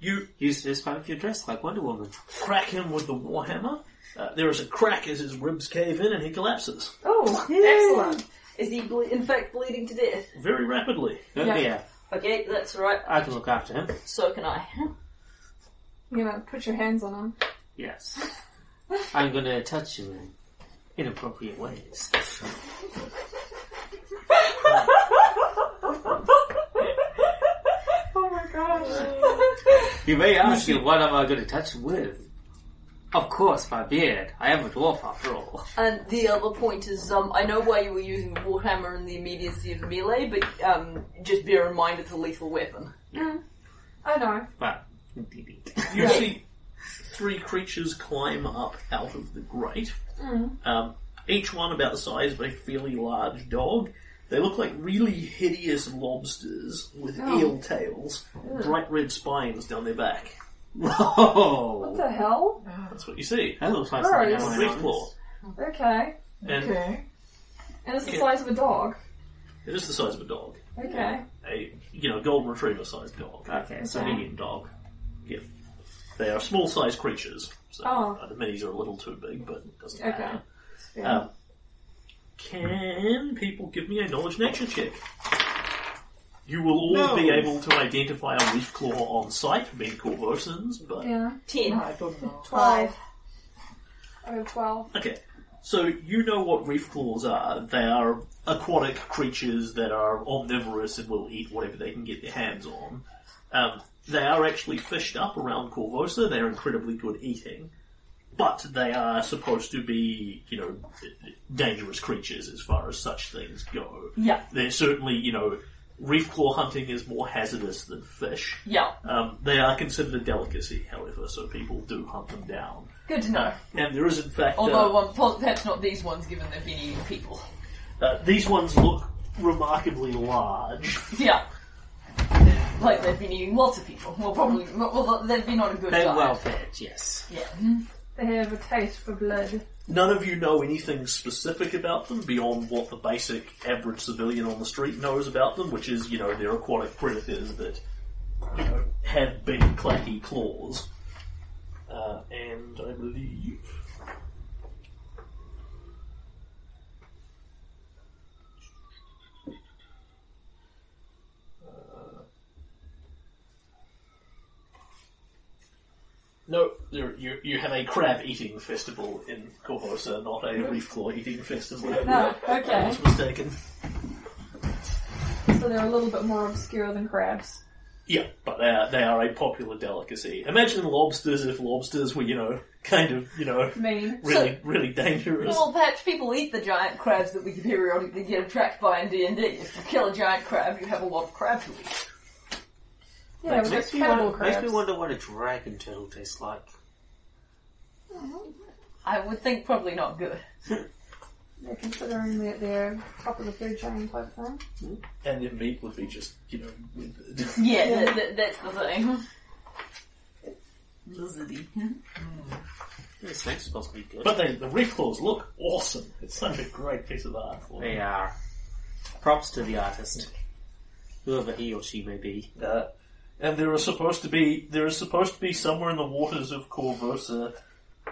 Speaker 1: You
Speaker 3: Use it as part of your dress like Wonder Woman.
Speaker 1: crack him with the warhammer. Uh, there is a crack as his ribs cave in and he collapses
Speaker 2: (laughs)
Speaker 4: oh,
Speaker 2: excellent. Is he ble- in fact bleeding to death?
Speaker 1: very rapidly.
Speaker 3: Oh
Speaker 4: Yeah.
Speaker 3: yeah.
Speaker 2: Okay, that's right.
Speaker 3: I can look after him.
Speaker 2: So can (laughs) I.
Speaker 4: you know, put your hands on him.
Speaker 3: Yes. I'm gonna touch him in inappropriate ways.
Speaker 4: Oh my god.
Speaker 2: (laughs)
Speaker 3: You may ask me what am I gonna touch him with? Of course, my beard. I am a dwarf after all.
Speaker 2: And the other point is, um, I know why you were using the warhammer and the immediacy of melee, but um, just bear in mind it's a lethal weapon.
Speaker 4: I know.
Speaker 3: But
Speaker 1: You see three creatures climb up out of the grate.
Speaker 4: Mm.
Speaker 1: Um, each one about the size of a fairly large dog. They look like really hideous lobsters with
Speaker 4: Oh.
Speaker 1: eel tails, bright red spines down their back.
Speaker 4: What
Speaker 3: Whoa!
Speaker 4: the hell?
Speaker 1: That's what you see.
Speaker 3: That looks like
Speaker 4: Gross.
Speaker 1: A
Speaker 3: something out of
Speaker 1: reef
Speaker 3: my
Speaker 1: claw.
Speaker 3: arms.
Speaker 4: Okay.
Speaker 1: And
Speaker 9: Okay.
Speaker 4: And it's the
Speaker 1: Yeah.
Speaker 4: size of a dog.
Speaker 1: it is the size of a dog.
Speaker 4: Okay.
Speaker 1: a you know gold retriever sized dog.
Speaker 3: Okay,
Speaker 1: it's a
Speaker 4: Okay.
Speaker 1: medium dog. Yep. They are small sized creatures. So
Speaker 4: Oh.
Speaker 1: uh, the minis are a little too big, but it doesn't
Speaker 4: Okay.
Speaker 1: matter.
Speaker 4: Yeah.
Speaker 1: Um, can people give me a knowledge nature check? You will all
Speaker 3: No.
Speaker 1: be able to identify a leaf claw on sight, being Corvosans, but
Speaker 4: yeah.
Speaker 2: Ten.
Speaker 9: I don't know.
Speaker 12: Five.
Speaker 4: I have twelve.
Speaker 1: Okay. So you know what reef claws are. They are aquatic creatures that are omnivorous and will eat whatever they can get their hands on. Um, they are actually fished up around Corvosa. They're incredibly good eating. But they are supposed to be, you know, dangerous creatures as far as such things go.
Speaker 2: Yeah.
Speaker 1: They're certainly, you know, reef claw hunting is more hazardous than fish.
Speaker 2: Yeah.
Speaker 1: Um, they are considered a delicacy, however, so people do hunt them down.
Speaker 2: Good to know.
Speaker 1: And there is, in fact, uh,
Speaker 2: Although um, po- perhaps not these ones, given they've been eating people.
Speaker 1: Uh, these ones look remarkably large.
Speaker 2: Yeah. Like they've been eating lots of people. Well, probably. Well, they've been on a good
Speaker 3: They're
Speaker 2: diet.
Speaker 3: well fed, yes.
Speaker 2: Yeah.
Speaker 4: They have a taste for blood.
Speaker 1: None of you know anything specific about them beyond what the basic average civilian on the street knows about them, which is, you know, they're aquatic predators that, you know, have big clacky claws. Uh, and I believe. Uh, No, you you you have a crab eating festival in Corvosa, not a reef claw eating festival.
Speaker 4: No,
Speaker 1: I
Speaker 4: okay.
Speaker 1: was mistaken.
Speaker 4: So they're a little bit more obscure than crabs.
Speaker 1: Yeah, but they are, they are a popular delicacy. Imagine lobsters if lobsters were, you know, kind of, you know,
Speaker 4: Mean.
Speaker 1: really, really dangerous.
Speaker 2: Well, perhaps people eat the giant crabs that we periodically get attacked by in D and D. If you kill a giant crab, you have a lot of crab to eat.
Speaker 4: Yeah, but
Speaker 3: makes,
Speaker 4: it's
Speaker 3: me
Speaker 4: cannibal
Speaker 3: wonder, makes
Speaker 4: crabs.
Speaker 3: me wonder what a dragon turtle tastes like.
Speaker 2: I would think probably not good.
Speaker 4: They're considering that they're top of the food chain type thing.
Speaker 1: And their meat would be just, you know, withered.
Speaker 2: Yeah, Th- th- that's the thing. Lizardy.
Speaker 3: These snakes are supposed to be good.
Speaker 1: (laughs) But they, the reef claws look awesome. It's such a great piece of art. For
Speaker 3: They are. Props to the artist. Whoever he or she may be.
Speaker 1: Uh, and there are supposed to be there is supposed to be somewhere in the waters of Corvosa,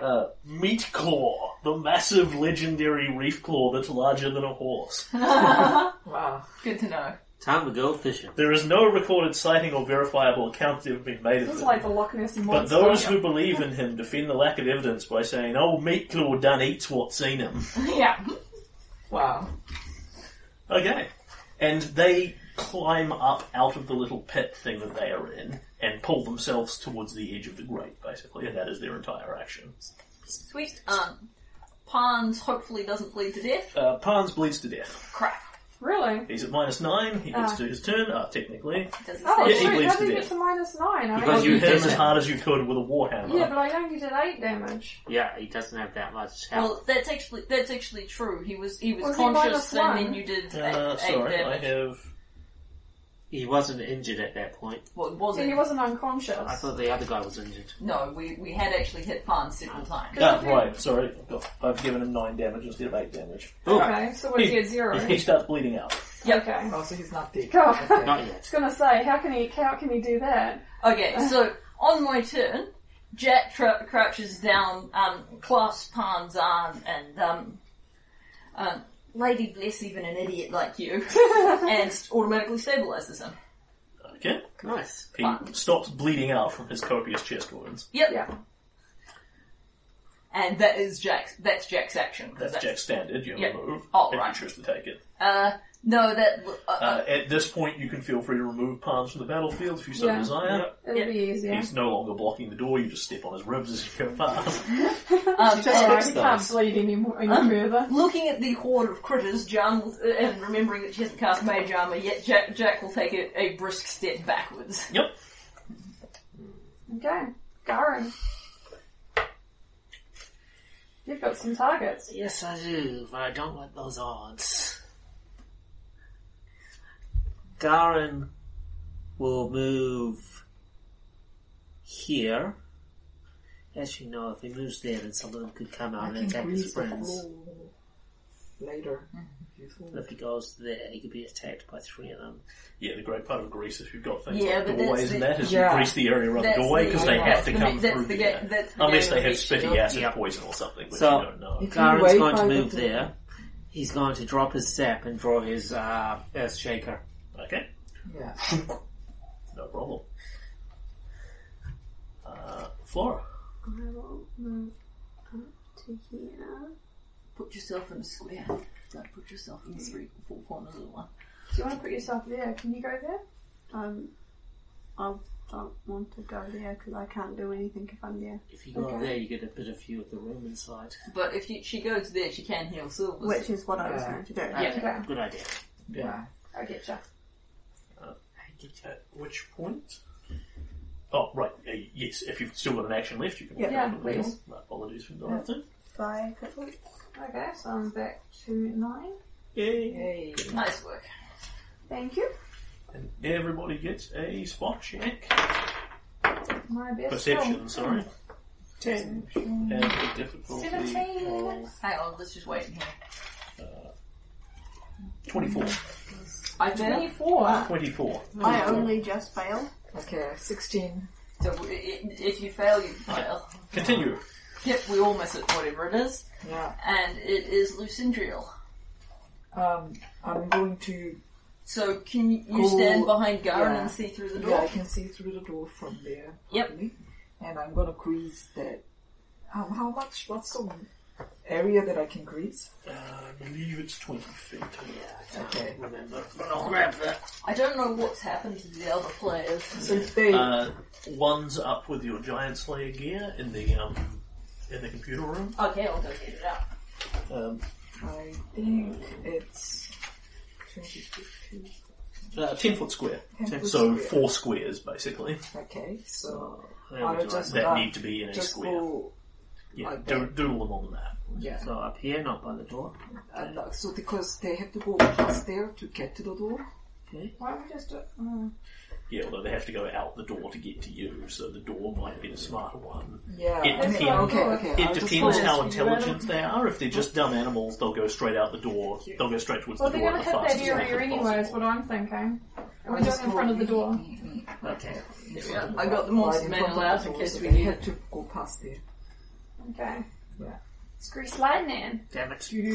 Speaker 1: uh, Meat Claw, the massive legendary reef claw that's larger than a
Speaker 4: (laughs)
Speaker 1: horse.
Speaker 9: Wow.
Speaker 2: Good to know.
Speaker 3: Time to go fishing.
Speaker 1: There is no recorded sighting or verifiable account that have been made
Speaker 4: This
Speaker 1: of
Speaker 4: is
Speaker 1: it.
Speaker 4: like the Loch Ness
Speaker 1: But
Speaker 4: monster.
Speaker 1: those who believe in him defend the lack of evidence by saying, "Oh, Meat Claw done eats what's seen him."
Speaker 2: (laughs) yeah.
Speaker 9: Wow.
Speaker 1: Okay. And they climb up out of the little pit thing that they are in and pull themselves towards the edge of the grate, basically, and that is their entire action.
Speaker 2: Sweet. Um, Pons hopefully doesn't bleed to death.
Speaker 1: Uh, Parnes bleeds to death.
Speaker 2: Crap.
Speaker 4: Really?
Speaker 1: He's at minus nine. He gets
Speaker 4: Ah.
Speaker 1: to his turn. Ah, technically,
Speaker 2: Does he
Speaker 1: Yeah,
Speaker 4: Oh,
Speaker 2: say-
Speaker 1: he
Speaker 4: shoot,
Speaker 1: bleeds
Speaker 4: how
Speaker 1: to
Speaker 4: did you
Speaker 1: death.
Speaker 4: get to minus nine? I
Speaker 3: Because
Speaker 1: you
Speaker 3: you
Speaker 1: hit him
Speaker 3: did
Speaker 1: as
Speaker 3: it.
Speaker 1: hard as you could with a warhammer.
Speaker 4: Yeah, but I only did eight damage.
Speaker 3: Yeah, he doesn't have that much health.
Speaker 2: Well, that's actually that's actually true. He was he was,
Speaker 4: Was he
Speaker 2: conscious,
Speaker 4: minus
Speaker 2: and
Speaker 4: one?
Speaker 2: then you did eight,
Speaker 1: Uh,
Speaker 2: eight
Speaker 1: sorry, I
Speaker 2: damage.
Speaker 1: have.
Speaker 3: he wasn't injured at that point.
Speaker 2: Well, it wasn't.
Speaker 4: So he wasn't
Speaker 3: I
Speaker 4: unconscious.
Speaker 3: thought the other guy was injured.
Speaker 2: No, we, we had actually hit Pons several times.
Speaker 1: Ah, right. Sorry, I've got- I've given him nine damage instead of eight damage.
Speaker 3: Oh.
Speaker 4: Okay, so was he at
Speaker 1: (laughs)
Speaker 4: zero?
Speaker 1: He starts bleeding out.
Speaker 4: Okay.
Speaker 9: Oh, so he's not dead.
Speaker 4: God. (laughs) I
Speaker 3: Not yet.
Speaker 4: was gonna say, how can he, how can he do that?
Speaker 2: Okay, so on my turn, Jack tra- crouches down, um, clasps Pons' arm, and um, um, Lady bless even an idiot like (laughs) you, and automatically stabilizes him.
Speaker 1: Okay.
Speaker 3: Nice.
Speaker 1: He stops bleeding out from his copious chest wounds.
Speaker 2: Yep.
Speaker 4: Yeah.
Speaker 2: And that is Jack's. That's Jack's action. 'cause
Speaker 1: That's Jack's standard. You have
Speaker 2: Yeah.
Speaker 1: a move.
Speaker 2: Oh,
Speaker 1: if
Speaker 2: right.
Speaker 1: you choose to take it.
Speaker 2: Uh, no, that. Uh,
Speaker 1: Uh, at this point, you can feel free to remove palms from the battlefield if you so
Speaker 4: Yeah.
Speaker 1: desire.
Speaker 4: It'll
Speaker 2: Yeah.
Speaker 4: be easier.
Speaker 1: He's no longer blocking the door. You just step on his ribs as you go
Speaker 2: (laughs)
Speaker 1: past.
Speaker 2: um, and-
Speaker 4: Alright, he can't bleed any, more, any further.
Speaker 2: Looking at the horde of critters, Jan will, uh, and remembering that she hasn't cast Mage Armor yet, Jack, Jack will take a, a brisk step backwards.
Speaker 1: yep.
Speaker 4: Okay. Garen. You've got some targets.
Speaker 3: Yes, I do, but I don't like those odds. Garen will move here. As you know, if he moves there, then some of them could come out
Speaker 9: I
Speaker 3: and
Speaker 9: can
Speaker 3: attack his
Speaker 9: grease the
Speaker 3: friends.
Speaker 9: floor later. Beautiful.
Speaker 3: If he goes there, he could be attacked by three of them.
Speaker 1: Yeah, the great part of Greece, if you've got things
Speaker 2: Yeah,
Speaker 1: like
Speaker 2: but
Speaker 1: doorways
Speaker 2: that's
Speaker 1: and
Speaker 2: the-
Speaker 1: that, is
Speaker 9: yeah.
Speaker 1: you grease the area around the
Speaker 2: That's
Speaker 1: doorway
Speaker 2: the-
Speaker 1: because they
Speaker 2: yeah,
Speaker 1: have to
Speaker 2: that's
Speaker 1: come
Speaker 2: the-
Speaker 1: through
Speaker 2: that's the
Speaker 1: there.
Speaker 2: ga- that's the
Speaker 1: Unless
Speaker 2: game
Speaker 1: they have
Speaker 2: of
Speaker 1: spitty
Speaker 2: Yep.
Speaker 1: acid
Speaker 3: Yep.
Speaker 1: poison or something, which
Speaker 3: So-
Speaker 1: you don't know.
Speaker 9: You can
Speaker 3: Garen's
Speaker 9: wait
Speaker 3: going to
Speaker 9: by the
Speaker 3: move
Speaker 9: door.
Speaker 3: there. He's going to drop his sap and draw his uh, earth shaker.
Speaker 1: Okay,
Speaker 9: Yeah.
Speaker 1: no problem. Uh, Flora.
Speaker 5: I will move up to here.
Speaker 2: Put yourself in a square. Don't put yourself in three or four corners of one.
Speaker 4: Do you want to put yourself there? Can you go there?
Speaker 5: Um, I don't want to go there because I can't do anything if I'm there.
Speaker 3: If you go
Speaker 4: Okay.
Speaker 3: there, you get a bit of view of the room inside.
Speaker 2: But if you, she goes there, she can heal Silver.
Speaker 5: Which is what I was
Speaker 9: Yeah.
Speaker 5: going to do.
Speaker 2: Yeah.
Speaker 4: Okay.
Speaker 3: Good idea.
Speaker 9: Yeah.
Speaker 4: I get you.
Speaker 1: At which point? Oh, right. uh, yes, if you've still got an action left, you can.
Speaker 5: Yeah.
Speaker 4: Yeah,
Speaker 1: Right,
Speaker 4: please.
Speaker 1: apologies for not yeah.
Speaker 5: Five hit points.
Speaker 4: Okay, so I'm back to nine.
Speaker 9: Yay.
Speaker 2: Nice work.
Speaker 4: Thank you.
Speaker 1: And everybody gets a spot check.
Speaker 4: My best
Speaker 1: Perception,
Speaker 4: roll.
Speaker 1: sorry.
Speaker 9: Ten.
Speaker 1: And the difficulty.
Speaker 4: Seventeen.
Speaker 2: Hang on, oh, let's just wait in here.
Speaker 1: 24.
Speaker 2: I fail.
Speaker 4: Twenty-four.
Speaker 1: 24.
Speaker 5: I only just failed.
Speaker 9: Okay, 16.
Speaker 2: So i- i- if you fail, you fail.
Speaker 1: Continue.
Speaker 2: Yep, we all miss it, whatever it is.
Speaker 9: Yeah.
Speaker 2: And it is Lucindriel.
Speaker 9: Um, I'm going to...
Speaker 2: So can you
Speaker 9: Cool.
Speaker 2: stand behind Garen
Speaker 9: Yeah.
Speaker 2: and see through the
Speaker 9: Yeah, I
Speaker 2: door?
Speaker 9: can see through the door from there.
Speaker 2: Yep.
Speaker 9: probably. and I'm gonna grease that. Um, how much? What's the area that I can grease?
Speaker 1: Uh,
Speaker 11: I believe it's 20 feet.
Speaker 9: Okay.
Speaker 11: Remember.
Speaker 3: I'll grab that.
Speaker 2: I don't know what's happened to the other players.
Speaker 9: So if they
Speaker 1: Uh, one's up with your giant slayer gear in the um, in the computer room.
Speaker 2: Okay, I'll go get it out.
Speaker 1: Um,
Speaker 9: I think it's 22.
Speaker 1: uh, ten foot square,
Speaker 9: 10 foot
Speaker 1: so
Speaker 9: square.
Speaker 1: four squares basically
Speaker 9: Okay, so
Speaker 3: There we
Speaker 9: I'll
Speaker 3: go.
Speaker 9: just
Speaker 1: that
Speaker 9: uh,
Speaker 1: need to be in a
Speaker 9: just
Speaker 1: square.
Speaker 9: go.
Speaker 1: Yeah,
Speaker 9: like
Speaker 1: do,
Speaker 9: that.
Speaker 1: doodle them on the map.
Speaker 9: Yeah,
Speaker 3: So up here, not by the door.
Speaker 9: and, uh, so because they have to go past there to get to the door.
Speaker 4: Why don't we just do? Mm.
Speaker 1: Yeah, although they have to go out the door to get to you, so the door might be the smarter one.
Speaker 9: Yeah.
Speaker 1: It
Speaker 9: I mean,
Speaker 1: depends.
Speaker 9: Okay, okay. I'll
Speaker 1: It
Speaker 9: just
Speaker 1: depends
Speaker 9: go-
Speaker 1: how intelligent they are. If they're just dumb animals, they'll go straight out the door. They'll go straight towards
Speaker 4: Well,
Speaker 1: the
Speaker 4: they're
Speaker 1: door
Speaker 4: gonna
Speaker 1: at the
Speaker 4: hit that
Speaker 1: fastest
Speaker 4: area
Speaker 1: rate
Speaker 4: anyway. Is
Speaker 1: possible.
Speaker 4: what I'm thinking. Are we
Speaker 9: I'll
Speaker 4: just
Speaker 9: just
Speaker 4: in front of the
Speaker 9: go-
Speaker 4: door?
Speaker 2: Okay. Yeah, I got the monster
Speaker 9: Right
Speaker 2: manual
Speaker 9: front
Speaker 2: out
Speaker 9: of
Speaker 2: in
Speaker 9: the door,
Speaker 2: case
Speaker 9: so
Speaker 2: we
Speaker 9: they
Speaker 2: need
Speaker 9: had
Speaker 2: it.
Speaker 9: to go past there.
Speaker 4: Okay.
Speaker 9: Yeah.
Speaker 4: Screw lightning.
Speaker 3: Damn it.
Speaker 9: I'm
Speaker 3: You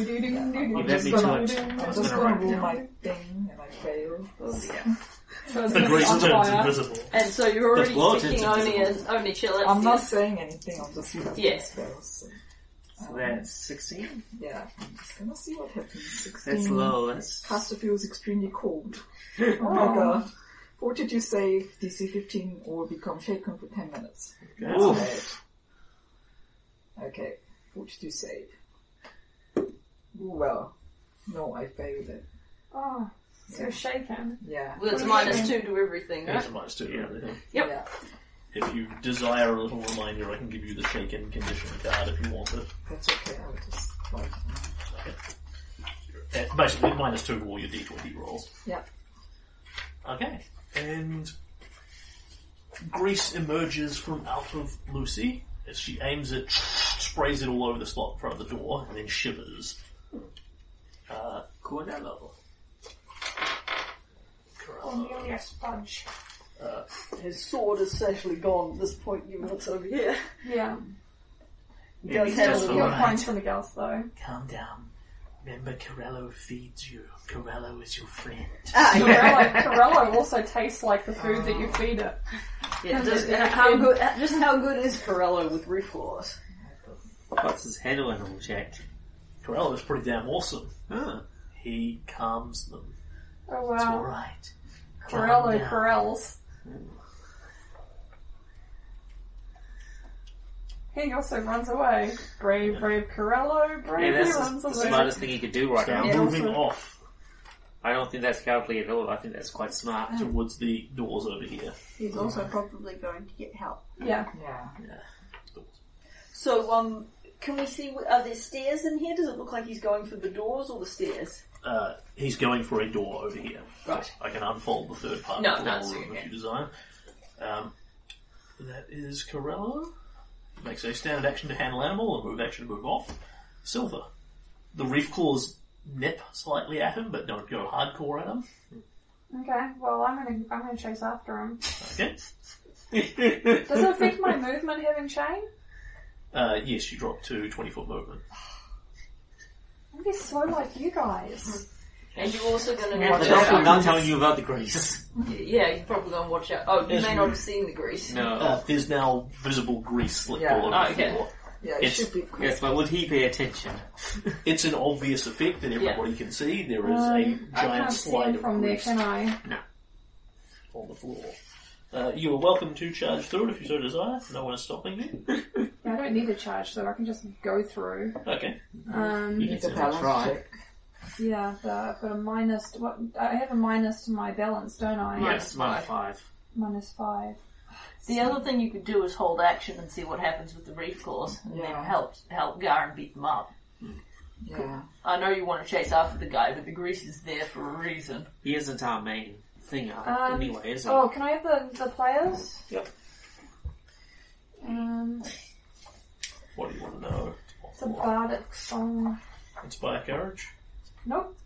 Speaker 9: just
Speaker 3: me
Speaker 9: gonna,
Speaker 3: to it.
Speaker 9: I'm
Speaker 3: was gonna
Speaker 9: just gonna
Speaker 3: write it
Speaker 9: roll
Speaker 3: down.
Speaker 9: my thing and I fail.
Speaker 4: So it's
Speaker 1: The
Speaker 4: gonna be
Speaker 1: grease
Speaker 4: on
Speaker 1: turns
Speaker 4: fire.
Speaker 1: invisible.
Speaker 2: And so you're
Speaker 3: The
Speaker 2: already
Speaker 3: floor
Speaker 2: picking
Speaker 3: tinted
Speaker 2: only and only chill
Speaker 9: I'm not saying anything. I'm just using
Speaker 2: Yes.
Speaker 9: spells. So, um,
Speaker 3: So that's 16.
Speaker 9: yeah, I'm just gonna see what happens. Sixteen.
Speaker 3: That's low.
Speaker 9: (laughs)
Speaker 3: That's
Speaker 9: Caster feels extremely cold. oh my god. Fortitude save DC 15 or become shaken for 10 minutes.
Speaker 3: Oof.
Speaker 9: Okay, fortitude save. Ooh, well, no, I failed it.
Speaker 4: Oh, so shaken.
Speaker 9: Yeah.
Speaker 2: Well, it's minus two to everything,
Speaker 1: It's
Speaker 2: right?
Speaker 1: a minus two, everything.
Speaker 2: Yep.
Speaker 9: Yeah.
Speaker 1: If you desire a little reminder, I can give you the shaken condition card if you want it.
Speaker 9: That's okay. I will just like,
Speaker 1: Uh, Basically, minus two to all your d20 rolls.
Speaker 9: yeah.
Speaker 1: Okay. And grease emerges from out of Lucy as she aims it, sprays it all over the slot in front of the door, and then shivers. Uh,
Speaker 3: Cornello.
Speaker 9: Oh,
Speaker 4: Cornelius Fudge.
Speaker 2: His sword is actually gone at this point, even though it's over here.
Speaker 4: Yeah.
Speaker 2: He does have a
Speaker 1: just
Speaker 2: little-
Speaker 4: He'll
Speaker 1: Alright.
Speaker 4: find something else
Speaker 9: (laughs)
Speaker 4: though.
Speaker 1: calm down. Remember, Corello feeds you. Corello is your friend.
Speaker 2: Ah, (laughs)
Speaker 4: Corello, Corello also tastes like the food that you feed it.
Speaker 2: Yeah, just, and how good, just how good is Corello with reflux?
Speaker 3: What's his head animal check?
Speaker 1: Corello is pretty damn awesome.
Speaker 3: Huh.
Speaker 1: He calms them.
Speaker 4: Oh
Speaker 1: It's
Speaker 4: wow.
Speaker 1: alright. Calm
Speaker 4: Corello
Speaker 1: down.
Speaker 4: Corels. He also runs away. Brave, brave Corello,
Speaker 3: Yeah,
Speaker 4: brave
Speaker 3: that's
Speaker 4: he
Speaker 3: the,
Speaker 4: runs
Speaker 3: the
Speaker 4: away.
Speaker 3: smartest thing he could do right
Speaker 1: Now
Speaker 3: now.
Speaker 4: Yeah.
Speaker 1: moving
Speaker 4: also-
Speaker 1: off
Speaker 3: I don't think that's cowardly at all. I think that's
Speaker 1: (laughs)
Speaker 3: quite smart.
Speaker 1: towards the doors over here.
Speaker 5: He's also probably going to get help.
Speaker 4: Yeah.
Speaker 9: Yeah.
Speaker 2: So, um, can we see, are there stairs in here? Does it look like he's going for the doors or the stairs?
Speaker 1: Uh, he's going for a door over here.
Speaker 2: Right.
Speaker 1: I can unfold the third part
Speaker 2: No,
Speaker 1: of the
Speaker 2: no,
Speaker 1: wall
Speaker 2: it's
Speaker 1: room
Speaker 2: okay.
Speaker 1: if you desire. Um, that is Corello. Makes a standard action to handle animal, a move action to move off. Silver. The reef claws nip slightly at him, but don't go hardcore at him.
Speaker 4: Okay. Well, I'm gonna I'm gonna chase after him.
Speaker 1: Okay.
Speaker 4: Does it affect my movement having chain?
Speaker 1: Uh, yes, you drop to 20 foot movement.
Speaker 4: I'm just so like you guys.
Speaker 2: And you're also going to
Speaker 3: But
Speaker 2: watch
Speaker 3: they're
Speaker 2: out.
Speaker 3: not telling you about the grease.
Speaker 2: Yeah, you're probably going to watch out. Oh, you may not have seen the grease.
Speaker 3: No.
Speaker 1: Uh, there's now visible grease slick
Speaker 9: Yeah.
Speaker 1: all over
Speaker 2: Oh,
Speaker 1: the
Speaker 2: okay.
Speaker 1: floor.
Speaker 9: Yeah, it
Speaker 1: It's-
Speaker 9: should be
Speaker 3: yes, but would he pay attention?
Speaker 1: It's an obvious effect that everybody can see. There is a
Speaker 4: Um,
Speaker 1: giant
Speaker 4: I can't see
Speaker 1: slide
Speaker 4: him
Speaker 1: of
Speaker 4: from there,
Speaker 1: grease
Speaker 4: can I?
Speaker 1: on the floor. Uh, you are welcome to charge through it if you so desire. No one is stopping you.
Speaker 4: Yeah, I don't need a charge, so I can just go through.
Speaker 1: (laughs) Okay.
Speaker 4: Um,
Speaker 9: it's
Speaker 3: It's
Speaker 9: a
Speaker 3: a
Speaker 9: balance
Speaker 3: try.
Speaker 9: check.
Speaker 4: yeah, but I've got a minus. What I have a minus to my balance, don't I?
Speaker 3: Yes, minus five.
Speaker 4: Minus five.
Speaker 2: The other thing you could do is hold action and see what happens with the reef claws, and
Speaker 9: Yeah.
Speaker 2: then help help Garen beat them up.
Speaker 9: Yeah.
Speaker 2: I know you want to chase after the guy, but the grease is there for a reason.
Speaker 3: He isn't our main thing uh,
Speaker 4: Um,
Speaker 3: anyway, is he?
Speaker 4: Oh, can I have the, the players?
Speaker 1: Yep.
Speaker 4: Um,
Speaker 1: What do you want to know?
Speaker 4: it's a bardic song.
Speaker 1: Inspire courage.
Speaker 4: Nope.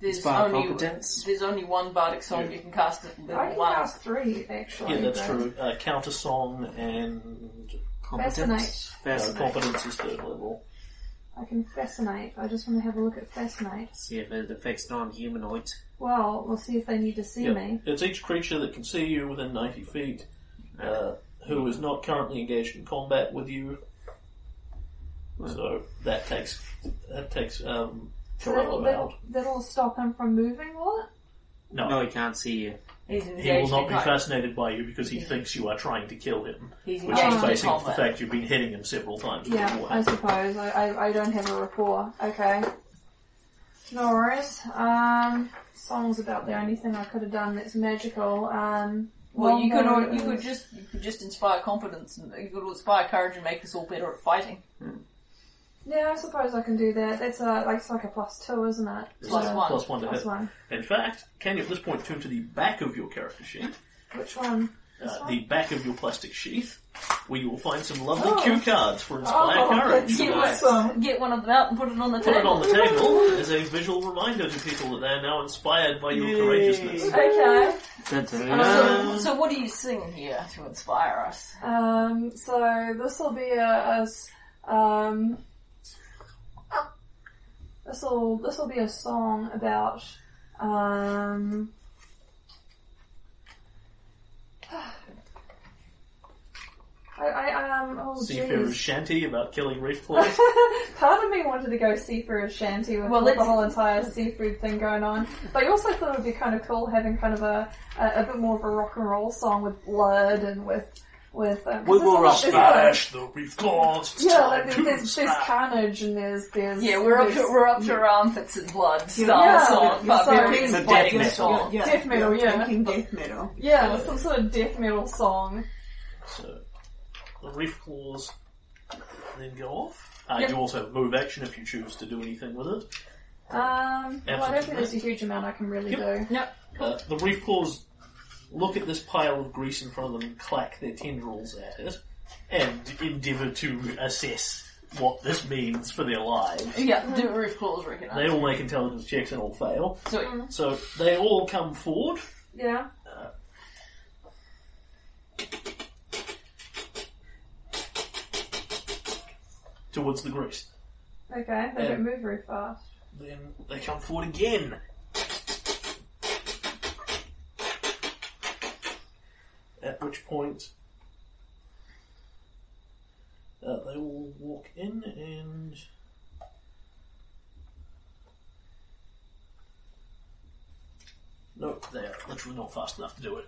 Speaker 2: There's
Speaker 3: Inspire
Speaker 2: only
Speaker 3: competence.
Speaker 2: there's only one bardic song
Speaker 1: Yeah.
Speaker 2: you can cast it with
Speaker 4: I can
Speaker 2: one.
Speaker 4: cast three actually.
Speaker 1: Yeah, that's true. Uh, counter song and
Speaker 3: Competence.
Speaker 1: uh,
Speaker 3: Fascinate.
Speaker 1: competence is third level.
Speaker 4: I can fascinate. I just want to have a look at fascinate.
Speaker 3: See if it affects non-humanoid.
Speaker 4: Well, we'll see if they need to see
Speaker 1: Yeah.
Speaker 4: me.
Speaker 1: It's each creature that can see you within 90 feet uh, who is not currently engaged in combat with you.
Speaker 2: Hmm.
Speaker 1: So that takes that takes um
Speaker 4: So
Speaker 1: Corello
Speaker 4: that'll,
Speaker 1: out.
Speaker 4: that'll, that'll stop him from moving, will it?
Speaker 1: No,
Speaker 3: No, he can't see you.
Speaker 2: He's
Speaker 1: he will
Speaker 2: engaged
Speaker 1: not
Speaker 2: in
Speaker 1: be
Speaker 2: combat.
Speaker 1: fascinated by you because he thinks you are trying to kill him,
Speaker 2: He's
Speaker 1: which is
Speaker 2: engaged in
Speaker 1: based on the
Speaker 2: combat.
Speaker 1: fact you've been hitting him several times. with
Speaker 4: Yeah,
Speaker 1: your
Speaker 4: I
Speaker 1: weapon.
Speaker 4: suppose. I, I, I don't have a rapport. Okay. No worries. Um, song's about the only thing I could have done that's magical. Um,
Speaker 2: Well, you could
Speaker 4: longbow
Speaker 2: al- you could
Speaker 4: is-
Speaker 2: just you could just inspire confidence and you could inspire courage and make us all better at fighting.
Speaker 4: Yeah, I suppose I can do that. That's a like it's like a plus two, isn't it?
Speaker 2: Plus one.
Speaker 1: Plus one to
Speaker 4: Plus
Speaker 1: hit.
Speaker 4: one.
Speaker 1: In fact, can you at this point turn to the back of your character sheet,
Speaker 4: Which one? This
Speaker 1: uh,
Speaker 4: one?
Speaker 1: the back of your plastic sheath, where you will find some lovely
Speaker 9: Oh.
Speaker 1: cue cards for inspired
Speaker 9: Oh,
Speaker 1: courage.
Speaker 2: you
Speaker 1: Nice.
Speaker 9: Awesome.
Speaker 2: Get one of them out and put it on the
Speaker 1: Put it
Speaker 2: table.
Speaker 1: on the table as a visual reminder to people that they are now inspired by your
Speaker 3: Yay.
Speaker 1: courageousness.
Speaker 2: Okay. So,
Speaker 9: Oh.
Speaker 3: Dun-dun-dun.
Speaker 2: so what do you sing here to inspire us?
Speaker 4: Um, so this will be a, a s- um, this will this will be a song about um, (sighs) I, I um oh
Speaker 1: Seafarer's
Speaker 4: jeez.
Speaker 1: shanty about killing reef claws.
Speaker 4: (laughs) Part of me wanted to go seafood shanty with
Speaker 2: Well,
Speaker 4: the
Speaker 2: let's-
Speaker 4: whole entire seafood thing going on, but I also thought it would be kind of cool having kind of a, a, a bit more of a rock and roll song with blood and with with um, 'cause
Speaker 3: We
Speaker 4: there's
Speaker 3: will
Speaker 4: a lot- there's a lot of-
Speaker 1: Smash the reef claws. It's
Speaker 4: yeah,
Speaker 1: time
Speaker 4: like
Speaker 1: to
Speaker 4: there's, there's, there's
Speaker 1: smash.
Speaker 4: carnage and there's there's
Speaker 2: Yeah, we're up to
Speaker 4: there's
Speaker 2: we're up to our armpits in blood style
Speaker 4: Yeah,
Speaker 2: song,
Speaker 4: it's
Speaker 2: but
Speaker 4: like-
Speaker 2: very
Speaker 4: It's
Speaker 3: a
Speaker 2: fighting
Speaker 3: death metal.
Speaker 2: song.
Speaker 4: Death metal, yeah.
Speaker 5: Thinking death metal.
Speaker 4: yeah some sort of death metal song.
Speaker 1: So the reef claws then go off. Uh,
Speaker 4: Yep.
Speaker 1: You also have move action if you choose to do anything with it.
Speaker 4: Um, well, I don't
Speaker 1: Absolutely.
Speaker 4: think there's a huge amount I can really
Speaker 1: Yep.
Speaker 4: do.
Speaker 1: Uh, the reef claws look at this pile of grease in front of them and clack their tendrils at it and endeavour to assess what this means for their lives.
Speaker 2: Yeah, do roof claws
Speaker 1: They
Speaker 2: recognize.
Speaker 1: all make intelligence checks and all fail.
Speaker 2: Sweet.
Speaker 1: So they all come forward.
Speaker 4: Yeah,
Speaker 1: towards the grease.
Speaker 4: okay, they
Speaker 1: Yeah.
Speaker 4: don't move very fast.
Speaker 1: Then they come forward again. At which point, uh, they will walk in and. No, they are literally not fast enough to do it.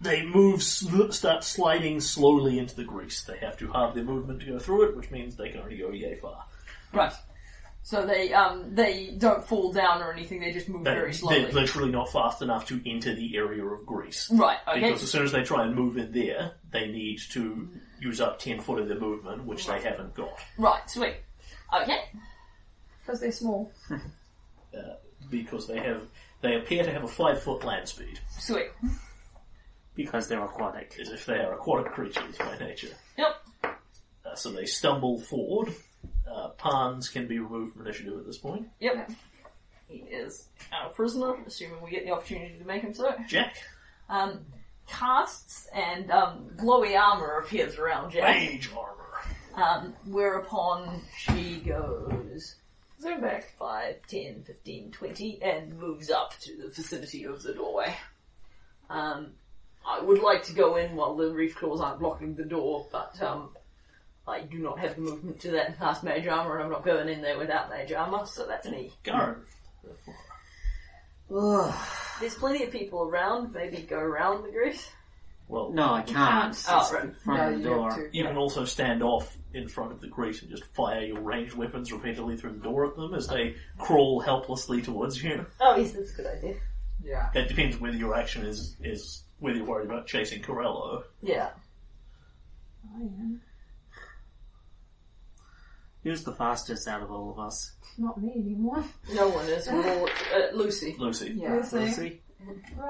Speaker 1: They move, sl- start sliding slowly into the grease. They have to halve their movement to go through it, which means they can only go yay far.
Speaker 2: Right. So they um they don't fall down or anything. They just move
Speaker 1: They-
Speaker 2: very slowly.
Speaker 1: They're literally not fast enough to enter the area of Greece.
Speaker 2: right. Okay.
Speaker 1: Because as soon as they try and move in there, they need to use up 10 foot of their movement, which they haven't got.
Speaker 2: Right. Sweet. Okay.
Speaker 4: Because they're small.
Speaker 1: Uh, Because they have, they appear to have a 5 foot land speed,
Speaker 2: Sweet.
Speaker 3: Because they're aquatic.
Speaker 1: as if they are aquatic creatures by nature.
Speaker 2: Yep.
Speaker 1: Uh, so they stumble forward. Uh, pans can be removed from initiative at this point.
Speaker 2: Yep. He is our prisoner, assuming we get the opportunity to make him so.
Speaker 1: Jack,
Speaker 2: Um, casts and um, glowy armor appears around Jack,
Speaker 1: rage armor.
Speaker 2: um, whereupon she goes
Speaker 4: Zoom back.
Speaker 2: 5, 10, 15, 20, and moves up to the vicinity of the doorway. Um, I would like to go in while the reef claws aren't blocking the door, but um, I do not have the movement to that past mage armor, and I'm not going in there without mage armor, so that's me.
Speaker 1: Garen.
Speaker 2: There's plenty of people around, maybe go around the grease.
Speaker 1: Well,
Speaker 3: No, I can't.
Speaker 2: Oh,
Speaker 3: It's
Speaker 2: right.
Speaker 3: in
Speaker 9: Yeah,
Speaker 3: front of the
Speaker 9: you have
Speaker 3: door.
Speaker 9: to.
Speaker 1: You can also stand off in front of the Greeks and just fire your ranged weapons repeatedly through the door at them as they crawl helplessly towards you.
Speaker 2: Oh, yes, that's a good idea.
Speaker 9: Yeah.
Speaker 1: It depends whether your action is is whether you're worried about chasing Corello.
Speaker 2: Yeah.
Speaker 4: Oh,
Speaker 3: Who's the fastest out of all of us?
Speaker 4: Not me anymore.
Speaker 2: No one is. We're all, uh, Lucy.
Speaker 1: Lucy.
Speaker 9: Yeah.
Speaker 4: Lucy.
Speaker 3: Lucy?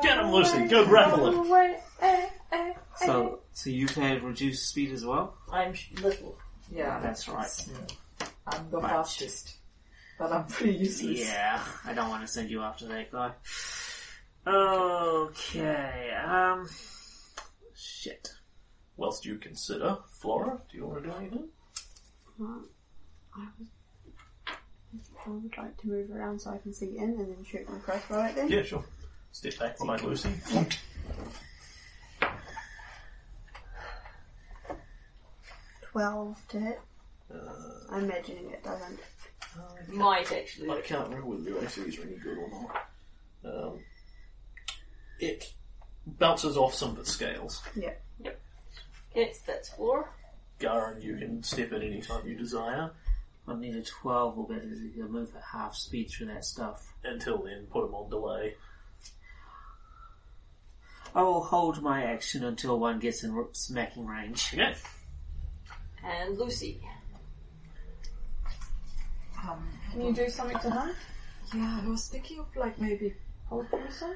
Speaker 1: Get him, Lucy. Go grapple him.
Speaker 4: Wait, eh, eh, eh.
Speaker 3: So, so you've had reduced speed as well?
Speaker 2: I'm little.
Speaker 9: Yeah.
Speaker 3: That's right.
Speaker 9: I'm the
Speaker 3: Match.
Speaker 9: fastest. But I'm pretty useless.
Speaker 3: Yeah, I don't want to send you after that guy. Okay, um... Shit.
Speaker 1: Whilst you consider Flora, do you want to do anything?
Speaker 5: I would, I would like to move around so I can see in and then shoot my crossbow at them.
Speaker 1: Yeah, sure. Step back behind Lucy.
Speaker 5: twelve to hit?
Speaker 2: Uh,
Speaker 5: I'm imagining it doesn't.
Speaker 2: Might actually.
Speaker 1: I can't remember whether your ACs are any good or not. Um, it bounces off some of its scales.
Speaker 5: Yeah.
Speaker 2: Yes, that's four.
Speaker 1: Garen, you can step in any time you desire.
Speaker 3: I need a 12 or better to move at half speed through that stuff.
Speaker 1: Until then, put them on delay.
Speaker 3: I will hold my action until one gets in r- smacking range.
Speaker 1: Yeah.
Speaker 2: And Lucy.
Speaker 9: Um,
Speaker 4: Can you do something to her?
Speaker 9: yeah, I was thinking of like maybe whole person.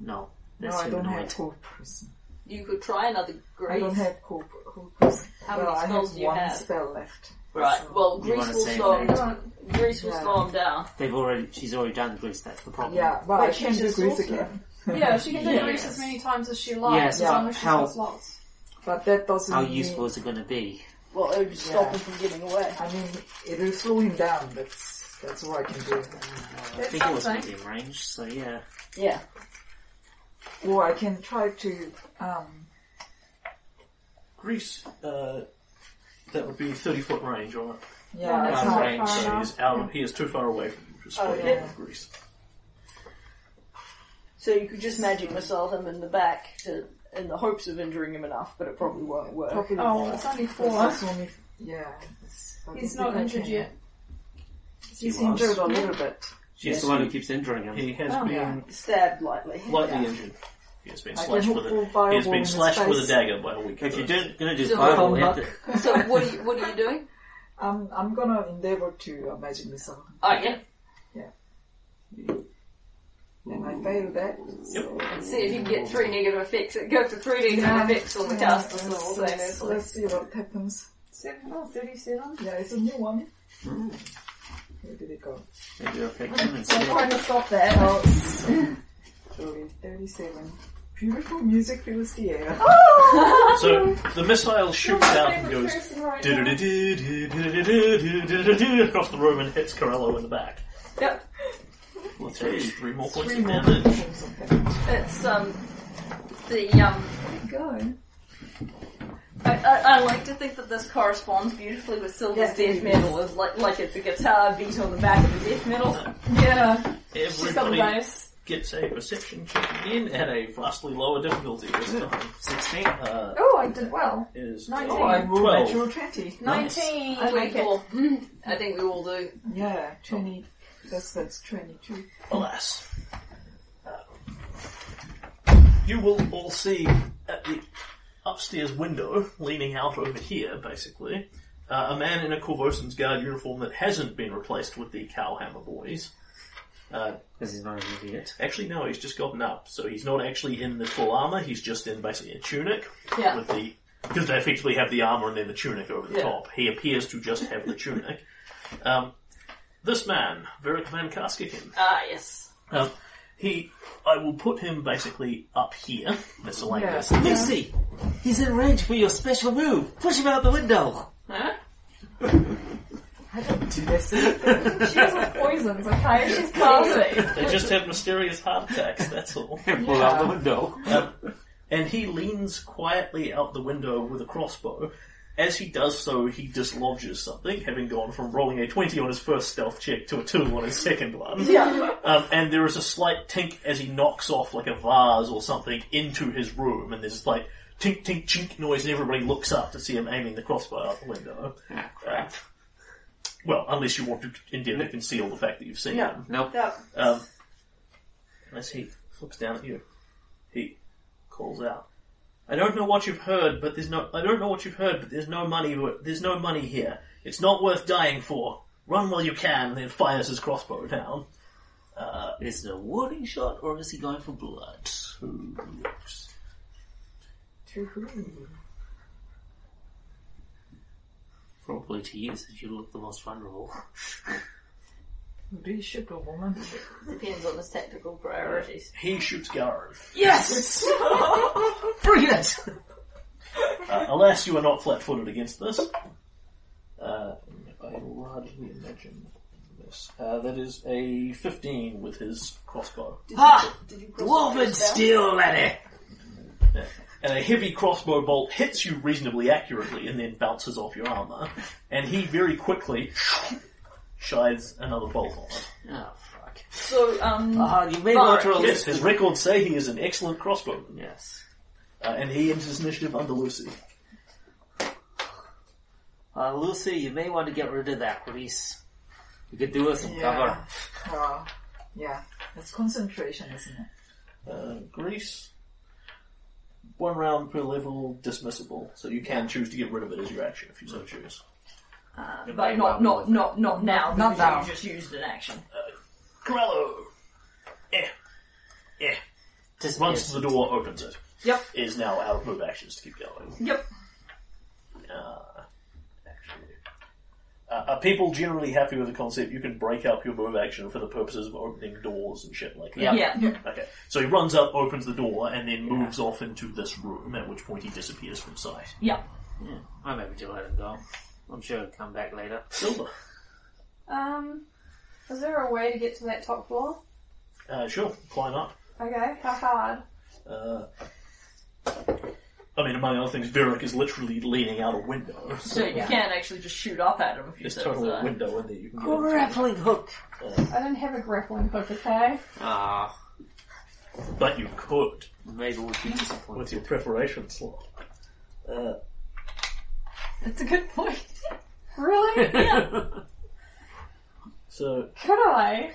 Speaker 3: No.
Speaker 9: No,
Speaker 3: That's
Speaker 9: I don't
Speaker 3: humanoid.
Speaker 9: have whole person.
Speaker 2: You could try another
Speaker 9: I
Speaker 2: grace.
Speaker 9: don't have whole, whole person.
Speaker 2: How
Speaker 9: well,
Speaker 2: many
Speaker 9: I
Speaker 2: spells
Speaker 9: have
Speaker 2: do you
Speaker 9: one
Speaker 2: have?
Speaker 9: spell left.
Speaker 2: Right. Well,
Speaker 3: You
Speaker 2: Grease
Speaker 3: wanna
Speaker 2: will
Speaker 3: save
Speaker 2: slow
Speaker 3: that?
Speaker 2: him. Grease will
Speaker 9: Yeah.
Speaker 2: slow him down.
Speaker 3: They've already, she's already done the grease, that's the problem.
Speaker 9: Yeah, but I
Speaker 4: But
Speaker 9: can
Speaker 4: she's
Speaker 9: do
Speaker 4: a
Speaker 9: Greece
Speaker 4: sorcerer.
Speaker 9: again.
Speaker 4: (laughs) Yeah, she can do
Speaker 3: Yes.
Speaker 4: Greece as many times as she likes,
Speaker 3: Yes.
Speaker 4: as long as she's
Speaker 3: How-
Speaker 4: got slots.
Speaker 9: But that doesn't
Speaker 3: How
Speaker 9: mean...
Speaker 3: useful is it going to be?
Speaker 8: Well, it would just
Speaker 9: Yeah.
Speaker 8: stop him from getting away.
Speaker 9: I mean, it'll slow him down. That's that's all I can do.
Speaker 3: I think it was medium range, so yeah.
Speaker 8: Yeah.
Speaker 9: Or I can try to. Um,
Speaker 1: Grease, uh, that would be 30 foot range on it.
Speaker 4: that's
Speaker 9: yeah, that's
Speaker 3: Out of
Speaker 9: how-
Speaker 3: range.
Speaker 1: So he's out, he is too far away from you. Just
Speaker 8: Oh,
Speaker 1: spray
Speaker 9: yeah.
Speaker 1: him with Grease.
Speaker 8: So you could just magic missile him in the back to, in the hopes of injuring him enough, but it probably won't work.
Speaker 9: probably
Speaker 4: Oh,
Speaker 9: not.
Speaker 4: it's only four.
Speaker 9: That's only- yeah. it's- I
Speaker 4: He's
Speaker 9: don't
Speaker 4: not
Speaker 9: think I
Speaker 4: injured
Speaker 9: can-
Speaker 4: yet.
Speaker 9: He's
Speaker 3: He was.
Speaker 9: injured a little bit.
Speaker 3: She's the one who keeps injuring him.
Speaker 1: He has
Speaker 9: Oh,
Speaker 1: been
Speaker 9: yeah.
Speaker 8: Stabbed lightly.
Speaker 1: lightly injured. He has been
Speaker 9: I can
Speaker 1: slashed
Speaker 9: hook
Speaker 1: with
Speaker 9: full
Speaker 1: a,
Speaker 9: fireball
Speaker 1: he has
Speaker 9: in
Speaker 1: been
Speaker 9: his
Speaker 1: slashed with a
Speaker 9: face.
Speaker 1: dagger by a weak
Speaker 3: If
Speaker 1: person.
Speaker 3: you're doing, going to do
Speaker 2: So
Speaker 3: fireball,
Speaker 9: we'll
Speaker 3: you have to...
Speaker 9: look.
Speaker 2: So what are you, what are you doing?
Speaker 9: Um, I'm gonna endeavor to uh, magic missile,
Speaker 2: Oh yeah.
Speaker 9: and I failed that.
Speaker 2: And see if you can get three negative effects. Go for three negative effects on the caster
Speaker 9: let's,
Speaker 2: simultaneously.
Speaker 9: let's see what happens.
Speaker 4: Seven, oh, 37.
Speaker 9: Yeah, it's a new one. Where did it go?
Speaker 3: Maybe it'll affect him
Speaker 9: So I'm
Speaker 3: instead.
Speaker 9: trying to stop that. Oh, sorry, 37. Beautiful music fills the air.
Speaker 1: So the missile shoots out and goes
Speaker 4: person right now.
Speaker 1: "Do-do-do-do-do-do-do-do-do-do-do," across the room and hits Corello in the back.
Speaker 2: Yep.
Speaker 1: Well, three, three more points
Speaker 9: Three
Speaker 1: of
Speaker 9: more
Speaker 1: damage.
Speaker 9: or something.
Speaker 2: It's um the um
Speaker 4: Go.
Speaker 2: I, I, I like to think that this corresponds beautifully with Silver's death metal, is like like it's a guitar beat on the back of the death metal.
Speaker 4: Yeah, she's got the
Speaker 1: Everybody
Speaker 4: base.
Speaker 1: gets a perception check again at a vastly lower difficulty this time.
Speaker 3: 16?
Speaker 1: Uh,
Speaker 4: Oh, I did well.
Speaker 1: is
Speaker 4: Nineteen.
Speaker 9: Oh, I rolled
Speaker 1: 12.
Speaker 9: natural 20.
Speaker 1: Nice.
Speaker 4: 19.
Speaker 2: I, Mm.
Speaker 4: I make it.
Speaker 2: all, I think we all do.
Speaker 9: Yeah, 20. That's, that's 22.
Speaker 1: Alas. Uh, You will all see at the upstairs window, leaning out over here, basically, uh, a man in a Corvosan's guard uniform that hasn't been replaced with the Cowhammer Boys.
Speaker 3: Because he's not an idiot.
Speaker 1: Actually, no, he's just gotten up, so he's not actually in the full armor, he's just in basically a tunic.
Speaker 2: Yeah.
Speaker 1: With the, because they effectively have the armor and then the tunic over the
Speaker 2: Yeah.
Speaker 1: top. He appears to just have the tunic. Um, this man, Verek van Kaskikin,
Speaker 2: Ah yes.
Speaker 1: um, he, I will put him basically up here, miscellaneous.
Speaker 3: Lucy! He's in range for your special move! Push him out the window! (laughs)
Speaker 2: Huh?
Speaker 9: Do this.
Speaker 3: (laughs)
Speaker 4: She uses poisons,
Speaker 2: (laughs)
Speaker 4: okay? She's classy.
Speaker 1: They just have mysterious heart attacks, that's all.
Speaker 3: Pull out the window.
Speaker 1: Um, and he leans quietly out the window with a crossbow. As he does so, he dislodges something, having gone from rolling a 20 on his first stealth check to a 2 on his second one.
Speaker 8: Yeah.
Speaker 1: Um, and there is a slight tink as he knocks off like a vase or something into his room, and there's like tink tink chink noise, and everybody looks up to see him aiming the crossbow out the window. Uh, well, unless you want to endeavour to conceal the fact that you've seen
Speaker 8: Yeah.
Speaker 1: him.
Speaker 3: (laughs) Nope.
Speaker 8: Yeah.
Speaker 1: Um, unless he looks down at you, he calls out. I don't know what you've heard, but there's no. I don't know what you've heard, but there's no money. There's no money here. It's not worth dying for. Run while you can. And then fires his crossbow down.
Speaker 3: Is it a warning shot or is he going for blood?
Speaker 1: Who looks?
Speaker 9: To whom?
Speaker 3: Probably to you since you look the most vulnerable.
Speaker 9: Bishop or woman?
Speaker 2: Depends on his tactical priorities.
Speaker 1: He shoots Garen.
Speaker 2: (laughs)
Speaker 3: Yes! Brilliant!
Speaker 1: Uh, alas, you are not flat-footed against this. Uh, I largely imagine this. Uh, that is a 15 with his crossbow.
Speaker 3: Ha!
Speaker 8: Did you cross
Speaker 3: Dwarven
Speaker 8: yourself?
Speaker 3: steel, laddie!
Speaker 1: and a heavy crossbow bolt hits you reasonably accurately and then bounces off your armor, and he very quickly shies another bolt on it.
Speaker 3: Oh, fuck.
Speaker 2: So, um,
Speaker 3: Ah, you may
Speaker 2: Sorry.
Speaker 3: not roll
Speaker 1: Yes,
Speaker 3: this.
Speaker 1: his records say he is an excellent crossbowman,
Speaker 3: Yes.
Speaker 1: uh, and he enters initiative under Lucy.
Speaker 3: Uh, Lucy, you may want to get rid of that grease. You could do us some
Speaker 9: Yeah. Uh, yeah. It's concentration, isn't it?
Speaker 1: Uh, Grease. One round per level, dismissible. So you can choose to get rid of it as your action if you so choose.
Speaker 2: but not, not, not, not now.
Speaker 9: Not
Speaker 2: because
Speaker 9: now.
Speaker 2: You just used an action.
Speaker 1: Corello! Eh. Eh.
Speaker 3: Just
Speaker 1: Once the door opens it.
Speaker 2: Yep.
Speaker 1: Is now out of move actions to keep going.
Speaker 2: Yep.
Speaker 1: Uh, actually. Uh, are people generally happy with the concept? You can break up your move action for the purposes of opening doors and shit like that.
Speaker 3: Yep.
Speaker 2: Yeah.
Speaker 1: Okay. So he runs up, opens the door, and then moves off into this room, at which point he disappears from sight.
Speaker 2: Yeah.
Speaker 3: Yeah, I maybe just let him go. I'm sure he'll come back later.
Speaker 1: Silver.
Speaker 4: Um, is there a way to get to that top floor?
Speaker 1: Uh, sure, climb up.
Speaker 4: Okay, how hard?
Speaker 1: Uh, I mean, among other things, Varric is literally leaning out a window.
Speaker 2: So you can actually just shoot up at him if you
Speaker 1: There's
Speaker 2: so
Speaker 1: totally a
Speaker 2: desire.
Speaker 1: window in there. You can get into.
Speaker 3: Grappling hook.
Speaker 4: I didn't have a grappling hook, okay?
Speaker 3: Ah,
Speaker 1: But you could
Speaker 3: Mabel would be disappointed.
Speaker 1: with your preparation slot. Uh,
Speaker 2: That's a good point. (laughs)
Speaker 4: Really?
Speaker 1: so
Speaker 4: Could I?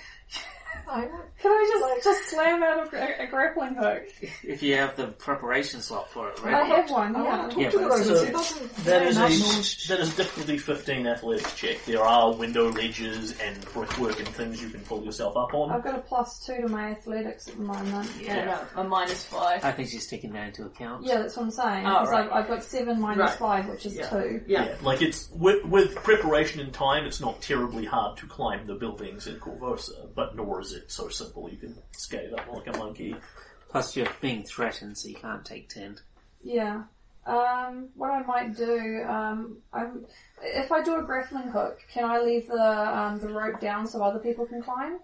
Speaker 2: Oh,
Speaker 9: I would.
Speaker 4: Could I just just slam out a, gra- a grappling hook?
Speaker 3: (laughs) if you have the preparation slot for it,
Speaker 4: I
Speaker 3: right?
Speaker 4: have one,
Speaker 9: I want
Speaker 4: yeah.
Speaker 3: Yeah,
Speaker 9: to talk to the
Speaker 3: but
Speaker 9: roses.
Speaker 1: so
Speaker 9: it doesn't.
Speaker 1: that
Speaker 9: yeah,
Speaker 1: is
Speaker 9: not know-
Speaker 1: a that is difficulty fifteen athletics check. There are window ledges and brickwork and things you can pull yourself up on.
Speaker 4: I've got a plus two to my athletics at the moment.
Speaker 2: Yeah, no, a minus five.
Speaker 3: I think she's taking that into account.
Speaker 4: Yeah, that's what I'm saying.
Speaker 2: Oh,
Speaker 4: Because
Speaker 2: right.
Speaker 4: I've, I've got seven minus
Speaker 2: Right.
Speaker 4: five, which is
Speaker 2: Yeah.
Speaker 4: two.
Speaker 2: Yeah.
Speaker 1: Yeah, like it's with, with preparation and time, it's not terribly hard to climb the buildings in Corvosa, but nor is it so simple you can skate up like a monkey.
Speaker 3: Plus, you're being threatened, so you can't take ten.
Speaker 4: Yeah. Um, what I might do, um, I'm, if I do a grappling hook, can I leave the um, the rope down so other people can climb?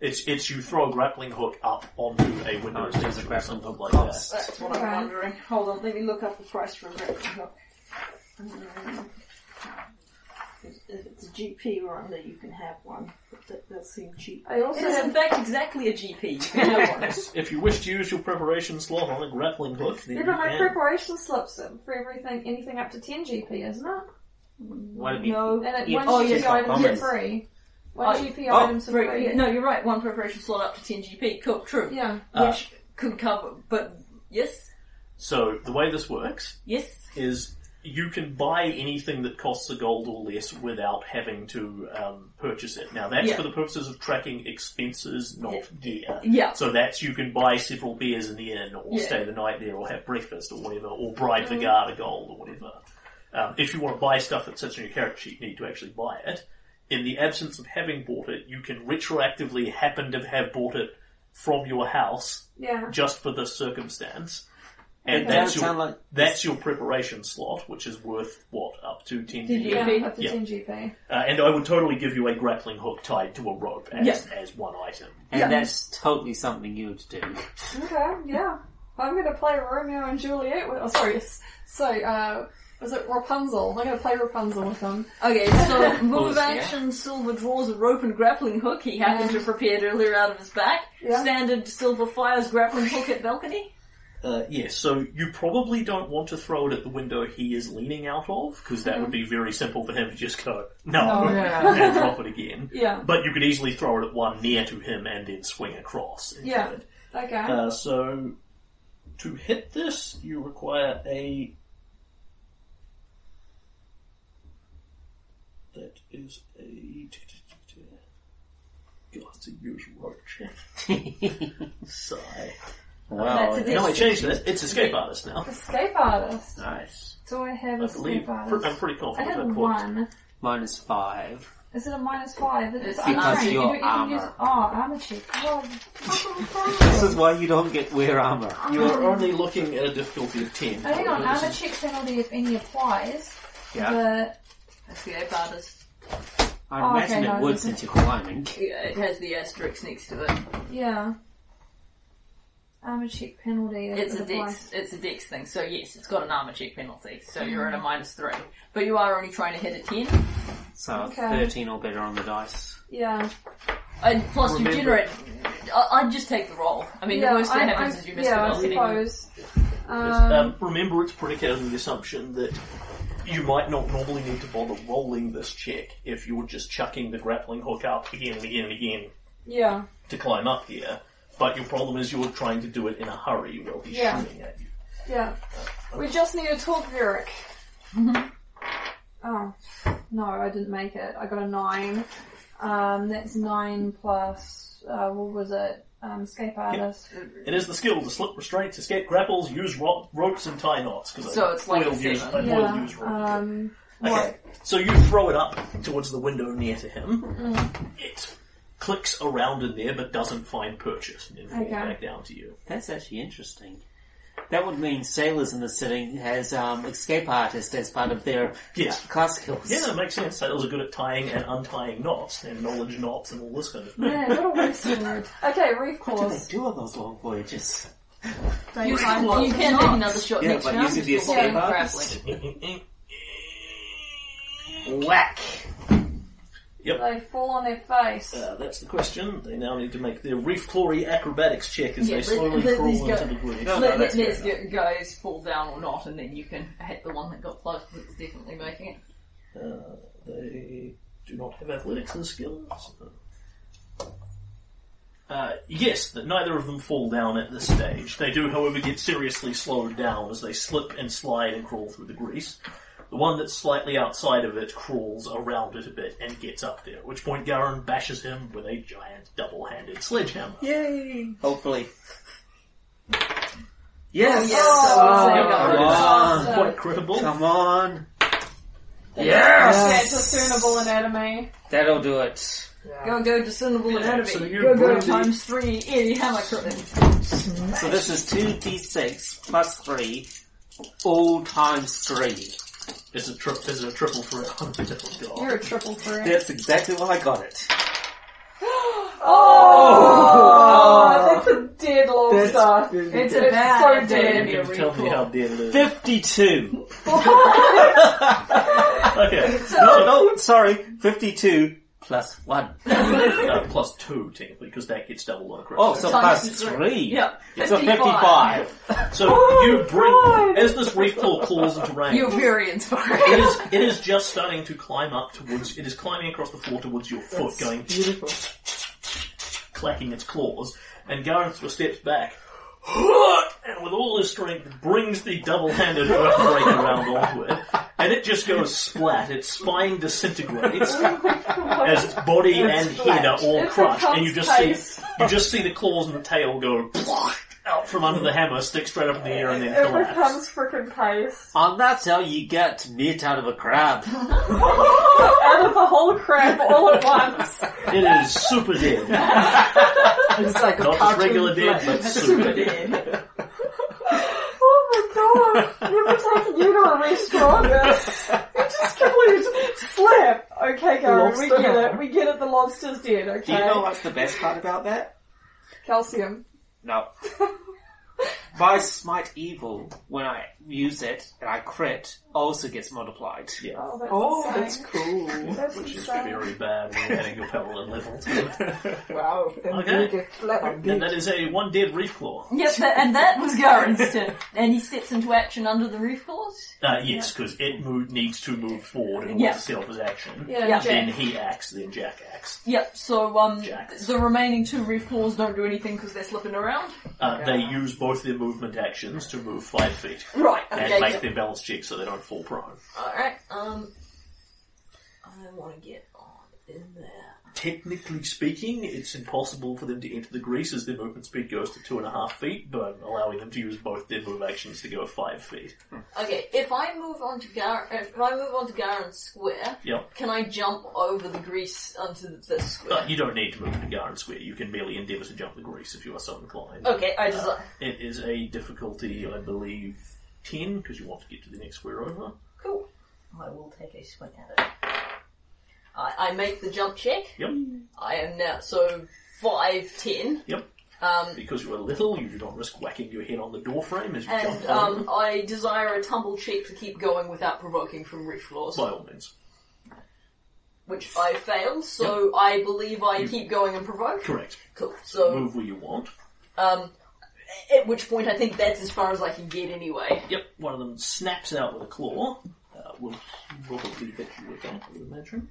Speaker 1: It's it's you throw a grappling hook up onto a window
Speaker 3: Oh, so there's
Speaker 1: ledge or
Speaker 3: a grappling
Speaker 1: something
Speaker 3: hook
Speaker 1: like
Speaker 3: cost.
Speaker 1: that.
Speaker 8: That's what I'm
Speaker 4: Okay.
Speaker 8: wondering. Hold on, let me look up the price for a grappling hook. Um, If it's a GP run, then you can have one. But that, that seemed cheap.
Speaker 4: I
Speaker 2: It
Speaker 4: also
Speaker 2: is in
Speaker 4: have,
Speaker 2: fact exactly a GP. You can have (laughs) one.
Speaker 1: If you wish to use your preparation slot on a grappling hook, then
Speaker 4: yeah,
Speaker 1: you
Speaker 4: but my
Speaker 1: can.
Speaker 4: preparation slips in for everything, anything up to 10 GP, isn't it?
Speaker 3: What if you?
Speaker 2: No.
Speaker 4: And it,
Speaker 3: Yeah.
Speaker 4: one
Speaker 2: Oh,
Speaker 4: GP
Speaker 2: yes,
Speaker 4: item's
Speaker 2: yes.
Speaker 4: for free. One
Speaker 2: Oh,
Speaker 4: GP
Speaker 3: oh,
Speaker 4: item's for
Speaker 2: Three-
Speaker 4: free.
Speaker 2: yeah, no, you're right. One preparation slot up to 10 GP. Cool, true.
Speaker 4: Yeah.
Speaker 1: Uh,
Speaker 2: Which could cover, but yes,
Speaker 1: So the way this works
Speaker 2: yes.
Speaker 1: is you can buy anything that costs a gold or less without having to um, purchase it. Now that's
Speaker 2: Yeah.
Speaker 1: for the purposes of tracking expenses, not gear.
Speaker 2: Yeah.
Speaker 1: So that's you can buy several beers in the inn, or
Speaker 2: Yeah. Mm-hmm.
Speaker 1: stay the night there, or have breakfast, or whatever, or bribe the guard a gold, or whatever. Um, if you want to buy stuff that sits on your character sheet, you need to actually buy it. In the absence of having bought it, you can retroactively happen to have bought it from your house
Speaker 4: Yeah.
Speaker 1: just for this circumstance, and
Speaker 3: It
Speaker 1: that's
Speaker 3: does sound
Speaker 1: your
Speaker 3: like
Speaker 1: that's your preparation slot, which is worth what up to ten. GP.
Speaker 4: Yeah,
Speaker 2: GP.
Speaker 4: up to
Speaker 1: Yeah.
Speaker 4: 10 GP.
Speaker 1: Uh, and I would totally give you a grappling hook tied to a rope as
Speaker 2: Yeah.
Speaker 1: as one item.
Speaker 3: and that's totally something you would do. (laughs)
Speaker 4: Okay, yeah. I'm gonna play Romeo and Juliet with, oh sorry, yes. So, uh, was it Rapunzel? I'm gonna play Rapunzel with them.
Speaker 2: Okay, (laughs) so
Speaker 3: course,
Speaker 2: move
Speaker 3: yeah.
Speaker 2: action. Silver draws a rope and grappling hook he happened to have prepared earlier out of his back.
Speaker 4: Yeah.
Speaker 2: Standard silver fires grappling hook at balcony.
Speaker 1: Uh, yes, so you probably don't want to throw it at the window he is leaning out of, because that would be very simple for him to just go, no,
Speaker 9: No, yeah.
Speaker 1: and drop it again.
Speaker 4: Yeah.
Speaker 1: But you could easily throw it at one near to him and then swing across. into
Speaker 4: Yeah.
Speaker 1: it.
Speaker 4: Okay.
Speaker 1: Uh, so, to hit this, you require a. That is a. God, it's a usual road check. Sigh.
Speaker 3: wow.
Speaker 2: That's a
Speaker 1: No, I
Speaker 2: dis-
Speaker 1: changed this. It's escape artist now.
Speaker 4: escape artist.
Speaker 1: Nice.
Speaker 4: Do I have
Speaker 1: Uh, I
Speaker 4: escape
Speaker 1: believe.
Speaker 4: artist?
Speaker 1: I'm pretty
Speaker 4: I
Speaker 1: confident
Speaker 4: had
Speaker 1: that quotes.
Speaker 4: one.
Speaker 3: Minus five.
Speaker 4: Is it a minus five? It's,
Speaker 2: It's
Speaker 3: because
Speaker 4: untrained. You
Speaker 3: your
Speaker 4: don't even use.
Speaker 3: armor.
Speaker 4: Oh, armor check. Oh,
Speaker 3: This is why you don't get wear armor.
Speaker 1: You are
Speaker 4: Um,
Speaker 1: only looking at a difficulty of 10.
Speaker 4: hang on,
Speaker 1: This
Speaker 4: armor
Speaker 1: is-
Speaker 4: check penalty if any applies.
Speaker 3: Yeah.
Speaker 4: But
Speaker 2: Escape artist.
Speaker 3: I
Speaker 4: Oh,
Speaker 3: imagine
Speaker 4: okay,
Speaker 3: it
Speaker 4: no,
Speaker 3: would
Speaker 4: this
Speaker 3: since you're climbing.
Speaker 2: Yeah, It has the asterisk next to it.
Speaker 4: yeah. armor check penalty. that
Speaker 2: It's
Speaker 4: would
Speaker 2: a
Speaker 4: apply.
Speaker 2: dex. It's a dex thing. So yes, it's got an armor check penalty. So
Speaker 4: Mm-hmm.
Speaker 2: you're at a minus three, but you are only trying to hit a ten.
Speaker 3: So
Speaker 4: Okay.
Speaker 3: 13 or better on the dice.
Speaker 4: Yeah.
Speaker 2: And plus
Speaker 11: Remember-
Speaker 2: you generate. I, I'd just take the roll. I mean,
Speaker 4: yeah,
Speaker 2: the worst that
Speaker 4: I-
Speaker 2: happens
Speaker 4: I-
Speaker 2: is you miss
Speaker 4: yeah,
Speaker 2: the roll.
Speaker 4: I suppose. Um,
Speaker 1: Yes, Um, remember, it's predicated on the assumption that you might not normally need to bother rolling this check if you're just chucking the grappling hook up again and again and again
Speaker 4: yeah.
Speaker 1: to climb up here. But your problem is you're trying to do it in a hurry while he's
Speaker 4: Yeah.
Speaker 1: shooting at you.
Speaker 4: Yeah. We just need to talk, Varric. oh, no, I didn't make it. I got a nine. Um, that's nine plus, uh, what was it? Um, escape artist.
Speaker 1: It is the skill to slip restraints, escape grapples, use ro- ropes and tie knots. Cause
Speaker 2: So
Speaker 1: I
Speaker 2: it's like a
Speaker 1: foiled use,
Speaker 2: seven.
Speaker 1: I foiled
Speaker 4: Yeah.
Speaker 1: use rope.
Speaker 4: Um,
Speaker 1: Okay. So you throw it up towards the window near to him.
Speaker 4: Mm-hmm.
Speaker 1: It clicks around in there but doesn't find purchase and falls
Speaker 4: Okay.
Speaker 1: back down to you.
Speaker 3: That's actually interesting. That would mean sailors in the city has um, escape artist as part of their
Speaker 1: Yes.
Speaker 3: class skills.
Speaker 1: Yeah, that makes sense. Sailors are good at tying and untying knots and knowledge knots and all this kind of thing.
Speaker 4: man,
Speaker 1: (laughs)
Speaker 4: what a western. Okay, reef
Speaker 3: What do they
Speaker 4: course.
Speaker 3: do on those long voyages?
Speaker 2: You,
Speaker 5: Like,
Speaker 2: can- you can take another shot
Speaker 3: Yeah,
Speaker 2: next
Speaker 3: but
Speaker 2: round.
Speaker 3: using the
Speaker 2: just while you're
Speaker 3: escape artist.
Speaker 2: grappling.
Speaker 3: Whack!
Speaker 4: They fall on their face.
Speaker 1: Uh, that's the question. They now need to make their reef glory acrobatics check as
Speaker 2: Yeah,
Speaker 1: they
Speaker 2: but
Speaker 1: slowly
Speaker 2: th-
Speaker 1: crawl
Speaker 2: these
Speaker 1: into
Speaker 2: go-
Speaker 1: the breach.
Speaker 3: No, no,
Speaker 2: Let, let,
Speaker 3: that's good.
Speaker 2: let's get guys fall down or not, and then you can hit the one that got close. That's definitely making it.
Speaker 1: Uh, they do not have athletics as skills. Uh, yes, that neither of them fall down at this stage. They do, however, get seriously slowed down as they slip and slide and crawl through the grease. The one that's slightly outside of it crawls around it a bit and gets up there, at which point Garin bashes him with a giant double-handed sledgehammer.
Speaker 3: Yay! Hopefully. Yes! come
Speaker 4: Oh,
Speaker 3: on!
Speaker 4: so-
Speaker 1: uh, Quite credible.
Speaker 3: Come on!
Speaker 4: Okay,
Speaker 3: Yes!
Speaker 4: discernible anatomy.
Speaker 3: That'll do it.
Speaker 2: Go, go, discernible anatomy.
Speaker 1: So you
Speaker 2: go, go,
Speaker 1: bring the-
Speaker 2: times three, any hammer critic.
Speaker 3: So this is 2d6 plus 3, all times 3.
Speaker 1: It's a, tri- it's a triple threat. (laughs) Oh,
Speaker 4: You're a triple threat.
Speaker 3: That's exactly what I got it.
Speaker 4: Oh, that's a dead lobster.
Speaker 8: It's
Speaker 4: It's
Speaker 8: a bad
Speaker 4: so
Speaker 8: idea.
Speaker 4: (laughs) dead.
Speaker 1: You can tell me how dead it is.
Speaker 3: 52!
Speaker 4: (laughs)
Speaker 1: Okay.
Speaker 3: No, no, sorry, 52 plus 1.
Speaker 1: Uh, plus two, technically, because that gets doubled on
Speaker 3: Oh,
Speaker 1: correct.
Speaker 3: so
Speaker 2: Times
Speaker 3: plus
Speaker 2: three.
Speaker 3: 3.
Speaker 2: Yeah,
Speaker 3: So 55.
Speaker 1: so you bring, as this reef claw claws into range,
Speaker 2: You're very
Speaker 1: it
Speaker 3: (laughs)
Speaker 2: inspiring.
Speaker 1: is, it is just starting to climb up towards, it is climbing across the floor towards your foot, going,
Speaker 9: Beautiful.
Speaker 1: clacking its claws, and Gareth steps back, and with all his strength brings the double-handed earthquake around onto it, and it just goes splat, its spine
Speaker 4: (laughs)
Speaker 1: disintegrates, as its body and head are all
Speaker 4: Oh It's a
Speaker 1: crushed, and you
Speaker 4: cunt's
Speaker 1: just see,
Speaker 4: face.
Speaker 1: you just see the claws and the tail go (laughs) out from under the hammer, stick straight up in the air, and then
Speaker 4: It
Speaker 1: collapse.
Speaker 4: becomes freaking paste.
Speaker 3: And that's how you get meat out of a crab.
Speaker 4: Out of the whole crab all at once.
Speaker 1: It is super
Speaker 4: (laughs)
Speaker 1: dead.
Speaker 9: It's like a
Speaker 1: Not just
Speaker 9: cartoon
Speaker 1: regular dead,
Speaker 9: flag.
Speaker 1: but super dead.
Speaker 4: Oh my god. Never taking you to a restaurant. It's just completely slap. Okay, Garen, we
Speaker 9: Lobster.
Speaker 4: get it. We get it. The lobster's dead,
Speaker 3: Do
Speaker 4: okay?
Speaker 3: you know what's the best part about that?
Speaker 4: Calcium.
Speaker 3: No. My smite evil, when I use it and I crit, also gets multiplied.
Speaker 4: Oh, that's
Speaker 9: Oh,
Speaker 4: insane.
Speaker 9: that's cool.
Speaker 4: That's
Speaker 1: Which is
Speaker 4: insane.
Speaker 1: very bad when you're adding your paladin
Speaker 4: (laughs)
Speaker 1: level to it.
Speaker 9: Wow. Then
Speaker 1: Okay.
Speaker 9: you get flat on
Speaker 1: And that is a one dead reef claw.
Speaker 2: yep, that, and that was Garen's turn. And he steps into action under the roof clause.
Speaker 1: Uh, yes, because it move, needs to move forward in order
Speaker 2: Yeah.
Speaker 1: to set off his action.
Speaker 2: Yeah.
Speaker 4: Yeah, Jack.
Speaker 1: Then he acts, then Jack acts.
Speaker 2: Yep, so um,
Speaker 1: Jacks.
Speaker 2: the remaining two roof claws don't do anything because they're slipping around.
Speaker 1: Uh, They use both their movement actions to move five feet
Speaker 2: Right,
Speaker 1: and
Speaker 2: okay.
Speaker 1: make their balance check so they don't fall prone.
Speaker 2: Alright, um, I want to get on in there.
Speaker 1: Technically speaking, it's impossible for them to enter the grease as their movement speed goes to two and a half feet, but I'm allowing them to use both their move actions to go five feet.
Speaker 2: Okay, if I move on to Gar- if I move on to Garen's square,
Speaker 1: Yep.
Speaker 2: can I jump over the grease onto
Speaker 1: Uh,
Speaker 2: this square?
Speaker 1: you don't need to move to Garen Square. You can merely endeavour to jump the grease if you are so inclined.
Speaker 2: Okay, I just
Speaker 1: It is a difficulty, I believe, 10, because you want to get to the next square over.
Speaker 2: cool. I will take a swing at it. I, I make the jump check.
Speaker 1: Yep.
Speaker 2: I am now so five ten.
Speaker 1: Yep.
Speaker 2: Um,
Speaker 1: Because you are little, you do not risk whacking your head on the doorframe as you
Speaker 2: and
Speaker 1: jump on.
Speaker 2: um, I desire a tumble cheek to keep going without provoking from reach floors,
Speaker 1: By all means.
Speaker 2: which I fail. So I believe I keep going and provoke.
Speaker 1: Correct.
Speaker 2: Cool. So
Speaker 1: Move where you want.
Speaker 2: um, at which point I think that's as far as I can get anyway.
Speaker 1: Yep, one of them snaps out with a claw. Uh, will probably hit you with that, I would imagine.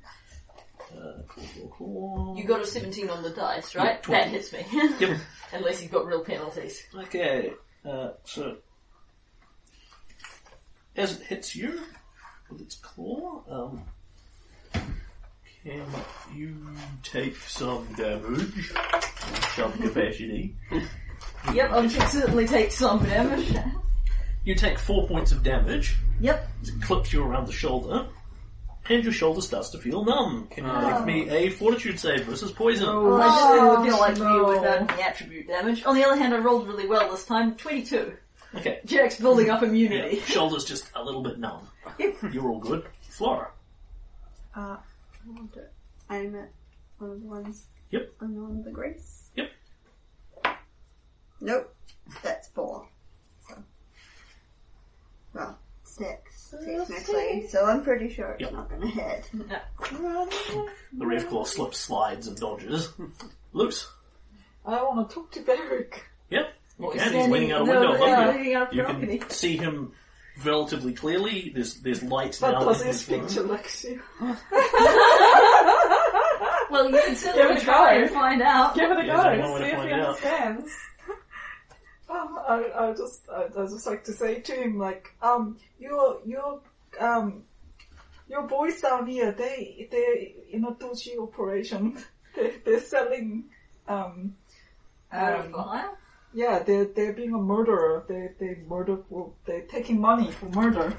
Speaker 1: Uh, claw, claw, claw.
Speaker 2: You got a 17 on the dice, right?
Speaker 1: Yeah,
Speaker 2: that hits me. (laughs)
Speaker 1: Yep.
Speaker 2: Unless you've got real penalties.
Speaker 1: Okay, uh, so as it hits you with its claw, um, can you take some damage? Some capacity.
Speaker 2: Yep, I should certainly take some (laughs) damage.
Speaker 1: You take four points of damage.
Speaker 2: Yep.
Speaker 1: It clips you around the shoulder, and your shoulder starts to feel numb. Can you make
Speaker 2: Oh.
Speaker 1: me a fortitude save versus poison?
Speaker 2: Well, Oh, I just didn't feel like me
Speaker 9: Oh,
Speaker 2: without any attribute damage. On the other hand, I rolled really well this time. 22.
Speaker 1: Okay.
Speaker 2: Jack's building up
Speaker 1: Yeah,
Speaker 2: immunity.
Speaker 1: Shoulder's just a little bit numb. You're all good. Flora.
Speaker 5: Uh, I'll do it. Aim at one of the ones.
Speaker 1: Yep.
Speaker 5: And on the grease.
Speaker 1: Yep.
Speaker 5: Nope. That's four. So. Well, six. Technically. So I'm pretty sure it's
Speaker 1: Yep.
Speaker 5: not gonna hit.
Speaker 1: The Reef Claw slips, slides, and dodges. Loose.
Speaker 9: I want to talk to Beric.
Speaker 1: Yep.
Speaker 2: Well,
Speaker 1: And he's leaning out a
Speaker 2: no,
Speaker 1: window.
Speaker 2: no,
Speaker 1: above
Speaker 2: yeah,
Speaker 1: you.
Speaker 2: leaning out of
Speaker 1: you
Speaker 2: balcony.
Speaker 1: can see him relatively clearly. There's there's light
Speaker 9: But
Speaker 1: now.
Speaker 9: does
Speaker 1: in
Speaker 9: he
Speaker 1: his
Speaker 9: speak
Speaker 1: room.
Speaker 9: to Lexi?
Speaker 2: Well, you can certainly
Speaker 9: Give it a
Speaker 2: try
Speaker 9: go.
Speaker 2: and find out.
Speaker 9: Give it a
Speaker 1: Yeah, there's no
Speaker 9: go.
Speaker 1: way to
Speaker 9: See if
Speaker 1: find
Speaker 9: he
Speaker 1: out.
Speaker 9: understands. (laughs) Um, I, I just, I, I just like to say to him, like, um, your, your, um, your boys down here, they, they in a dodgy operation. (laughs) They, they're selling, um,
Speaker 2: Out of
Speaker 9: um,
Speaker 2: fire?
Speaker 9: yeah, they're they're being a murderer. They they murder. For, they're taking money for murder.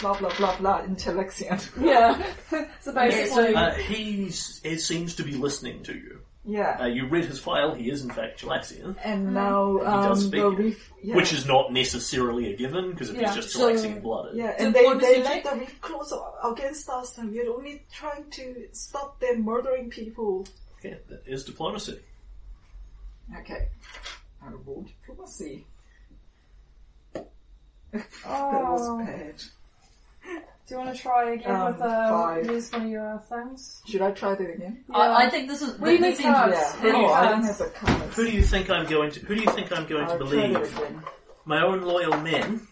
Speaker 9: Blah blah blah blah. Intellexian.
Speaker 4: Yeah. so basically,
Speaker 1: Uh, he's, he seems to be listening to you. Uh,
Speaker 9: (laughs) Yeah.
Speaker 1: you read his file. He is in fact Jalaxian,
Speaker 9: And now um,
Speaker 1: does
Speaker 9: the
Speaker 1: speak.
Speaker 9: reef. Yeah.
Speaker 1: which is not necessarily a given because if
Speaker 9: Yeah,
Speaker 1: he's just
Speaker 2: so-
Speaker 1: Jalaxian blooded.
Speaker 9: yeah,
Speaker 2: So
Speaker 9: and they,
Speaker 2: what does
Speaker 9: they
Speaker 2: he
Speaker 9: let
Speaker 2: do?
Speaker 9: the reef close a- against us, and we're only trying to stop them murdering people.
Speaker 1: Okay, that is diplomacy.
Speaker 9: Okay. I rolled diplomacy. That was
Speaker 4: oh,
Speaker 9: bad.
Speaker 4: do you want to try again
Speaker 9: Um,
Speaker 4: with uh,
Speaker 9: five.
Speaker 4: use one of your things?
Speaker 9: Should I try that again?
Speaker 2: I, I think this is...
Speaker 4: We
Speaker 2: this
Speaker 4: need
Speaker 2: seems-
Speaker 4: cards.
Speaker 9: Yeah.
Speaker 4: Yeah.
Speaker 9: Oh, I don't
Speaker 4: Yeah.
Speaker 9: have the cards.
Speaker 1: Who do you think I'm going to? Who do you think I'm going to
Speaker 9: I'll try
Speaker 1: believe?
Speaker 9: that again.
Speaker 1: my own loyal men,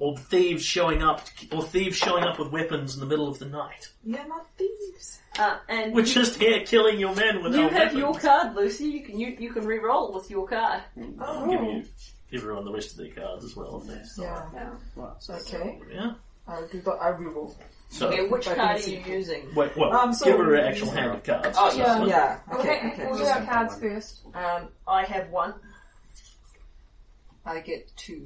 Speaker 1: or thieves showing up, or thieves showing up with weapons in the middle of the night.
Speaker 9: Yeah, not thieves.
Speaker 2: Uh, and
Speaker 1: We're
Speaker 2: you,
Speaker 1: just here killing your men without
Speaker 2: you have
Speaker 1: weapons.
Speaker 2: your card, Lucy. You can you, you can re-roll with your card.
Speaker 9: Oh.
Speaker 1: I'll give you everyone the rest of their cards as well. If they
Speaker 9: Yeah. Okay.
Speaker 1: yeah.
Speaker 9: I'll do the I reroll.
Speaker 1: So
Speaker 2: Okay, which
Speaker 9: But
Speaker 2: card
Speaker 9: it's-
Speaker 2: are you using?
Speaker 1: wait, well,
Speaker 9: Um, so-
Speaker 1: give her an actual hand of cards.
Speaker 2: Oh,
Speaker 1: So-
Speaker 4: yeah.
Speaker 9: Yeah.
Speaker 4: Okay,
Speaker 9: Okay.
Speaker 4: we'll
Speaker 9: Okay.
Speaker 4: do our cards first.
Speaker 2: Um, I have one. I get two.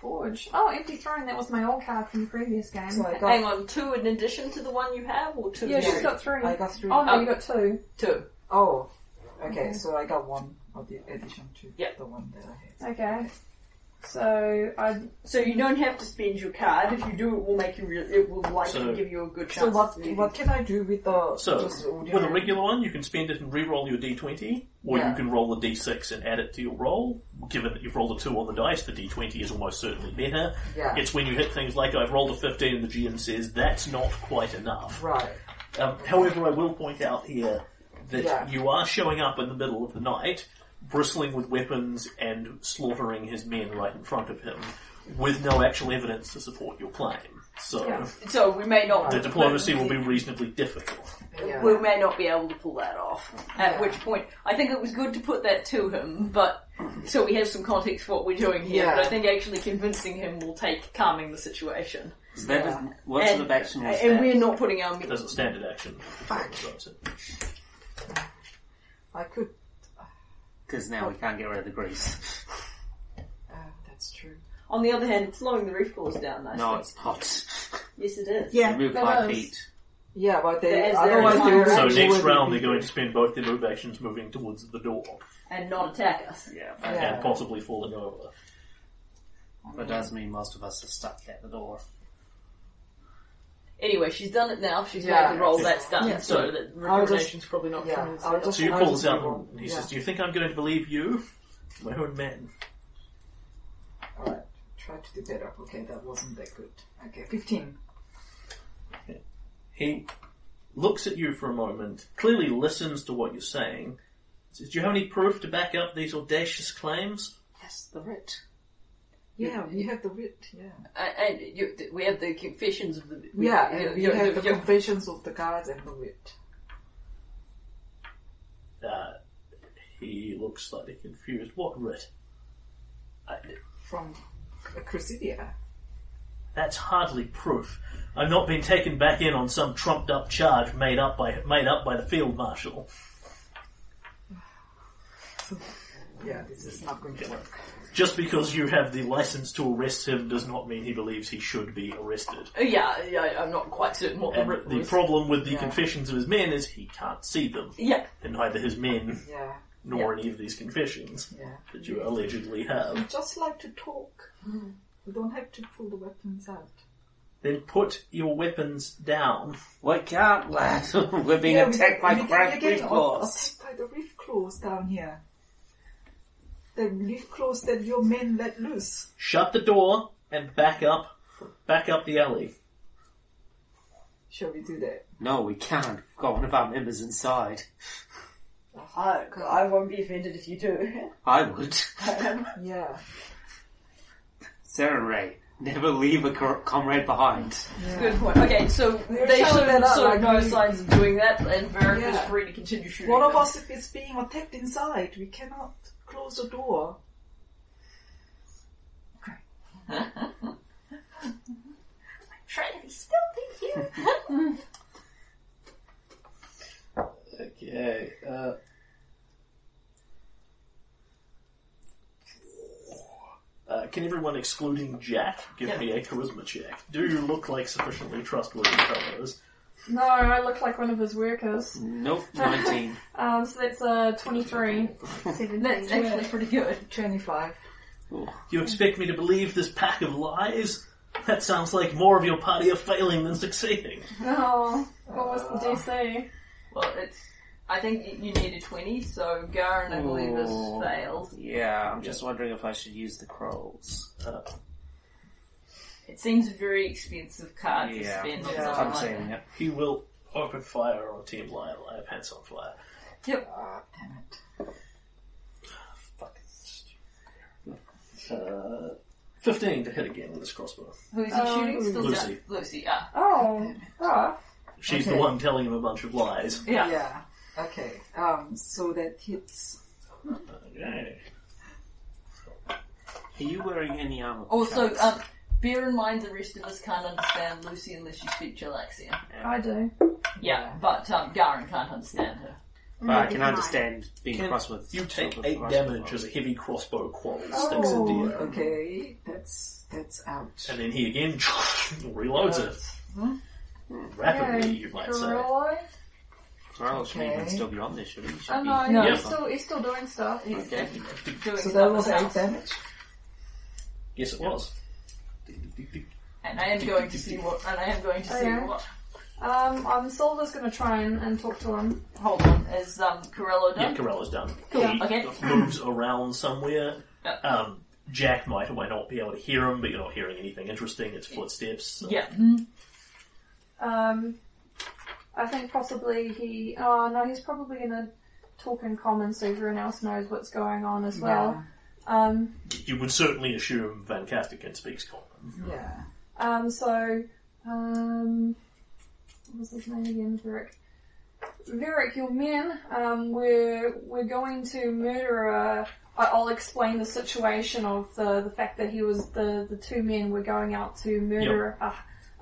Speaker 4: Forge. Oh, empty throne. That was my old card from the previous game.
Speaker 9: So I
Speaker 2: Hang
Speaker 9: got.
Speaker 2: on, two in addition to the one you have, or two?
Speaker 4: yeah,
Speaker 2: more?
Speaker 4: she's got three.
Speaker 9: I got three.
Speaker 4: Oh no, you got two.
Speaker 2: two.
Speaker 9: Oh. Okay. So I got one of the addition to
Speaker 2: Yeah.
Speaker 9: the one that I
Speaker 4: Okay. So I
Speaker 2: So you don't have to spend your card. If you do, it will make you. Re- it will likely
Speaker 1: So-
Speaker 2: give you a good
Speaker 9: had.
Speaker 2: chance.
Speaker 9: So what?
Speaker 2: of beating.
Speaker 9: What can I do with the?
Speaker 1: So,
Speaker 9: just audio?
Speaker 1: with a regular one, you can spend it and re-roll your d20, or
Speaker 9: Yeah.
Speaker 1: you can roll a d6 and add it to your roll. Given that you've rolled a 2 on the dice, the d20 is almost certainly better.
Speaker 9: Yeah.
Speaker 1: It's when you hit things like, I've rolled a 15 and the GM says, that's not quite enough.
Speaker 9: Right.
Speaker 1: Um, however, I will point out here that
Speaker 9: Yeah.
Speaker 1: you are showing up in the middle of the night, bristling with weapons and slaughtering his men right in front of him, with no actual evidence to support your claim. So
Speaker 4: Yeah.
Speaker 2: So we may not.
Speaker 1: the diplomacy will be reasonably difficult.
Speaker 9: Yeah.
Speaker 2: We may not be able to pull that off. At
Speaker 9: Yeah.
Speaker 2: which point, I think it was good to put that to him, but so we have some context for what we're doing here.
Speaker 9: Yeah.
Speaker 2: But I think actually convincing him will take calming the situation.
Speaker 3: (laughs) So that is, what
Speaker 2: And-
Speaker 3: sort of action was
Speaker 2: and
Speaker 3: that?
Speaker 2: we're not putting our.
Speaker 1: There's a standard action.
Speaker 9: I could.
Speaker 3: Because now we can't get rid of the grease.
Speaker 9: Uh, that's true.
Speaker 2: On the other hand, it's slowing the reef claws down nicely.
Speaker 3: No, it's not.
Speaker 2: Yes, it is.
Speaker 5: Yeah.
Speaker 3: Move
Speaker 4: That
Speaker 3: five
Speaker 4: is-
Speaker 3: feet.
Speaker 9: Yeah, but
Speaker 2: There
Speaker 9: they
Speaker 2: is- there
Speaker 9: otherwise
Speaker 2: is
Speaker 9: they
Speaker 2: one.
Speaker 9: would
Speaker 1: So
Speaker 9: actually
Speaker 1: next
Speaker 9: be
Speaker 1: round they're
Speaker 9: beaten.
Speaker 1: going to spend both their move actions moving towards the door
Speaker 2: And not attack us.
Speaker 3: Yeah.
Speaker 9: Yeah.
Speaker 1: and possibly falling over.
Speaker 3: But it does mean most of us are stuck at the door.
Speaker 2: Anyway, she's done it now. She's
Speaker 8: Yeah.
Speaker 2: made the roll. That's done.
Speaker 8: Yeah.
Speaker 2: So that
Speaker 9: I'll just-
Speaker 2: recrimination's probably not
Speaker 9: Yeah,
Speaker 2: coming.
Speaker 9: I'll just-
Speaker 1: So you
Speaker 9: I'll
Speaker 1: pull
Speaker 9: just
Speaker 1: this out
Speaker 9: be wrong.
Speaker 1: and he
Speaker 9: Yeah.
Speaker 1: says, Do you think I'm going to believe you? My own man.
Speaker 9: Alright, try to do better. Okay, that wasn't that good. Okay, 15.
Speaker 1: He looks at you for a moment, clearly listens to what you're saying, says, Do you have any proof to back up these audacious claims?
Speaker 9: Yes, the writ. Yeah, we have the writ, yeah.
Speaker 2: Uh, and you, we have the confessions of the. we-
Speaker 9: Yeah,
Speaker 2: you-
Speaker 9: and we
Speaker 2: you-
Speaker 9: have
Speaker 2: you-
Speaker 9: the
Speaker 2: you-
Speaker 9: confessions of the guards and the writ.
Speaker 1: Uh, he looks slightly confused. What writ?
Speaker 9: From Crucidia.
Speaker 1: That's hardly proof. I've not been taken back in on some trumped up charge made up by made up by the field marshal.
Speaker 9: Yeah, this is not going to work.
Speaker 1: Just because you have the license to arrest him does not mean he believes he should be arrested.
Speaker 2: oh, yeah, yeah, I'm not quite certain what the
Speaker 1: And
Speaker 2: writ
Speaker 1: the
Speaker 2: was.
Speaker 1: problem with the confessions of his men is he can't see them,
Speaker 2: yeah,
Speaker 1: and neither his men
Speaker 9: Yeah,
Speaker 1: nor any of these confessions
Speaker 9: yeah.
Speaker 1: that you allegedly have.
Speaker 9: We just like to talk. We don't have to pull the weapons out.
Speaker 1: Then put your weapons down.
Speaker 3: We can't, lad. (laughs) We're being
Speaker 9: Yeah, we-
Speaker 3: attacked by
Speaker 9: we-
Speaker 3: crab
Speaker 9: we're getting
Speaker 3: claws.
Speaker 9: Attacked by the reef claws down here. The reef claws that your men let loose.
Speaker 1: Shut the door and back up, back up the alley.
Speaker 9: Shall we do that?
Speaker 3: No, we can't. We've got one of our members inside.
Speaker 13: Hi, 'cause I won't be offended if you do.
Speaker 3: I would. (laughs)
Speaker 9: Yeah.
Speaker 3: Sarah Ray, never leave a cor- comrade behind.
Speaker 2: good point. Okay, so they
Speaker 9: showing
Speaker 2: showed
Speaker 9: that up,
Speaker 2: sort
Speaker 9: like,
Speaker 2: of no
Speaker 9: we-
Speaker 2: signs of doing that, and Varric is
Speaker 9: Yeah.
Speaker 2: free to continue shooting.
Speaker 9: One of
Speaker 2: them.
Speaker 9: us if it's being attacked inside. We cannot close the door.
Speaker 2: trying to be stealthy here.
Speaker 1: Okay. Uh, uh, can everyone, excluding Jack, give me a charisma check? Do you look like sufficiently trustworthy fellows?
Speaker 4: No, I look like one of his workers.
Speaker 9: (laughs)
Speaker 3: Nope, 19.
Speaker 4: Um, so that's uh, 23.
Speaker 2: That's actually pretty good.
Speaker 9: 25.
Speaker 1: You expect me to believe this pack of lies? That sounds like more of your party are failing than succeeding.
Speaker 4: Oh, what was the DC?
Speaker 2: Well, it's. I think you- you need a 20, so Garen, I believe, has failed.
Speaker 3: Yeah, I'm just wondering if I should use the crows.
Speaker 1: Uh,
Speaker 2: It seems a very expensive card to
Speaker 3: Yeah.
Speaker 2: spend on
Speaker 9: Yeah.
Speaker 2: something
Speaker 3: I'm
Speaker 2: like
Speaker 3: saying
Speaker 2: that.
Speaker 3: it.
Speaker 1: He will open fire on Team Liar Liar Pants on Fire.
Speaker 9: Ah, damn it.
Speaker 1: Fucking stupid. Uh, 15 to hit again with this crossbow.
Speaker 2: Who's he
Speaker 4: Um,
Speaker 2: shooting? Still
Speaker 1: Lucy.
Speaker 2: Jack- Lucy, ah, yeah.
Speaker 4: Oh, rough.
Speaker 1: She's the
Speaker 9: Okay.
Speaker 1: one telling him a bunch of lies.
Speaker 2: Yeah.
Speaker 9: Okay. Um, so that hits.
Speaker 1: Okay.
Speaker 3: Are you wearing any armor?
Speaker 9: Oh,
Speaker 2: Also,
Speaker 3: Charles?
Speaker 2: um, bear in mind the rest of us can't understand Lucy unless you speak Jalaxian.
Speaker 4: I do.
Speaker 2: Yeah, but um, Garen can't understand her.
Speaker 3: but I
Speaker 5: Mm,
Speaker 3: can
Speaker 5: it's
Speaker 3: understand being
Speaker 1: Can
Speaker 3: cross with.
Speaker 1: You take
Speaker 3: with
Speaker 1: eight
Speaker 3: crossbow.
Speaker 1: damage as a heavy crossbow quarrel sticks
Speaker 2: Oh.
Speaker 1: into you.
Speaker 9: okay. That's that's out.
Speaker 1: And then he again (laughs) reloads it. Rapidly,
Speaker 4: Okay.
Speaker 1: you might say.
Speaker 4: Corroy?
Speaker 3: Well, she
Speaker 9: Okay.
Speaker 3: can still be on there, should we? Should
Speaker 4: Oh
Speaker 3: be-
Speaker 4: no,
Speaker 2: No.
Speaker 4: He's, still, he's still doing stuff.
Speaker 2: He's
Speaker 3: Okay.
Speaker 9: (laughs)
Speaker 2: doing
Speaker 9: So
Speaker 2: stuff
Speaker 9: that was eight
Speaker 2: himself.
Speaker 9: damage.
Speaker 1: Yes, it was.
Speaker 2: And I am going to see what. And I am going to see
Speaker 4: Oh, yeah.
Speaker 2: what.
Speaker 4: Um, um, Silver's gonna try and, and talk to him.
Speaker 2: Hold on, is um, Corello
Speaker 1: Yeah,
Speaker 2: done?
Speaker 1: Corella's done.
Speaker 2: Cool,
Speaker 1: He
Speaker 2: okay.
Speaker 1: moves around somewhere.
Speaker 2: Yeah.
Speaker 1: Um, Jack might or might not be able to hear him, but you're not hearing anything interesting. It's footsteps. so-
Speaker 2: yeah.
Speaker 4: Um, I think possibly he. Oh no, he's probably gonna talk in common so everyone else knows what's going on as well. Um,
Speaker 1: You would certainly assume Van Castigan speaks common.
Speaker 9: Yeah.
Speaker 4: um, so, um, what was his name again, Varric? Varric, your men, um, we're, we're going to murder a, I- I'll explain the situation of the, the fact that he was the, the two men were going out to murder a,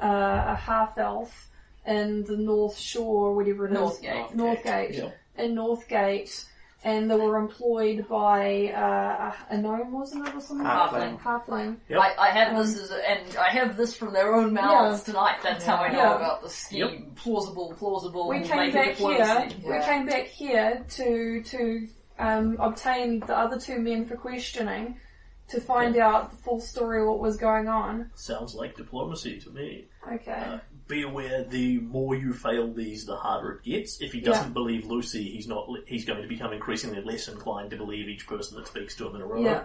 Speaker 4: a, a half elf in the North Shore, whatever it is.
Speaker 2: Northgate.
Speaker 4: Northgate.
Speaker 1: Yep.
Speaker 4: In Northgate. And they were employed by uh, a- a gnome, wasn't it, or something?
Speaker 3: Halfling.
Speaker 4: Halfling.
Speaker 1: Yep.
Speaker 2: I, I have this as, a- and I have this from their own mouths tonight. That's how I know
Speaker 4: Yeah.
Speaker 2: about the scheme. Plausible, plausible.
Speaker 4: we came
Speaker 2: make a
Speaker 4: back here.
Speaker 2: diplomacy.
Speaker 9: Yeah.
Speaker 4: We came back here to to um, obtain the other two men for questioning to find out the full story, what was going on.
Speaker 1: Sounds like diplomacy to me.
Speaker 4: Okay.
Speaker 1: Be aware: the more you fail these, the harder it gets. If he doesn't believe Lucy, he's not. He's going to become increasingly less inclined to believe each person that speaks to him in a row.
Speaker 4: yeah.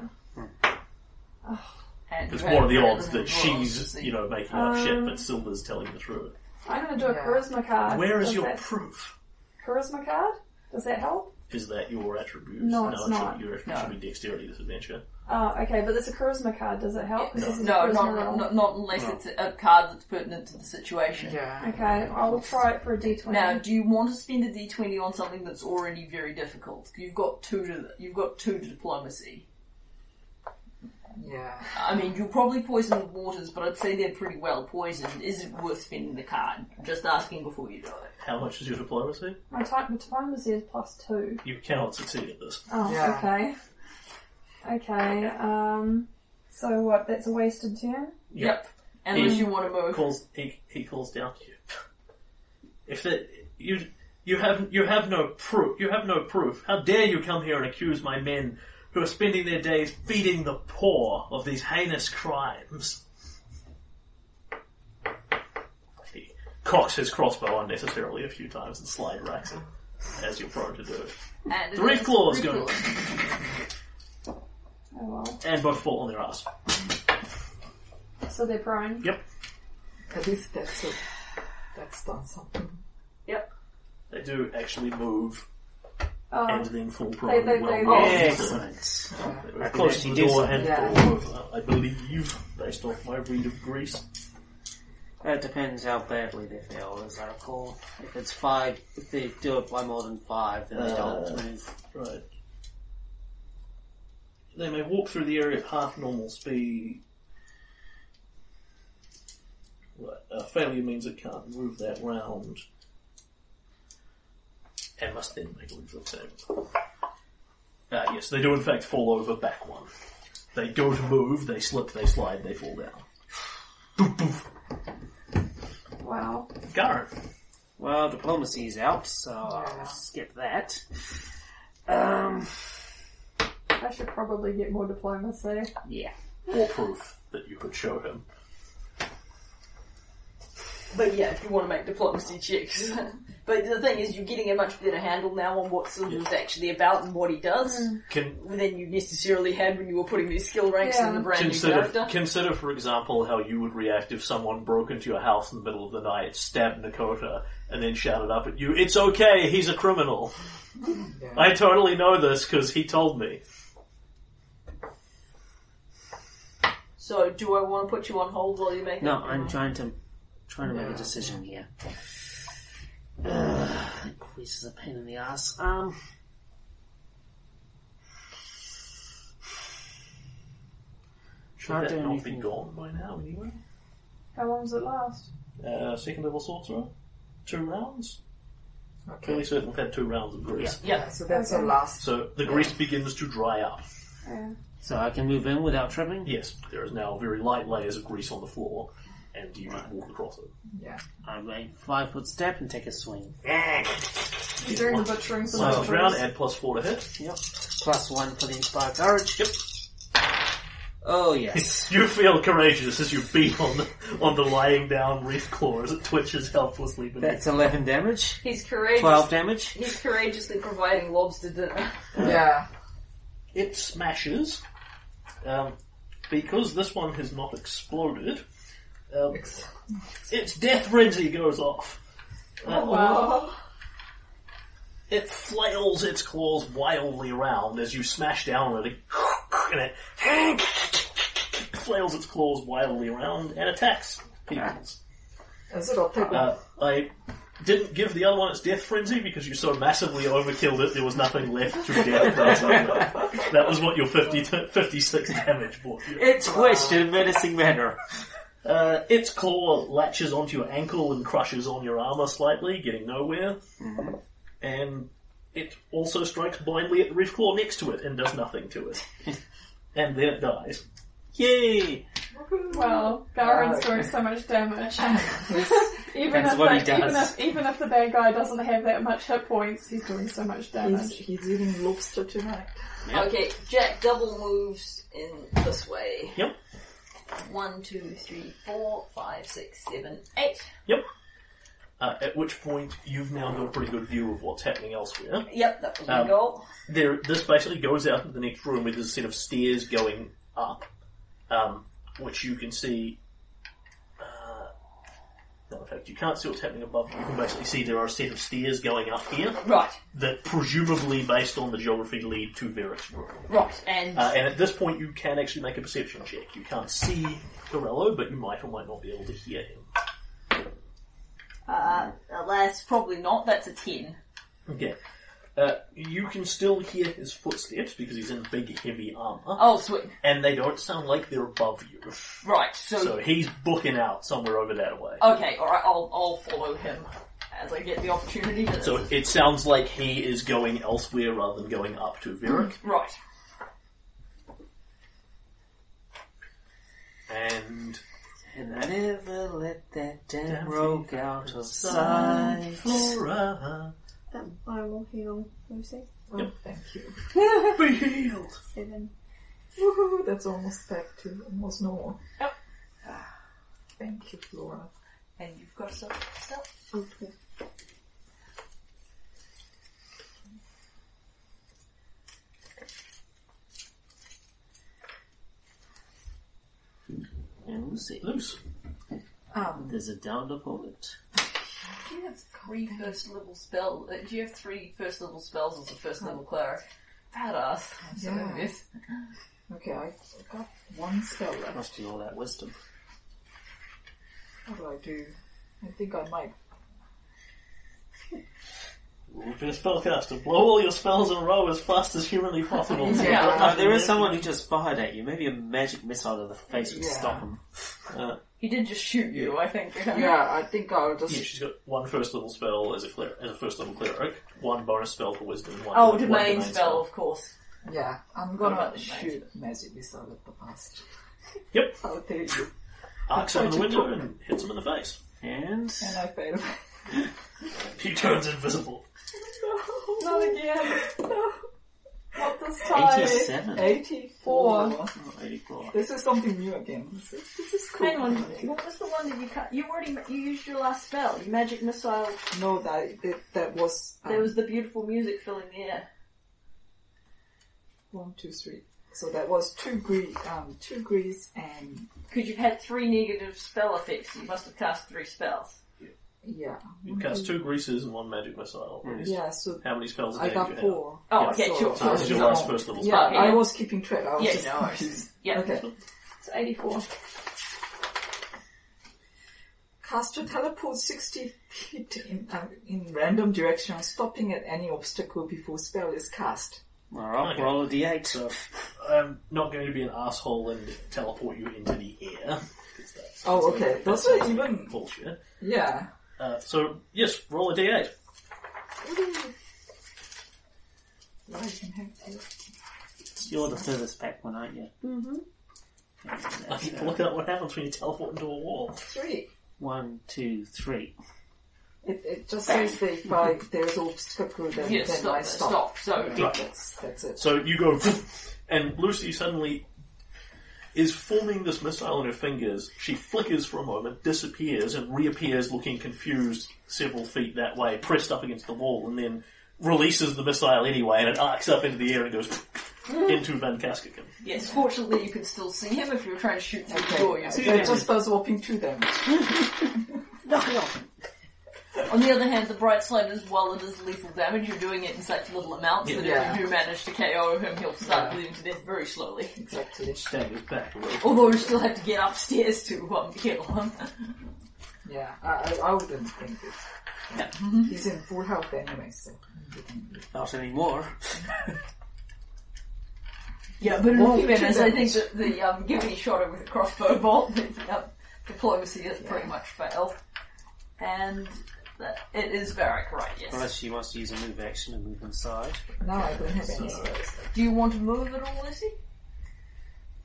Speaker 8: And
Speaker 1: Because what are the odds that she's, you know, making up shit,
Speaker 4: Um,
Speaker 1: but Silva's telling the truth?
Speaker 4: I'm gonna do a charisma card.
Speaker 1: Where is
Speaker 4: Does
Speaker 1: your
Speaker 4: that-
Speaker 1: proof?
Speaker 4: charisma card? Does that help?
Speaker 1: Is that your attribute?
Speaker 4: No, it's not.
Speaker 1: Should, your attribute should be dexterity this adventure.
Speaker 4: Oh, okay, but it's a charisma card. Does it help? 'Cause this is a
Speaker 8: No,
Speaker 4: charisma
Speaker 8: not,
Speaker 4: roll.
Speaker 8: not, not unless it's a card that's pertinent to the situation.
Speaker 13: Yeah.
Speaker 4: Okay, I'll try it for a d20.
Speaker 8: Now, do you want to spend a d20 on something that's already very difficult? You've got two to you've got two to diplomacy.
Speaker 13: Yeah.
Speaker 8: I mean, you'll probably poison the waters, but I'd say they're pretty well poisoned. Is it worth spending the card? I'm just asking before you do it.
Speaker 1: How much is your diplomacy?
Speaker 4: My time, my time is there plus two.
Speaker 1: You cannot succeed at this.
Speaker 4: Oh,
Speaker 13: Yeah.
Speaker 4: okay. Okay, um, so what, that's a wasted turn?
Speaker 8: Yep. Unless you want to move.
Speaker 1: calls he, he calls down to you. If that you you have you have no proof you have no proof. How dare you come here and accuse my men who are spending their days feeding the poor of these heinous crimes? He cocks his crossbow unnecessarily a few times and slide racks it, as you're prone to do.
Speaker 8: And
Speaker 1: The reef claws go
Speaker 4: Oh well.
Speaker 1: and both fall on their ass.
Speaker 4: So they're prone.
Speaker 9: At least that's a, that's done something.
Speaker 1: They do actually move
Speaker 4: Oh,
Speaker 1: and then fall
Speaker 4: they,
Speaker 1: prone.
Speaker 4: they,
Speaker 1: well
Speaker 4: they,
Speaker 1: below.
Speaker 9: Oh.
Speaker 3: Excellent.
Speaker 1: We're close to the door and forward, I believe, based off my read of Greece.
Speaker 3: It depends how badly they fail, as I recall. If it's five, if they do it by more than five, then they
Speaker 1: Uh,
Speaker 3: don't move.
Speaker 1: Right. They may walk through the area at half normal speed. Right. Uh, failure means it can't move that round. And must then make a reflex save. Ah, yes, they do in fact fall over back one. They go to move, they slip, they slide, they fall down. Boof, boof.
Speaker 4: wow.
Speaker 1: Garen.
Speaker 3: Well, diplomacy is out, so I'll skip that. Um,
Speaker 4: I should probably get more diplomacy.
Speaker 3: yeah.
Speaker 1: Or proof that you could show him.
Speaker 2: But yeah, if you want to make diplomacy checks. (laughs) but the thing is, you're getting a much better handle now on what Silver's actually about and what he does
Speaker 1: Can
Speaker 2: than you necessarily had when you were putting these skill ranks
Speaker 4: Yeah.
Speaker 2: in the brand new
Speaker 1: Consider,
Speaker 2: character.
Speaker 1: consider, for example, how you would react if someone broke into your house in the middle of the night, stabbed Nakota, and then shouted up at you, "It's okay, he's a criminal." (laughs) I totally know this because he told me.
Speaker 8: So, do I want to put you on hold while you make
Speaker 3: No,
Speaker 8: it?
Speaker 3: I'm trying to trying to make a decision here. Uh, quiz is a pain in the ass. Um,
Speaker 1: Should
Speaker 3: Can't
Speaker 1: that
Speaker 3: do
Speaker 1: not be
Speaker 3: anything.
Speaker 1: gone by now, anyway?
Speaker 4: How long does it last?
Speaker 1: Uh, second level sorcerer, two rounds. Fairly certain we've had two rounds of grease.
Speaker 2: Yeah.
Speaker 13: So that's the last.
Speaker 1: So the grease begins to dry up.
Speaker 4: Yeah.
Speaker 3: so I can move in without tripping.
Speaker 1: Yes, there is now very light layers of grease on the floor, and you just walk across it.
Speaker 3: I make five foot step and take a swing.
Speaker 4: You're doing the butchering for
Speaker 1: Last
Speaker 4: the
Speaker 1: round,
Speaker 4: butchers.
Speaker 1: add plus four to hit.
Speaker 3: Yep. Plus one for the inspired courage. Yep. Oh
Speaker 1: (laughs)
Speaker 3: yes.
Speaker 1: You feel courageous as you beat on the, on the lying down reef claw as it twitches helplessly beneath.
Speaker 3: That's eleven damage.
Speaker 2: He's courageous. (laughs)
Speaker 3: Twelve damage.
Speaker 2: He's courageously providing lobster dinner.
Speaker 13: Yeah.
Speaker 1: It smashes. Um, because this one has not exploded, um, its death frenzy goes off. Uh,
Speaker 4: Wow.
Speaker 1: It flails its claws wildly around as you smash down on it, and it (laughs) flails its claws wildly around and attacks people.
Speaker 9: Is it all people?
Speaker 1: Uh, I didn't give the other one its death frenzy because you so massively overkilled it, there was nothing left to death. those
Speaker 3: (laughs)
Speaker 1: other. that was what your 50 t- 56 damage bought you.
Speaker 3: It twitched in a menacing manner.
Speaker 1: Uh, its claw latches onto your ankle and crushes on your armor slightly, getting nowhere. And it also strikes blindly at the reef claw next to it and does nothing to it. and then it dies.
Speaker 3: Yay!
Speaker 4: Well, Garen's doing so much (laughs) damage. even,
Speaker 3: That's
Speaker 4: if
Speaker 3: what he
Speaker 4: the- even
Speaker 3: does.
Speaker 4: if even if the bad guy doesn't have that much hit points, he's doing so much
Speaker 9: He's,
Speaker 4: damage.
Speaker 9: he's eating lobster tonight.
Speaker 3: Yep.
Speaker 2: Okay, Jack double moves in this way.
Speaker 1: Yep.
Speaker 2: One, two, three, four, five, six, seven, eight.
Speaker 1: Uh, at which point you've now got a pretty good view of what's happening elsewhere.
Speaker 2: Yep, that was my
Speaker 1: Um,
Speaker 2: goal.
Speaker 1: There, this basically goes out into the next room where there's a set of stairs going up, um, which you can see. Uh, no, in fact, you can't see what's happening above. You can basically see there are a set of stairs going up here
Speaker 2: Right,
Speaker 1: that, presumably based on the geography, lead to Veric's room.
Speaker 2: right, and
Speaker 1: Uh, and at this point, you can actually make a perception check. You can't see Corello, but you might or might not be able to hear him.
Speaker 2: uh, alas, probably not. That's a ten.
Speaker 1: Okay. Uh, you can still hear his footsteps because he's in big, heavy armor,
Speaker 2: Oh, sweet.
Speaker 1: and they don't sound like they're above you.
Speaker 2: Right, so,
Speaker 1: So he's booking out somewhere over that way.
Speaker 2: okay, all right. I'll I'll follow him as I get the opportunity. but
Speaker 1: So it sounds like he is going elsewhere rather than going up to Verric.
Speaker 2: right,
Speaker 1: And
Speaker 3: And I never let that damn rogue out of sight.
Speaker 1: Flora,
Speaker 5: That I will heal Lucy.
Speaker 9: Oh, thank you.
Speaker 1: be healed.
Speaker 5: Seven.
Speaker 9: Woohoo, that's almost back to almost normal. Yep. Thank you, Flora.
Speaker 2: and you've got some stuff.
Speaker 5: Okay.
Speaker 3: And Lucy,
Speaker 1: Loose.
Speaker 2: Um,
Speaker 3: there's a down opponent.
Speaker 2: do you have three first level spell? Uh, do you have three first level spells as a first level cleric? Badass. I'm so
Speaker 9: Yeah.
Speaker 2: envious.
Speaker 9: Okay, I I got one spell left.
Speaker 3: Must be all that wisdom.
Speaker 9: What do I do? I think I might.
Speaker 1: Roll for your spellcaster. Blow all your spells in a row as fast as humanly possible.
Speaker 2: (laughs) Yeah.
Speaker 1: Nothing
Speaker 3: Uh, there is
Speaker 1: left.
Speaker 3: someone who just fired at you. Maybe a magic missile to the face would
Speaker 9: Yeah.
Speaker 3: stop him.
Speaker 2: He did just shoot you, I (laughs) think.
Speaker 9: Yeah, I think I'll just.
Speaker 1: Yeah, she's got one first level spell as a cler- as a first level cleric, one bonus spell for wisdom, one
Speaker 2: Oh,
Speaker 1: one
Speaker 2: domain spell, of course.
Speaker 9: Yeah, I'm
Speaker 2: Alright,
Speaker 9: gonna
Speaker 2: thanks.
Speaker 9: shoot magic missile at the past.
Speaker 1: Yep.
Speaker 9: (laughs) I'll tell you.
Speaker 1: Arcs out of the window and hits him in the face.
Speaker 3: And
Speaker 9: And I (laughs) failed.
Speaker 1: He turns invisible.
Speaker 4: Not again. (laughs) Not this time.
Speaker 3: 87.
Speaker 9: 84.
Speaker 3: Oh, 84.
Speaker 9: This is something new again. This is, this is cool.
Speaker 2: Hang on, what was the one that you cut? You already ma- you used your last spell, your magic missile.
Speaker 9: No, that, that, that was. um,
Speaker 2: There was the beautiful music filling the air.
Speaker 9: One, two, three. So that was two Greece, um, two Greece and
Speaker 2: Because you've had three negative spell effects, you must have cast three spells.
Speaker 9: yeah,
Speaker 1: You cast two greases and one magic missile.
Speaker 2: Mm.
Speaker 9: yeah. So
Speaker 1: How many spells a
Speaker 9: I
Speaker 1: day do
Speaker 9: got
Speaker 1: you
Speaker 9: four.
Speaker 2: Oh,
Speaker 1: Yeah,
Speaker 2: okay,
Speaker 9: so-
Speaker 2: sure.
Speaker 1: have? So this is your last first level
Speaker 9: Yeah,
Speaker 2: Okay.
Speaker 9: I was keeping track. I was
Speaker 2: Yeah,
Speaker 9: just
Speaker 2: no worries.
Speaker 9: confused.
Speaker 2: Yeah.
Speaker 9: Okay.
Speaker 4: It's 84.
Speaker 9: Caster teleports 60 feet in, um, in random direction, stopping at any obstacle before spell is cast.
Speaker 3: Alright, roll a d8.
Speaker 1: spell. I'm not going to be an asshole and teleport you into the air. 'cause that's-
Speaker 9: Oh, okay. Those are even.
Speaker 1: Bullshit.
Speaker 9: Yeah.
Speaker 1: Uh, so yes, roll a d8.
Speaker 9: Well, you can have-
Speaker 3: You're the furthest back one, aren't you?
Speaker 1: I
Speaker 3: Mm-hmm.
Speaker 1: need to (laughs) look at what happens when you teleport into a wall.
Speaker 9: Three.
Speaker 3: One, two, three.
Speaker 9: It, it just says that if I, there's an obstacle, then,
Speaker 2: Yeah,
Speaker 9: then
Speaker 2: stop,
Speaker 9: I
Speaker 2: it, stop. So,
Speaker 9: Yeah, that's, that's it.
Speaker 1: So you go, (laughs) and Lucy suddenly is forming this missile in her fingers. She flickers for a moment, disappears, and reappears looking confused several feet that way, pressed up against the wall, and then releases the missile anyway, and it arcs up into the air and goes (laughs) into Van Kaskakin.
Speaker 2: yes, fortunately you can still see him if you were trying to shoot through the door.
Speaker 9: Okay.
Speaker 2: You
Speaker 9: So
Speaker 2: see
Speaker 9: they're
Speaker 2: him.
Speaker 9: just by swapping to them.
Speaker 2: On the other hand, the bright side is while it is lethal damage, you're doing it in such little amounts that
Speaker 9: Yeah.
Speaker 2: if you do manage to KO him, he'll start bleeding to death very slowly. (laughs)
Speaker 9: Exactly.
Speaker 1: Staggers back a little.
Speaker 2: Although you still have to get upstairs to um, kill (laughs) him.
Speaker 9: Yeah, I, I, I wouldn't think it. (laughs) He's in full health anyway, so.
Speaker 3: Not anymore.
Speaker 2: Yeah, but in
Speaker 9: Well,
Speaker 2: all fairness, I
Speaker 9: two
Speaker 2: think that the um, given he shot it with a crossbow bolt, (laughs) the um, diplomacy has pretty much failed. And that, it is Varric, right, yes.
Speaker 3: Unless she wants to use a move action and move inside.
Speaker 9: Now I don't have any spells.
Speaker 2: Do you want to move at all, Lucy?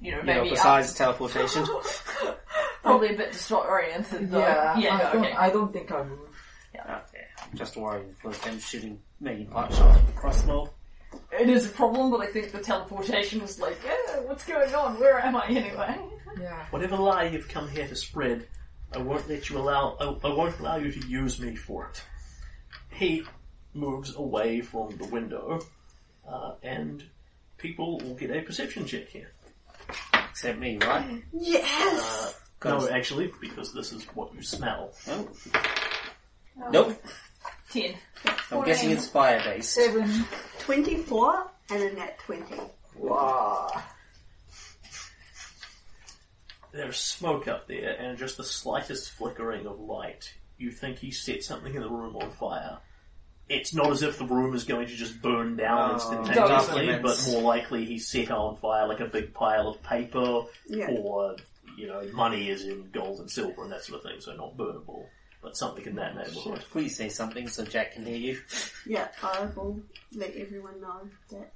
Speaker 2: you know,
Speaker 3: You know,
Speaker 2: maybe up,
Speaker 3: besides teleportation.
Speaker 2: probably a bit distort oriented. Though. (laughs)
Speaker 9: Yeah,
Speaker 2: yeah,
Speaker 9: I, don't,
Speaker 2: okay.
Speaker 9: I don't think I move.
Speaker 3: Just worrying for them shooting making pot shots with the crossbow.
Speaker 2: It is a problem, but I think the teleportation was like, eh, what's going on? Where am I anyway?
Speaker 9: Yeah.
Speaker 1: Whatever lie you've come here to spread, I won't let you allow. I, I won't allow you to use me for it. He moves away from the window, uh, and people will get a perception check here.
Speaker 3: Except me, right?
Speaker 5: Yes!
Speaker 1: No, actually, because this is what you smell.
Speaker 3: Oh. Nope.
Speaker 2: Ten.
Speaker 3: I'm guessing it's fire based.
Speaker 9: Seven.
Speaker 5: 24 and a net 20.
Speaker 9: Wow.
Speaker 1: There's smoke up there, and just the slightest flickering of light. You think he set something in the room on fire. It's not as if the room is going to just burn down
Speaker 3: Oh.
Speaker 1: instantaneously, but
Speaker 3: Documents.
Speaker 1: more likely he set on fire like a big pile of paper
Speaker 5: Yeah.
Speaker 1: or, you know, money is in gold and silver and that sort of thing, so not burnable, but something in that neighborhood.
Speaker 3: Please say something so Jack can hear you. (laughs)
Speaker 5: Yeah, I will let everyone know that.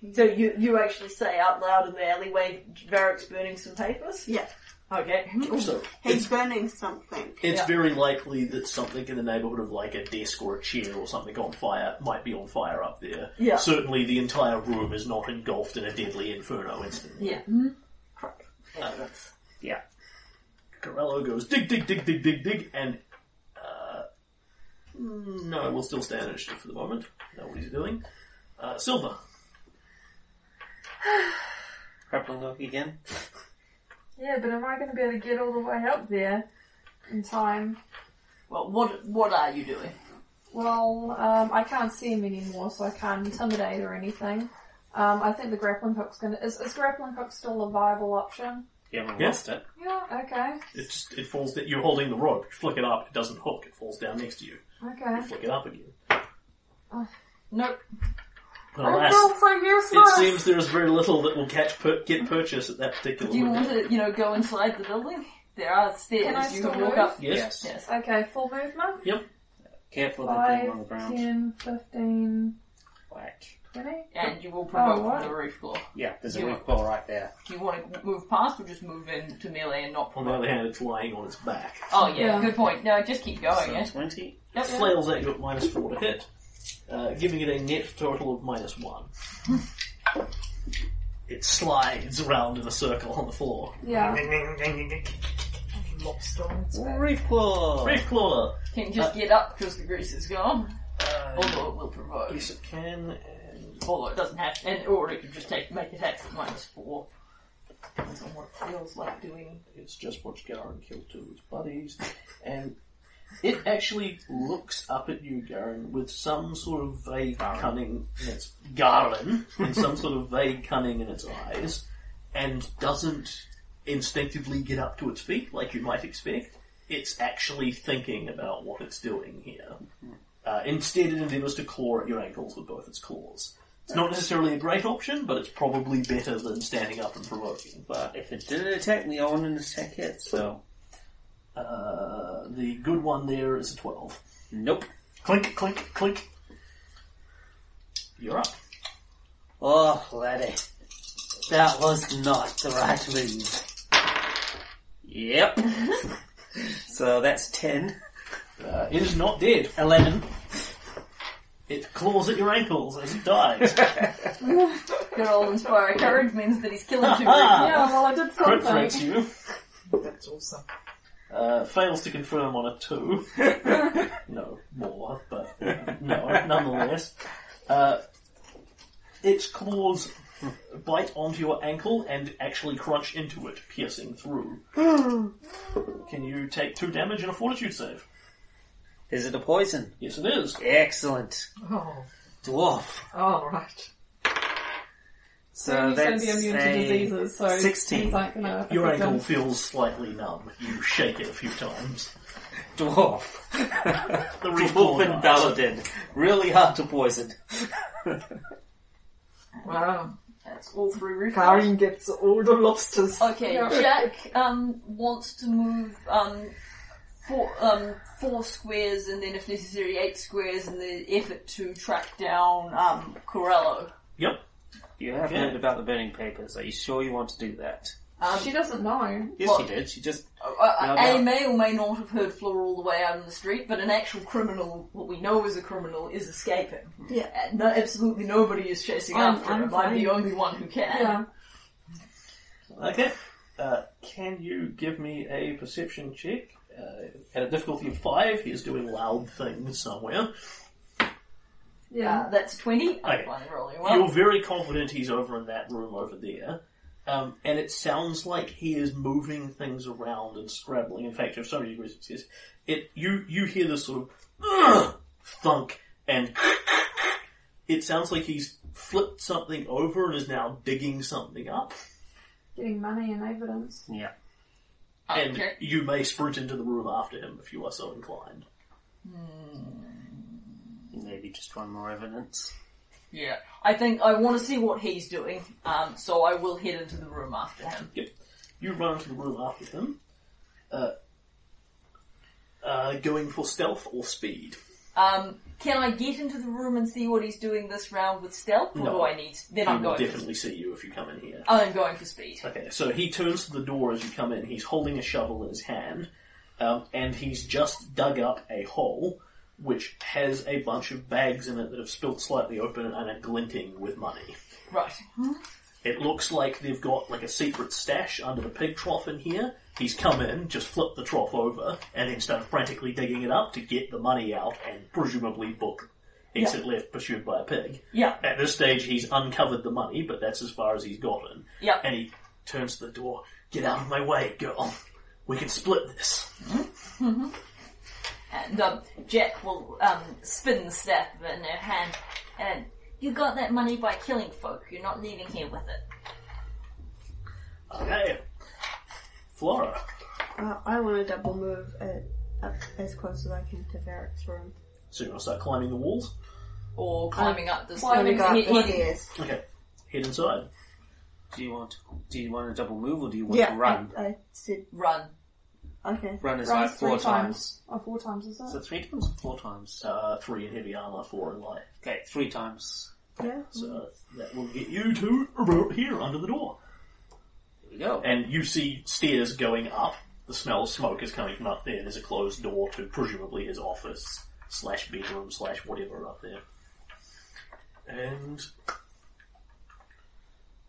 Speaker 5: he-
Speaker 2: So you you actually say out loud in the alleyway, Varick's burning some papers.
Speaker 5: yeah,
Speaker 2: Okay.
Speaker 1: Also,
Speaker 5: he's burning something.
Speaker 1: it's
Speaker 2: Yeah.
Speaker 1: very likely that something in the neighborhood of like a desk or a chair or something on fire might be on fire up there.
Speaker 2: Yeah.
Speaker 1: Certainly the entire room is not engulfed in a deadly inferno instantly.
Speaker 2: Yeah.
Speaker 1: Corello goes dig, dig, dig, dig, dig, dig, and uh, no, we'll still stay on initiative for the moment. Know what he's doing. Uh, Silver,
Speaker 3: Grappling hook again.
Speaker 4: Yeah, but am I going to be able to get all the way up there in time?
Speaker 2: Well, what what are you doing?
Speaker 4: Well, um, I can't see him anymore, so I can't intimidate or anything. Um, I think the grappling hook's going to. Is, is grappling hook still a viable option?
Speaker 3: You haven't
Speaker 1: Yeah.
Speaker 3: lost it.
Speaker 4: Yeah. Okay.
Speaker 1: it just it falls. That you're holding the rope. You flick it up. It doesn't hook. It falls down next to you. You
Speaker 4: Okay.
Speaker 1: flick it up again.
Speaker 2: Uh, Nope. Oh,
Speaker 1: Alas,
Speaker 4: so
Speaker 1: it
Speaker 4: useless.
Speaker 1: seems there is very little that will catch per- get purchase at that particular.
Speaker 2: Do you want
Speaker 1: window.
Speaker 2: to you know go inside the building? There are stairs.
Speaker 4: Can I
Speaker 2: you
Speaker 4: still
Speaker 2: can walk
Speaker 4: move?
Speaker 2: up.
Speaker 1: Yes.
Speaker 2: Yes.
Speaker 4: Okay. Full movement.
Speaker 3: Careful of being on the
Speaker 4: Five,
Speaker 3: ground.
Speaker 4: ten, fifteen,
Speaker 3: Whack.
Speaker 4: twenty.
Speaker 2: And you will provoke
Speaker 4: Oh, right.
Speaker 2: from the roof floor.
Speaker 3: Yeah, there's a
Speaker 2: You
Speaker 3: roof ball right there.
Speaker 2: Do you want to move past or just move in to melee and not
Speaker 1: On the
Speaker 2: provoke?
Speaker 1: other hand, it's lying on its back.
Speaker 2: Oh yeah,
Speaker 4: Yeah.
Speaker 2: good point. No, just keep going.
Speaker 3: so
Speaker 2: Oh, Yeah.
Speaker 3: 20.
Speaker 2: Yep.
Speaker 1: Flails at you at minus four to hit, uh, giving it a net total of minus
Speaker 2: (laughs)
Speaker 1: one. it slides around in a circle on the
Speaker 2: (laughs)
Speaker 1: floor.
Speaker 4: Yeah.
Speaker 9: Lobster on its back.
Speaker 3: Reef claw!
Speaker 1: Brave Claw.
Speaker 2: Can just get up because the grease is gone.
Speaker 1: Uh,
Speaker 2: Although it will provoke.
Speaker 1: yes, it can. And
Speaker 2: Although it doesn't have to, and, or it could just take make attacks at minus four. Depends on what it feels like doing.
Speaker 1: it's just watched Garen kill two of his buddies. And it actually looks up at you, Garen, with some sort of vague cunning in its Garen, and some sort of vague cunning in its eyes, and doesn't instinctively get up to its feet like you might expect. It's actually thinking about what it's doing here. Uh, instead, it endeavours to claw at your ankles with both its claws. It's not necessarily a great option, but it's probably better than standing up and provoking. But
Speaker 3: If it didn't attack me, I wouldn't attack it, so.
Speaker 1: Uh, the good one there is a 12.
Speaker 3: Nope.
Speaker 1: Clink, clink, clink. You're up.
Speaker 3: Oh, laddie. That was not the right move. Yep. so that's 10.
Speaker 1: (laughs) Uh, it is not dead.
Speaker 3: 11.
Speaker 1: It claws at your ankles as it dies.
Speaker 3: (laughs)
Speaker 2: Good old inspire courage means that he's killing two
Speaker 1: Ah.
Speaker 4: Yeah. Well, I did
Speaker 1: Crit
Speaker 4: something.
Speaker 1: threats you.
Speaker 9: That's awesome.
Speaker 1: Uh, fails to confirm on a 2. no, more, but uh, no, nonetheless. Uh, its claws bite onto your ankle and actually crunch into it, piercing through. Can you take 2 damage and a fortitude save?
Speaker 3: (laughs) Is it a poison?
Speaker 1: Yes, it is.
Speaker 3: Excellent.
Speaker 9: Oh,
Speaker 3: Dwarf.
Speaker 9: all right.
Speaker 3: So
Speaker 4: he's going
Speaker 3: that's
Speaker 4: to be immune to
Speaker 3: a
Speaker 4: diseases, so
Speaker 3: 16.
Speaker 4: he's not going to.
Speaker 1: Your ankle feels slightly numb. You shake it a few times.
Speaker 3: (laughs) dwarf.
Speaker 1: The
Speaker 3: dwarf
Speaker 1: reform dies.
Speaker 3: and paladin. Really hard to poison.
Speaker 9: Wow.
Speaker 2: That's all three roof floors.
Speaker 9: Karin gets all the lobsters.
Speaker 2: Okay, Jack um, wants to move um, four, um, four squares and then, if necessary, eight squares in the effort to track down um, Corello.
Speaker 1: Yep.
Speaker 3: You have
Speaker 1: Okay.
Speaker 3: heard about the burning papers. Are you sure you want to do that?
Speaker 4: Uh, she doesn't know.
Speaker 3: Yes,
Speaker 2: Well-
Speaker 3: she did. She just
Speaker 2: Uh,
Speaker 3: Yeah,
Speaker 2: A
Speaker 3: yeah.
Speaker 2: may or may not have heard Flora all the way out in the street, but an actual criminal, what we know is a criminal, is escaping.
Speaker 5: Yeah.
Speaker 2: And No, absolutely nobody is chasing
Speaker 5: I'm-
Speaker 2: after
Speaker 5: I'm
Speaker 2: him. I'm
Speaker 5: fine.
Speaker 2: the only one who can. Uh,
Speaker 4: Yeah.
Speaker 1: Okay. Uh, can you give me a perception check? Uh, at a difficulty of five, he's doing loud things somewhere.
Speaker 4: Yeah.
Speaker 2: Uh, that's 20. I'm
Speaker 1: Okay.
Speaker 2: fine rolling well.
Speaker 1: You're very confident he's over in that room over there. Um, and it sounds like he is moving things around and scrabbling. In fact, you have so many degrees of success. It, you, you hear this sort of "Ugh," thunk and (laughs) it sounds like he's flipped something over and is now digging something up.
Speaker 4: Getting money and evidence.
Speaker 1: And
Speaker 2: Okay.
Speaker 1: you may sprint into the room after him if you are so inclined.
Speaker 3: maybe just one more evidence.
Speaker 2: Yeah. I think I want to see what he's doing, um, so I will head into the room after him.
Speaker 1: You run into the room after them, uh, uh, going for stealth or speed.
Speaker 2: Um, can I get into the room and see what he's doing this round with stealth, or
Speaker 1: No.
Speaker 2: do I need... Then
Speaker 1: He
Speaker 2: I'm
Speaker 1: will
Speaker 2: going,
Speaker 1: definitely see you if you come in here.
Speaker 2: for, I'm going for speed.
Speaker 1: Okay, so he turns to the door as you come in. He's holding a shovel in his hand, um, and he's just dug up a hole which has a bunch of bags in it that have spilled slightly open and are glinting with money.
Speaker 2: Right.
Speaker 1: It looks like they've got like a secret stash under the pig trough in here. He's come in, just flipped the trough over, and then started frantically digging it up to get the money out and presumably book exit left pursued by a pig.
Speaker 2: Yeah.
Speaker 1: At this stage, he's uncovered the money, but that's as far as he's gotten.
Speaker 2: Yeah.
Speaker 1: And he turns to the door. Get out of my way, girl. We can split this.
Speaker 2: And um, Jack will um, spin the staff in her hand. And you got that money by killing folk. You're not leaving here with it.
Speaker 1: Okay. Flora.
Speaker 5: Well, Uh, I want to double move it up as close as I can to Varric's room.
Speaker 1: So you want to start climbing the walls?
Speaker 2: Or climbing up the
Speaker 5: I'm
Speaker 2: stairs.
Speaker 5: gonna go up
Speaker 2: He-
Speaker 5: the
Speaker 2: he-
Speaker 5: stairs.
Speaker 1: Okay. Head inside.
Speaker 3: Do you want? Do you want a double move or do you want
Speaker 5: Yeah,
Speaker 3: to run?
Speaker 5: I, I said
Speaker 2: Run.
Speaker 5: okay.
Speaker 3: Run is
Speaker 4: Runs
Speaker 3: like four
Speaker 4: three
Speaker 3: times.
Speaker 4: times. Oh, four times is
Speaker 3: Is it
Speaker 4: that?
Speaker 3: three times or four times?
Speaker 1: Uh, three in heavy armor, four in light.
Speaker 3: Okay, three times.
Speaker 5: Yeah.
Speaker 1: So uh, that will get you to about here under the door.
Speaker 3: There we go.
Speaker 1: And you see stairs going up. The smell of smoke is coming from up there. There's a closed door to presumably his office slash bedroom slash whatever up there. And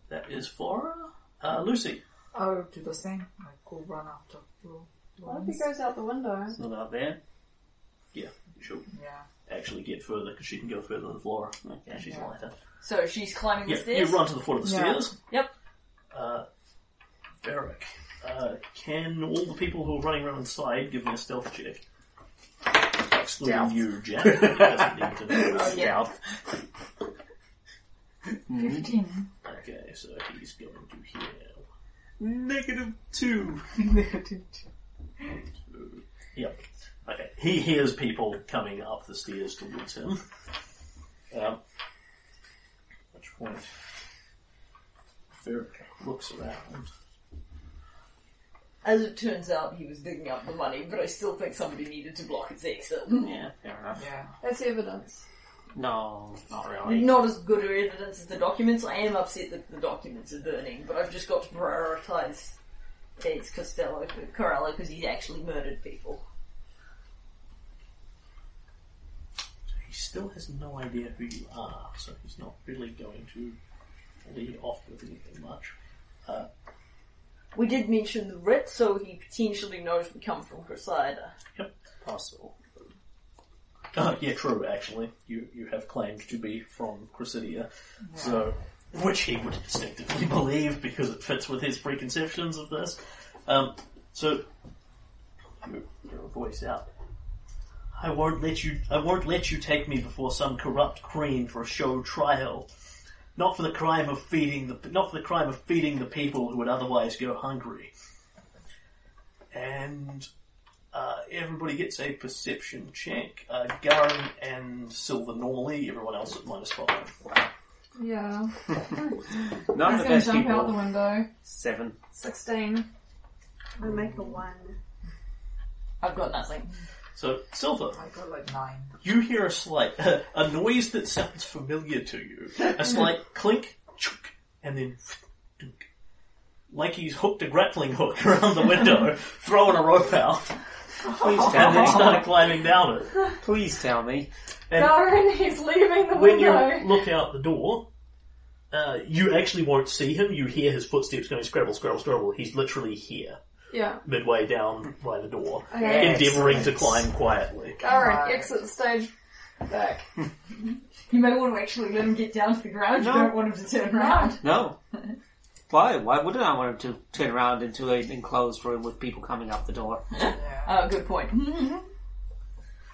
Speaker 1: that is Flora. Uh, Lucy.
Speaker 9: I'll Oh, do the same. Like, go run after Flo-
Speaker 4: What if he
Speaker 9: Florence.
Speaker 4: goes out the window?
Speaker 3: It's not out there.
Speaker 1: Yeah, she'll
Speaker 9: Yeah. (laughs)
Speaker 1: actually get further because she can go further than Flora.
Speaker 3: Okay.
Speaker 1: She's lighter.
Speaker 2: So she's climbing the
Speaker 1: Yeah, you
Speaker 2: stairs.
Speaker 1: run to the foot of the
Speaker 9: Yeah.
Speaker 1: stairs.
Speaker 2: Yep.
Speaker 1: Uh, Eric, uh, can all the people who are running around inside give me a stealth check? Excluding
Speaker 3: Stealth.
Speaker 1: you, Jack. who doesn't need to know.
Speaker 2: (laughs) Oh, yeah.
Speaker 9: Fifteen.
Speaker 1: Okay, so he's going to here.
Speaker 3: Negative two.
Speaker 1: Yep. Okay, he hears people coming up the stairs towards him. Um, which point Eric looks around.
Speaker 2: As it turns out, he was digging up the money, but I still think somebody needed to block his exit.
Speaker 3: Yeah, fair enough.
Speaker 9: Yeah.
Speaker 4: That's evidence.
Speaker 3: No, not really.
Speaker 2: Not as good evidence as the documents. I am upset that the documents are burning, but I've just got to prioritise It's Costello, Corella, because he's actually murdered people.
Speaker 1: He still has no idea who you are, so he's not really going to lead off with anything much.
Speaker 2: We did mention the writ, so he potentially knows we come from Crusader.
Speaker 3: Possible.
Speaker 1: Uh, yeah, true. Actually, you you have claimed to be from Chrysidia, so which he would instinctively (laughs) believe because it fits with his preconceptions of this. Um, so you- your voice out. I won't let you. I won't let you take me before some corrupt queen for a show trial. Not for the crime of feeding the. Not for the crime of feeding the people who would otherwise go hungry. And uh, everybody gets a perception check. Uh, Garen and Silver normally, everyone else at minus five.
Speaker 4: Yeah.
Speaker 3: Not
Speaker 4: He's
Speaker 3: the
Speaker 4: going to
Speaker 3: best
Speaker 4: jump out the
Speaker 3: people.
Speaker 4: window.
Speaker 3: Seven.
Speaker 4: 16.
Speaker 5: I make a one.
Speaker 2: I've got nothing.
Speaker 1: So, Silver,
Speaker 9: I got like nine.
Speaker 1: (laughs)
Speaker 4: (laughs)
Speaker 1: you hear a slight, a noise that sounds familiar to you. A slight clink chook, and then dunk. like he's hooked a grappling hook (laughs) around the
Speaker 4: (laughs)
Speaker 1: window, throwing a rope out, and
Speaker 3: Please tell
Speaker 4: Uh-huh.
Speaker 1: then
Speaker 3: me.
Speaker 1: started climbing down it.
Speaker 3: Please tell me.
Speaker 1: And
Speaker 4: Darren, (laughs) he's leaving the
Speaker 1: when you
Speaker 4: window.
Speaker 1: look out the door, uh, you actually won't see him. You hear his footsteps going scrabble, scrabble, scrabble. He's literally here,
Speaker 4: Yeah.
Speaker 1: midway down by the door,
Speaker 4: Okay.
Speaker 1: endeavouring to climb quietly.
Speaker 4: Darren, exit stage back.
Speaker 2: You may want to actually let him get down to the ground. You don't want him to turn around.
Speaker 3: No. Why? Why wouldn't I want him to turn around into an enclosed room with people coming up the door?
Speaker 2: Oh, good point. (laughs)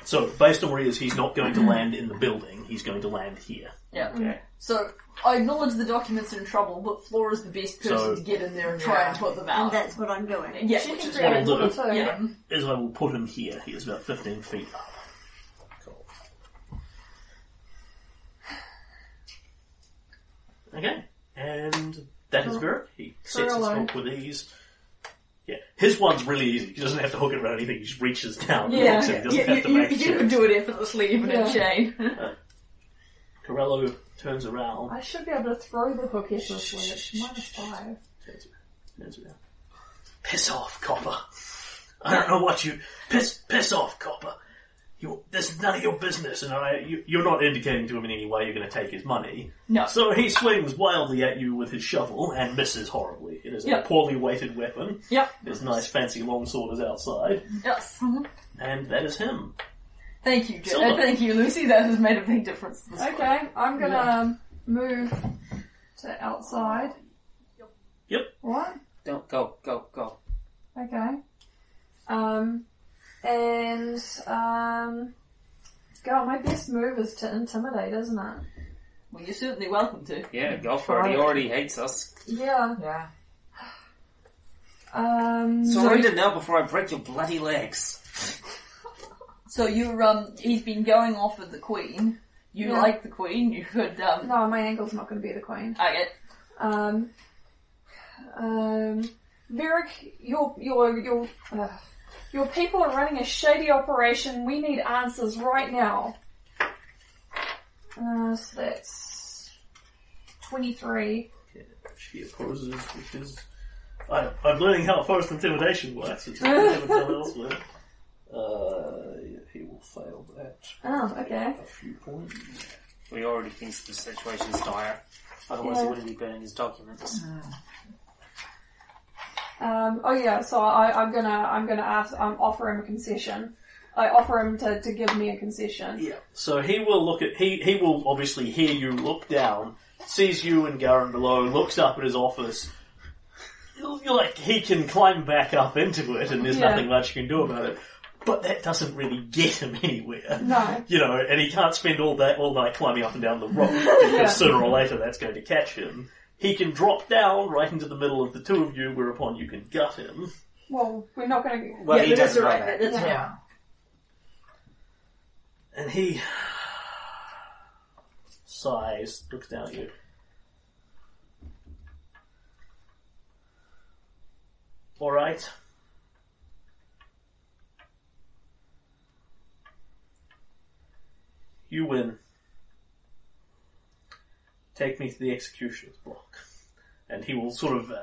Speaker 1: So, based on where he is, he's not
Speaker 2: Mm-hmm.
Speaker 1: going to land in the building. He's going to land here.
Speaker 2: yeah. So I acknowledge the documents are in trouble, but Flora's the best person
Speaker 1: So-
Speaker 2: to get in there and try and put them out.
Speaker 5: And that's what I'm doing.
Speaker 2: yeah.
Speaker 4: She can
Speaker 1: what
Speaker 4: grab
Speaker 1: I'll
Speaker 4: it
Speaker 1: do.
Speaker 4: too.
Speaker 2: yeah.
Speaker 1: Is I will put him here. He is about fifteen feet up. Cool. Okay, and that is Beric. He sets his
Speaker 4: alone.
Speaker 1: hook with ease. Yeah, his one's really easy. He doesn't have to hook it around anything. He just reaches down. and
Speaker 2: Yeah.
Speaker 1: hooks it. He doesn't
Speaker 2: you,
Speaker 1: have to
Speaker 2: you-
Speaker 1: make
Speaker 2: you
Speaker 1: sure.
Speaker 2: could do it effortlessly, even in
Speaker 4: Yeah.
Speaker 2: chain.
Speaker 1: Corello turns around.
Speaker 4: I should be able to throw the hook effortlessly. It's minus five.
Speaker 1: Turns around. Piss off, copper. I don't know what you piss piss off, copper. You, this is none of your business, and I, you, you're not indicating to him in any way you're going to take his money.
Speaker 2: No.
Speaker 1: So he swings wildly at you with his shovel and misses horribly. It is
Speaker 2: Yep.
Speaker 1: a poorly weighted weapon.
Speaker 2: Yep.
Speaker 1: His nice fancy longsword is outside,
Speaker 2: (laughs) Yes.
Speaker 1: and that is him.
Speaker 2: Thank you, Jo-
Speaker 1: Silver.
Speaker 2: uh, Thank you, Lucy. That has made a big difference. This one.
Speaker 4: Okay, I'm gonna um, move to outside.
Speaker 1: Yep.
Speaker 4: What?
Speaker 3: Don't go, go, go.
Speaker 4: Okay. Um, and um, God, my best move is to intimidate, isn't it?
Speaker 2: Well, you're certainly welcome to.
Speaker 3: Yeah, go for it. He already hates us.
Speaker 4: Yeah.
Speaker 13: Yeah.
Speaker 4: Um.
Speaker 3: Surrender now before I break your bloody legs.
Speaker 2: So you're um. He's been going off with the queen. You
Speaker 4: Yeah.
Speaker 2: like the queen. You could um.
Speaker 4: No, my ankle's not going to be the queen.
Speaker 2: I get
Speaker 4: Um. Um. Varric, your your your uh, your people are running a shady operation. We need answers right now. Uh, so that's twenty-three.
Speaker 1: She opposes, which is. I, I'm learning how forced intimidation works. It's never done elsewhere.
Speaker 2: (laughs)
Speaker 1: Uh, yeah, he will fail that
Speaker 4: Oh, okay.
Speaker 1: a few points.
Speaker 3: We already think the situation's dire. Otherwise,
Speaker 4: Yeah.
Speaker 3: he wouldn't be burning his documents.
Speaker 4: Um, oh yeah, so I, I'm gonna I'm gonna ask um, offer him a concession. I offer him to, to give me a concession.
Speaker 1: Yeah. So he will look at he he will obviously hear you look down, sees you and Garen below, looks up at his office. You'll- You're like he can climb back up into it, and there's
Speaker 4: Yeah.
Speaker 1: nothing much you can do about it. But that doesn't really get him (laughs) anywhere.
Speaker 4: No.
Speaker 1: You know, and he can't spend all that all night climbing up and down the
Speaker 4: (laughs)
Speaker 1: rock because sooner or later that's going to catch him. He can drop down right into the middle of the two of you, whereupon you can gut him.
Speaker 4: Well, we're not gonna.
Speaker 3: Well,
Speaker 13: yeah,
Speaker 3: he
Speaker 13: but that's
Speaker 3: doesn't know
Speaker 13: alright.
Speaker 3: that.
Speaker 13: That's
Speaker 4: Yeah.
Speaker 13: yeah.
Speaker 1: And he sighs, looks down at you. Alright. You win. Take me to the executioner's block. And he will sort of. Uh,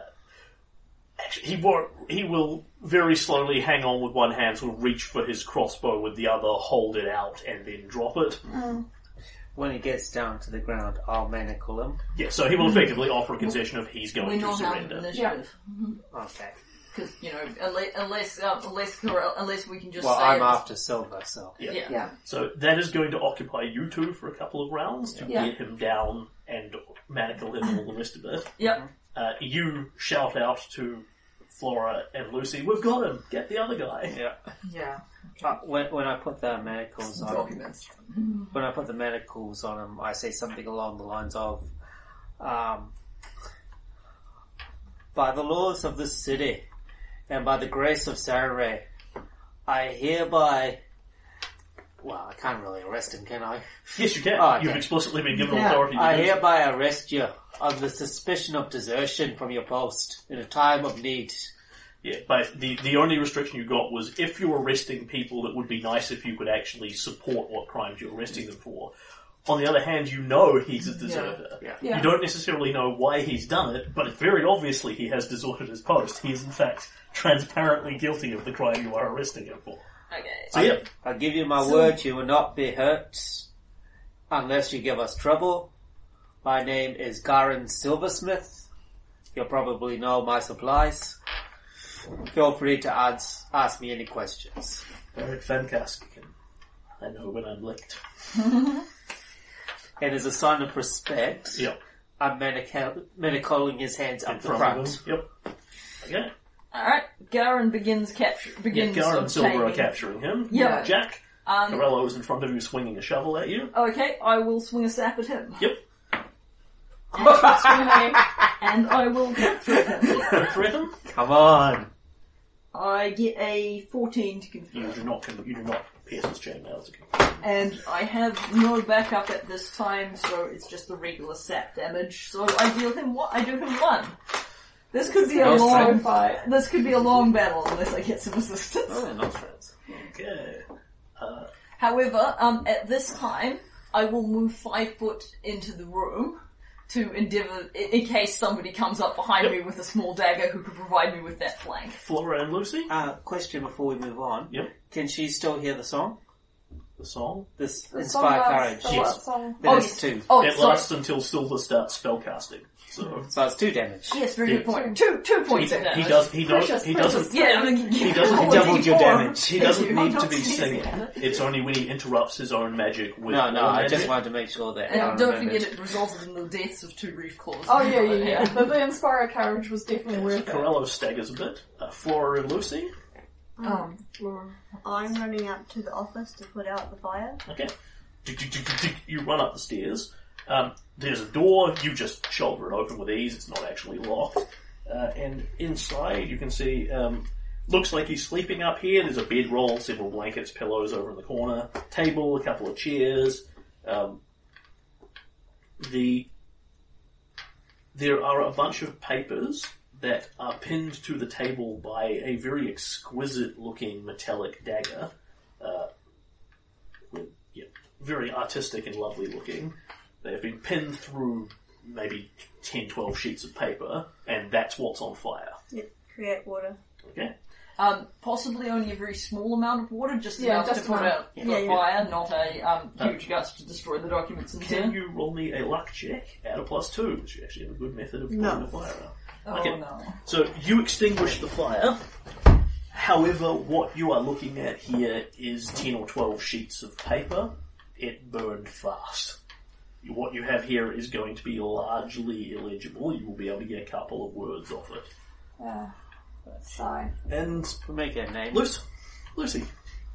Speaker 1: actually, he, will he will very slowly hang on with one hand, sort of reach for his crossbow with the other, hold it out, and then drop it.
Speaker 3: When he gets down to the ground, I'll manacle him.
Speaker 1: Yeah, so he will effectively offer a concession of he's
Speaker 2: Hmm. we're
Speaker 1: going to
Speaker 2: not out of
Speaker 1: surrender.
Speaker 2: initiative
Speaker 3: Okay.
Speaker 2: because you know unless unless um, unless Corel- unless we can just
Speaker 3: Well,
Speaker 2: say
Speaker 3: I'm uh,
Speaker 2: it-
Speaker 3: after silver, so.
Speaker 1: Yeah.
Speaker 2: Yeah.
Speaker 4: Yeah.
Speaker 1: So that is going to occupy you two for a couple of rounds to
Speaker 4: Yeah.
Speaker 1: get him down and manacle him and all the rest of it.
Speaker 2: (laughs) Yep.
Speaker 1: Uh, you shout out to Flora and Lucy, we've got him, get the other guy.
Speaker 3: Yeah.
Speaker 13: Yeah.
Speaker 3: Uh, when, when I put the manacles on him,
Speaker 2: Documents.
Speaker 3: when I put the manacles on him, I say something along the lines of, um, "By the laws of this city, and by the grace of Saturday, I hereby." Well, I can't really arrest him, can I?
Speaker 1: Yes, you can.
Speaker 3: Ah, okay.
Speaker 1: You've explicitly been given
Speaker 4: Yeah,
Speaker 1: authority to
Speaker 3: I
Speaker 1: do so.
Speaker 3: hereby arrest you on the suspicion of desertion from your post in a time of need.
Speaker 1: Yeah, but the, the only restriction you got was if you're arresting people, it would be nice if you could actually support what crimes you're arresting them for. On the other hand, you know he's a deserter.
Speaker 11: Yeah.
Speaker 8: Yeah.
Speaker 1: You don't necessarily know why he's done it, but very obviously he has deserted his post. He is in fact transparently guilty of the crime you are arresting him for.
Speaker 8: Okay.
Speaker 1: So yeah,
Speaker 3: I give you my word, you will not be hurt unless you give us trouble. My name is Garen Silversmith. You'll probably know my supplies. Feel free to ask, ask me any questions.
Speaker 1: Eric Fantastic. and I know when I'm licked.
Speaker 3: And as a sign of respect,
Speaker 1: Yep.
Speaker 3: I'm manic- manicoling his hands up
Speaker 1: In
Speaker 3: the
Speaker 1: front
Speaker 3: front.
Speaker 1: of him. Yep. Okay.
Speaker 8: Alright, Garen begins capture,
Speaker 1: Yeah,
Speaker 8: begins
Speaker 1: Gar and Silver are
Speaker 8: obtaining-
Speaker 1: capturing him.
Speaker 8: Yeah.
Speaker 1: Jack,
Speaker 8: Um,
Speaker 1: Morello's in front of you swinging a shovel at you.
Speaker 8: okay, I will swing a sap at him.
Speaker 1: Yep.
Speaker 8: And I will capture him.
Speaker 1: Threat him.
Speaker 3: Come on.
Speaker 8: I get a 14 to confirm.
Speaker 1: You do not, con- you do not pierce his chainmail. to con-
Speaker 8: And I have no backup at this time, so it's just the regular sap damage. So I deal him one. I do him one. This could be a
Speaker 3: No
Speaker 8: long
Speaker 3: strength.
Speaker 8: fight. This could be a long battle unless I get some assistance.
Speaker 1: Oh, not threats. Okay.
Speaker 8: However, um, at this time, I will move five foot into the room to endeavour, in, in case somebody comes up behind me with a small dagger who could provide me with that flank.
Speaker 1: Flora and Lucy.
Speaker 3: Uh, question before we move on.
Speaker 1: Yep.
Speaker 3: Can she still hear the song?
Speaker 1: The song.
Speaker 3: This
Speaker 4: The song
Speaker 3: Inspire Courage.
Speaker 4: lasts- the
Speaker 1: Yes.
Speaker 4: last song.
Speaker 3: That
Speaker 8: Oh,
Speaker 3: is
Speaker 8: yes.
Speaker 3: two.
Speaker 8: Oh,
Speaker 1: it
Speaker 8: sorry.
Speaker 1: lasts until Silver starts spellcasting. So
Speaker 3: So it's two
Speaker 2: Oh,
Speaker 3: damage.
Speaker 8: Yes, very good
Speaker 1: Yes.
Speaker 8: point. Two, two
Speaker 1: he,
Speaker 8: points of
Speaker 1: he
Speaker 8: damage.
Speaker 1: does. He does.
Speaker 4: Precious,
Speaker 1: He
Speaker 4: precious.
Speaker 1: doesn't.
Speaker 8: Yeah, I mean,
Speaker 1: He doesn't- he
Speaker 8: Oh,
Speaker 3: doubled your
Speaker 8: D4.
Speaker 3: damage.
Speaker 1: He
Speaker 8: Thank
Speaker 1: doesn't
Speaker 8: you.
Speaker 1: need
Speaker 8: Not
Speaker 1: to be
Speaker 8: easy.
Speaker 1: singing. (laughs) It's only when he interrupts his own magic with
Speaker 3: No, no,
Speaker 1: all
Speaker 3: I just
Speaker 1: magic.
Speaker 3: wanted to make sure that. I
Speaker 8: And don't forget
Speaker 3: remembered.
Speaker 8: it resulted in the deaths of two reef claws.
Speaker 4: Oh yeah, yeah,
Speaker 2: (laughs)
Speaker 4: yeah. But the Inspire carriage was definitely worth it.
Speaker 1: Corello staggers a bit. Uh, Flora and Lucy.
Speaker 8: Um,
Speaker 5: I'm running up to the office to put out the fire.
Speaker 1: Okay. Tick, tick, tick, tick, tick. You run up the stairs. Um, there's a door. You just shoulder it open with ease. It's not actually locked. Uh, and inside, you can see. Um, looks like he's sleeping up here. There's a bedroll, several blankets, pillows over in the corner, table, a couple of chairs. Um, the there are a bunch of papers that are pinned to the table by a very exquisite-looking metallic dagger Uh, yeah, very artistic and lovely looking. They've been pinned through maybe 10, 12 sheets of paper, and that's what's on fire.
Speaker 5: Yep, create water.
Speaker 1: Okay?
Speaker 8: um, possibly only a very small amount of water, just
Speaker 4: Yeah,
Speaker 8: enough
Speaker 4: just
Speaker 8: to put
Speaker 4: enough.
Speaker 8: out
Speaker 5: Yeah,
Speaker 8: the
Speaker 5: yeah.
Speaker 8: fire, not a um, huge gust to destroy the documents in
Speaker 1: Can
Speaker 8: turn.
Speaker 1: you roll me a luck check at a plus two, which is actually a good method of putting
Speaker 5: No.
Speaker 1: the fire out?
Speaker 8: Oh
Speaker 1: Okay.
Speaker 8: no.
Speaker 1: So you extinguish the fire. However, what you are looking at here is 10 or 12 sheets of paper. It burned fast. What you have here is going to be largely illegible. You will be able to get a couple of words off it.
Speaker 4: Sigh.
Speaker 1: And
Speaker 3: We'll make it a name.
Speaker 1: Lucy, Lucy,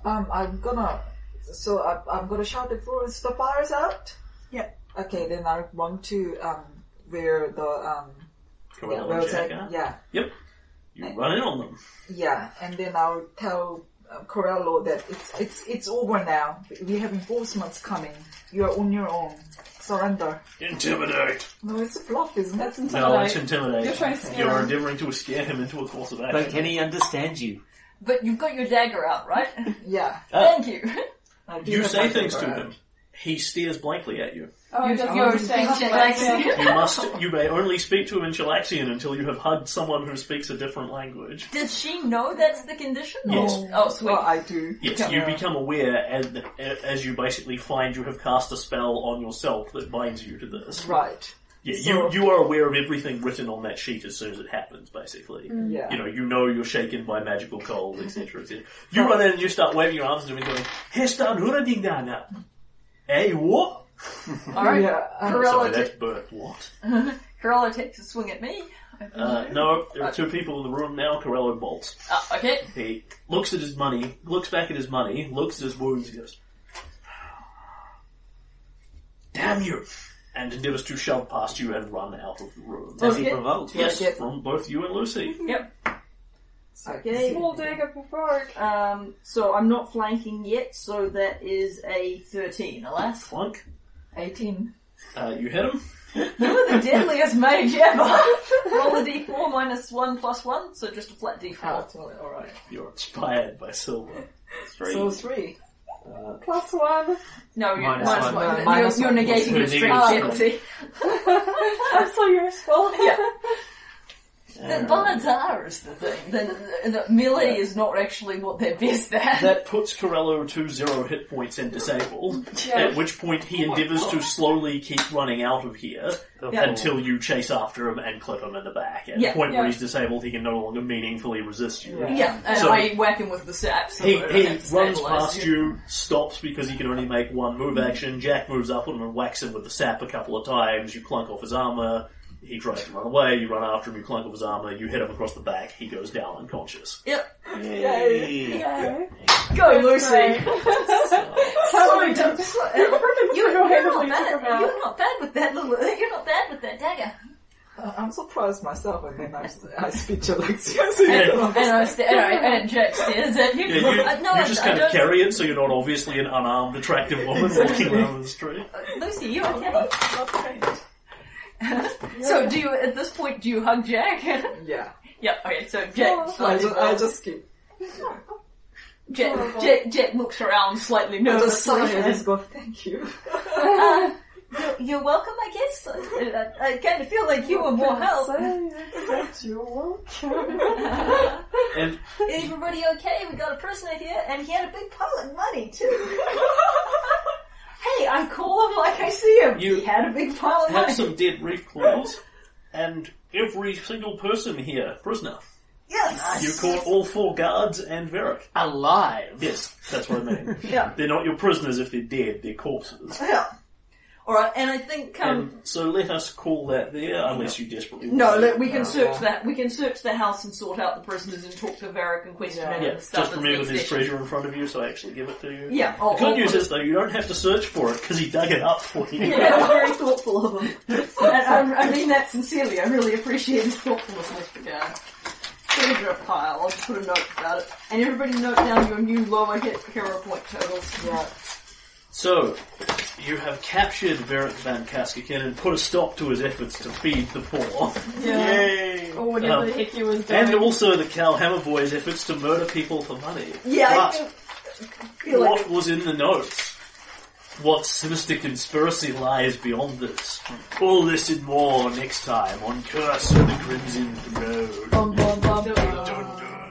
Speaker 9: Um, I'm gonna. So I, I'm gonna shout at Florence, the fire's out?
Speaker 5: Yep.
Speaker 9: Okay, then I run to um, where the. Um,
Speaker 1: Corella and
Speaker 9: Rose-
Speaker 1: Jack are.
Speaker 9: yeah,
Speaker 1: Yep. You run in on them.
Speaker 9: yeah, and then I'll tell uh, Corello that it's it's it's over now. We have enforcements coming. You're on your own. Surrender.
Speaker 1: Intimidate.
Speaker 9: No, it's a bluff, isn't it?
Speaker 4: That's intimidate.
Speaker 1: No, it's intimidate.
Speaker 4: You're trying to scare
Speaker 1: You're
Speaker 4: him.
Speaker 1: endeavouring to scare him into a course of action.
Speaker 3: But can he understand you?
Speaker 8: (laughs) But you've got your dagger out, right?
Speaker 9: Yeah.
Speaker 1: Uh,
Speaker 8: Thank you.
Speaker 9: I do
Speaker 1: you
Speaker 9: have
Speaker 1: say
Speaker 9: my
Speaker 1: things to
Speaker 9: paper
Speaker 1: him. He stares blankly at you.
Speaker 4: Oh,
Speaker 8: You
Speaker 4: just
Speaker 8: don't
Speaker 4: your
Speaker 8: speak
Speaker 4: speech
Speaker 8: Czech
Speaker 4: accent.
Speaker 8: accent.
Speaker 1: You must. You may only speak to him in Chilaxian until you have hugged someone who speaks a different language.
Speaker 8: Did she know that's the condition? or-
Speaker 1: Yes.
Speaker 8: Oh,
Speaker 9: out.
Speaker 8: sweet.
Speaker 9: Well, I do.
Speaker 1: Yes,
Speaker 9: Yeah.
Speaker 1: you become aware as, as you basically find you have cast a spell on yourself that binds you to this.
Speaker 9: Right.
Speaker 1: Yeah,
Speaker 9: So-
Speaker 1: you, you are aware of everything written on that sheet as soon as it happens, basically.
Speaker 9: Mm. Yeah.
Speaker 1: you know, you know you're shaken by magical cold, etc. etc. You run in and you start waving your arms at him and going, Hestan Huradingana. Hey, Eh, what?
Speaker 8: Alright.
Speaker 9: Yeah. uh,
Speaker 1: Sorry,
Speaker 8: Corella,
Speaker 1: that's
Speaker 8: ta-
Speaker 1: Bert. What?
Speaker 8: Corella takes a swing at me. Open
Speaker 1: Uh,
Speaker 8: the door.
Speaker 1: no, there are two people in the room now. Corello bolts.
Speaker 2: Uh,
Speaker 8: Ah, okay.
Speaker 1: He looks at his money, looks back at his money, looks at his wounds, and goes, Damn you! And endeavours to shove past you and run out of the room.
Speaker 3: Does he
Speaker 8: Okay.
Speaker 3: provoke?
Speaker 1: Yes,
Speaker 9: yeah.
Speaker 1: from both you and Lucy.
Speaker 9: Okay.
Speaker 4: Small dagger preferred.
Speaker 8: Um, so I'm not flanking yet, so that is a 13, alas.
Speaker 1: Flunk.
Speaker 8: 18.
Speaker 1: Uh, you hit him.
Speaker 8: You are the deadliest mage ever!
Speaker 2: (laughs)
Speaker 8: Roll a d4 minus 1 plus 1, so
Speaker 9: Uh,
Speaker 2: Oh.
Speaker 8: just a flat d4.
Speaker 9: Alright.
Speaker 1: You're inspired by silver.
Speaker 9: So three.
Speaker 4: Plus one. (laughs)
Speaker 2: No, you're
Speaker 3: Minus
Speaker 2: minus
Speaker 3: one.
Speaker 2: one.
Speaker 3: Uh,
Speaker 2: You're,
Speaker 13: minus
Speaker 2: you're
Speaker 13: one.
Speaker 2: negating
Speaker 1: We're
Speaker 2: the strength
Speaker 1: negating
Speaker 2: penalty.
Speaker 4: I'm so
Speaker 2: (laughs)
Speaker 4: useful.
Speaker 2: The bards are is the thing. The, the melee is not actually what they're best at.
Speaker 1: That puts Corello to zero hit points and disabled,
Speaker 4: (laughs)
Speaker 1: at which point he endeavours to slowly keep running out of here until you chase after him and clip him in the back. At
Speaker 2: Yeah,
Speaker 1: the point where
Speaker 4: yeah.
Speaker 1: he's disabled, he can no longer meaningfully resist you.
Speaker 2: yeah, and
Speaker 1: So-
Speaker 2: I whack him with the sap. So
Speaker 1: He,
Speaker 2: that I
Speaker 1: he
Speaker 2: have to
Speaker 1: runs
Speaker 2: stabilise
Speaker 1: past you, stops because he can only make one
Speaker 2: Hmm.
Speaker 1: move action. Jack moves up on him and whacks him with the sap a couple of times. You clunk off his armor. He tries to run away. You run after him. You clunk off his armor. You hit him across the back. He goes down
Speaker 2: (laughs)
Speaker 1: unconscious.
Speaker 3: Yay.
Speaker 2: Go, Oh, Lucy. (laughs)
Speaker 4: (laughs) Totally dumb.
Speaker 2: You're, you're,
Speaker 4: Go ahead and
Speaker 2: not
Speaker 4: leave
Speaker 2: bad.
Speaker 4: them out.
Speaker 2: you're not bad with that little. (laughs) You're not bad with that dagger.
Speaker 9: Uh, I'm surprised myself, and then (laughs) I, I speak to (laughs) Alexia. So you
Speaker 1: Yeah.
Speaker 2: And
Speaker 9: don't
Speaker 2: I
Speaker 9: understand.
Speaker 2: sta- and, I, and Jack stares at you.
Speaker 1: Yeah,
Speaker 2: (laughs)
Speaker 1: you,
Speaker 2: Uh, no,
Speaker 1: you
Speaker 2: I,
Speaker 1: just
Speaker 2: I
Speaker 1: kind
Speaker 2: don't.
Speaker 1: of carry it so you're not obviously an unarmed, attractive woman walking around the
Speaker 2: (laughs)
Speaker 1: street.
Speaker 2: uh, Lucy, you okay?
Speaker 9: Not- not trained.
Speaker 2: (laughs) So do you at this point do you hug Jack? (laughs)
Speaker 9: Yeah.
Speaker 2: yep. Okay. So
Speaker 9: I
Speaker 2: Jack
Speaker 9: just,
Speaker 2: slightly.
Speaker 9: I just keep.
Speaker 2: Jack, Jack, Jack looks around slightly
Speaker 9: I just
Speaker 2: nervously.
Speaker 9: sigh
Speaker 2: (laughs)
Speaker 9: and just go, thank (laughs) you.
Speaker 2: Uh, you're, you're welcome, I guess. (laughs) I, I, I kind of feel like you were (laughs) more help. (laughs)
Speaker 1: And
Speaker 2: Everybody okay? We got a prisoner here, and he had a big pile of money
Speaker 1: (laughs)
Speaker 2: too. hey, I call him like I see him.
Speaker 1: You-
Speaker 2: he had a big pile of
Speaker 1: have
Speaker 2: money.
Speaker 1: some dead reef claws. And every single person here, prisoner.
Speaker 2: Yes.
Speaker 1: You caught all four guards and Varric.
Speaker 3: Alive.
Speaker 1: Yes, that's what I mean.
Speaker 2: (laughs) Yeah.
Speaker 1: They're not your prisoners if they're dead, they're corpses.
Speaker 2: Yeah. All right, and I think um,
Speaker 1: And so let us call that there, unless you desperately want
Speaker 2: No,
Speaker 1: to.
Speaker 2: look, we can search that. We can search the house and sort out the prisoners and talk to Varric and question him
Speaker 1: Yeah,
Speaker 2: and stuff.
Speaker 1: just
Speaker 2: It's
Speaker 1: remember
Speaker 2: next
Speaker 1: there's
Speaker 2: session.
Speaker 1: treasure in front of you, so I actually give it to you.
Speaker 2: Yeah, I'll,
Speaker 1: The good
Speaker 2: I'll-
Speaker 1: news is, though, you don't have to search for it because he dug it up for you.
Speaker 2: yeah, that was very thoughtful of him. and I, I mean that sincerely. I really appreciate his thoughtfulness in this regard. Treasure pile. I'll just put a note about it. And everybody note down your new lower hit hero point totals. Yeah.
Speaker 1: So, you have captured Varric Van Kaskakin and put a stop to his efforts to feed the poor. Yay!
Speaker 4: Or whatever
Speaker 1: Um,
Speaker 4: the heck you was doing.
Speaker 1: and also the Cal Hammer Boy's efforts to murder people for money.
Speaker 2: Yeah, I
Speaker 1: But-
Speaker 2: think- feel like-
Speaker 1: what was in the notes. What sinister conspiracy lies beyond this? All this and more next time on Curse of the Crimson Throne.
Speaker 2: Um,
Speaker 4: Bum, bum, bum, bum.
Speaker 1: Dun, dun.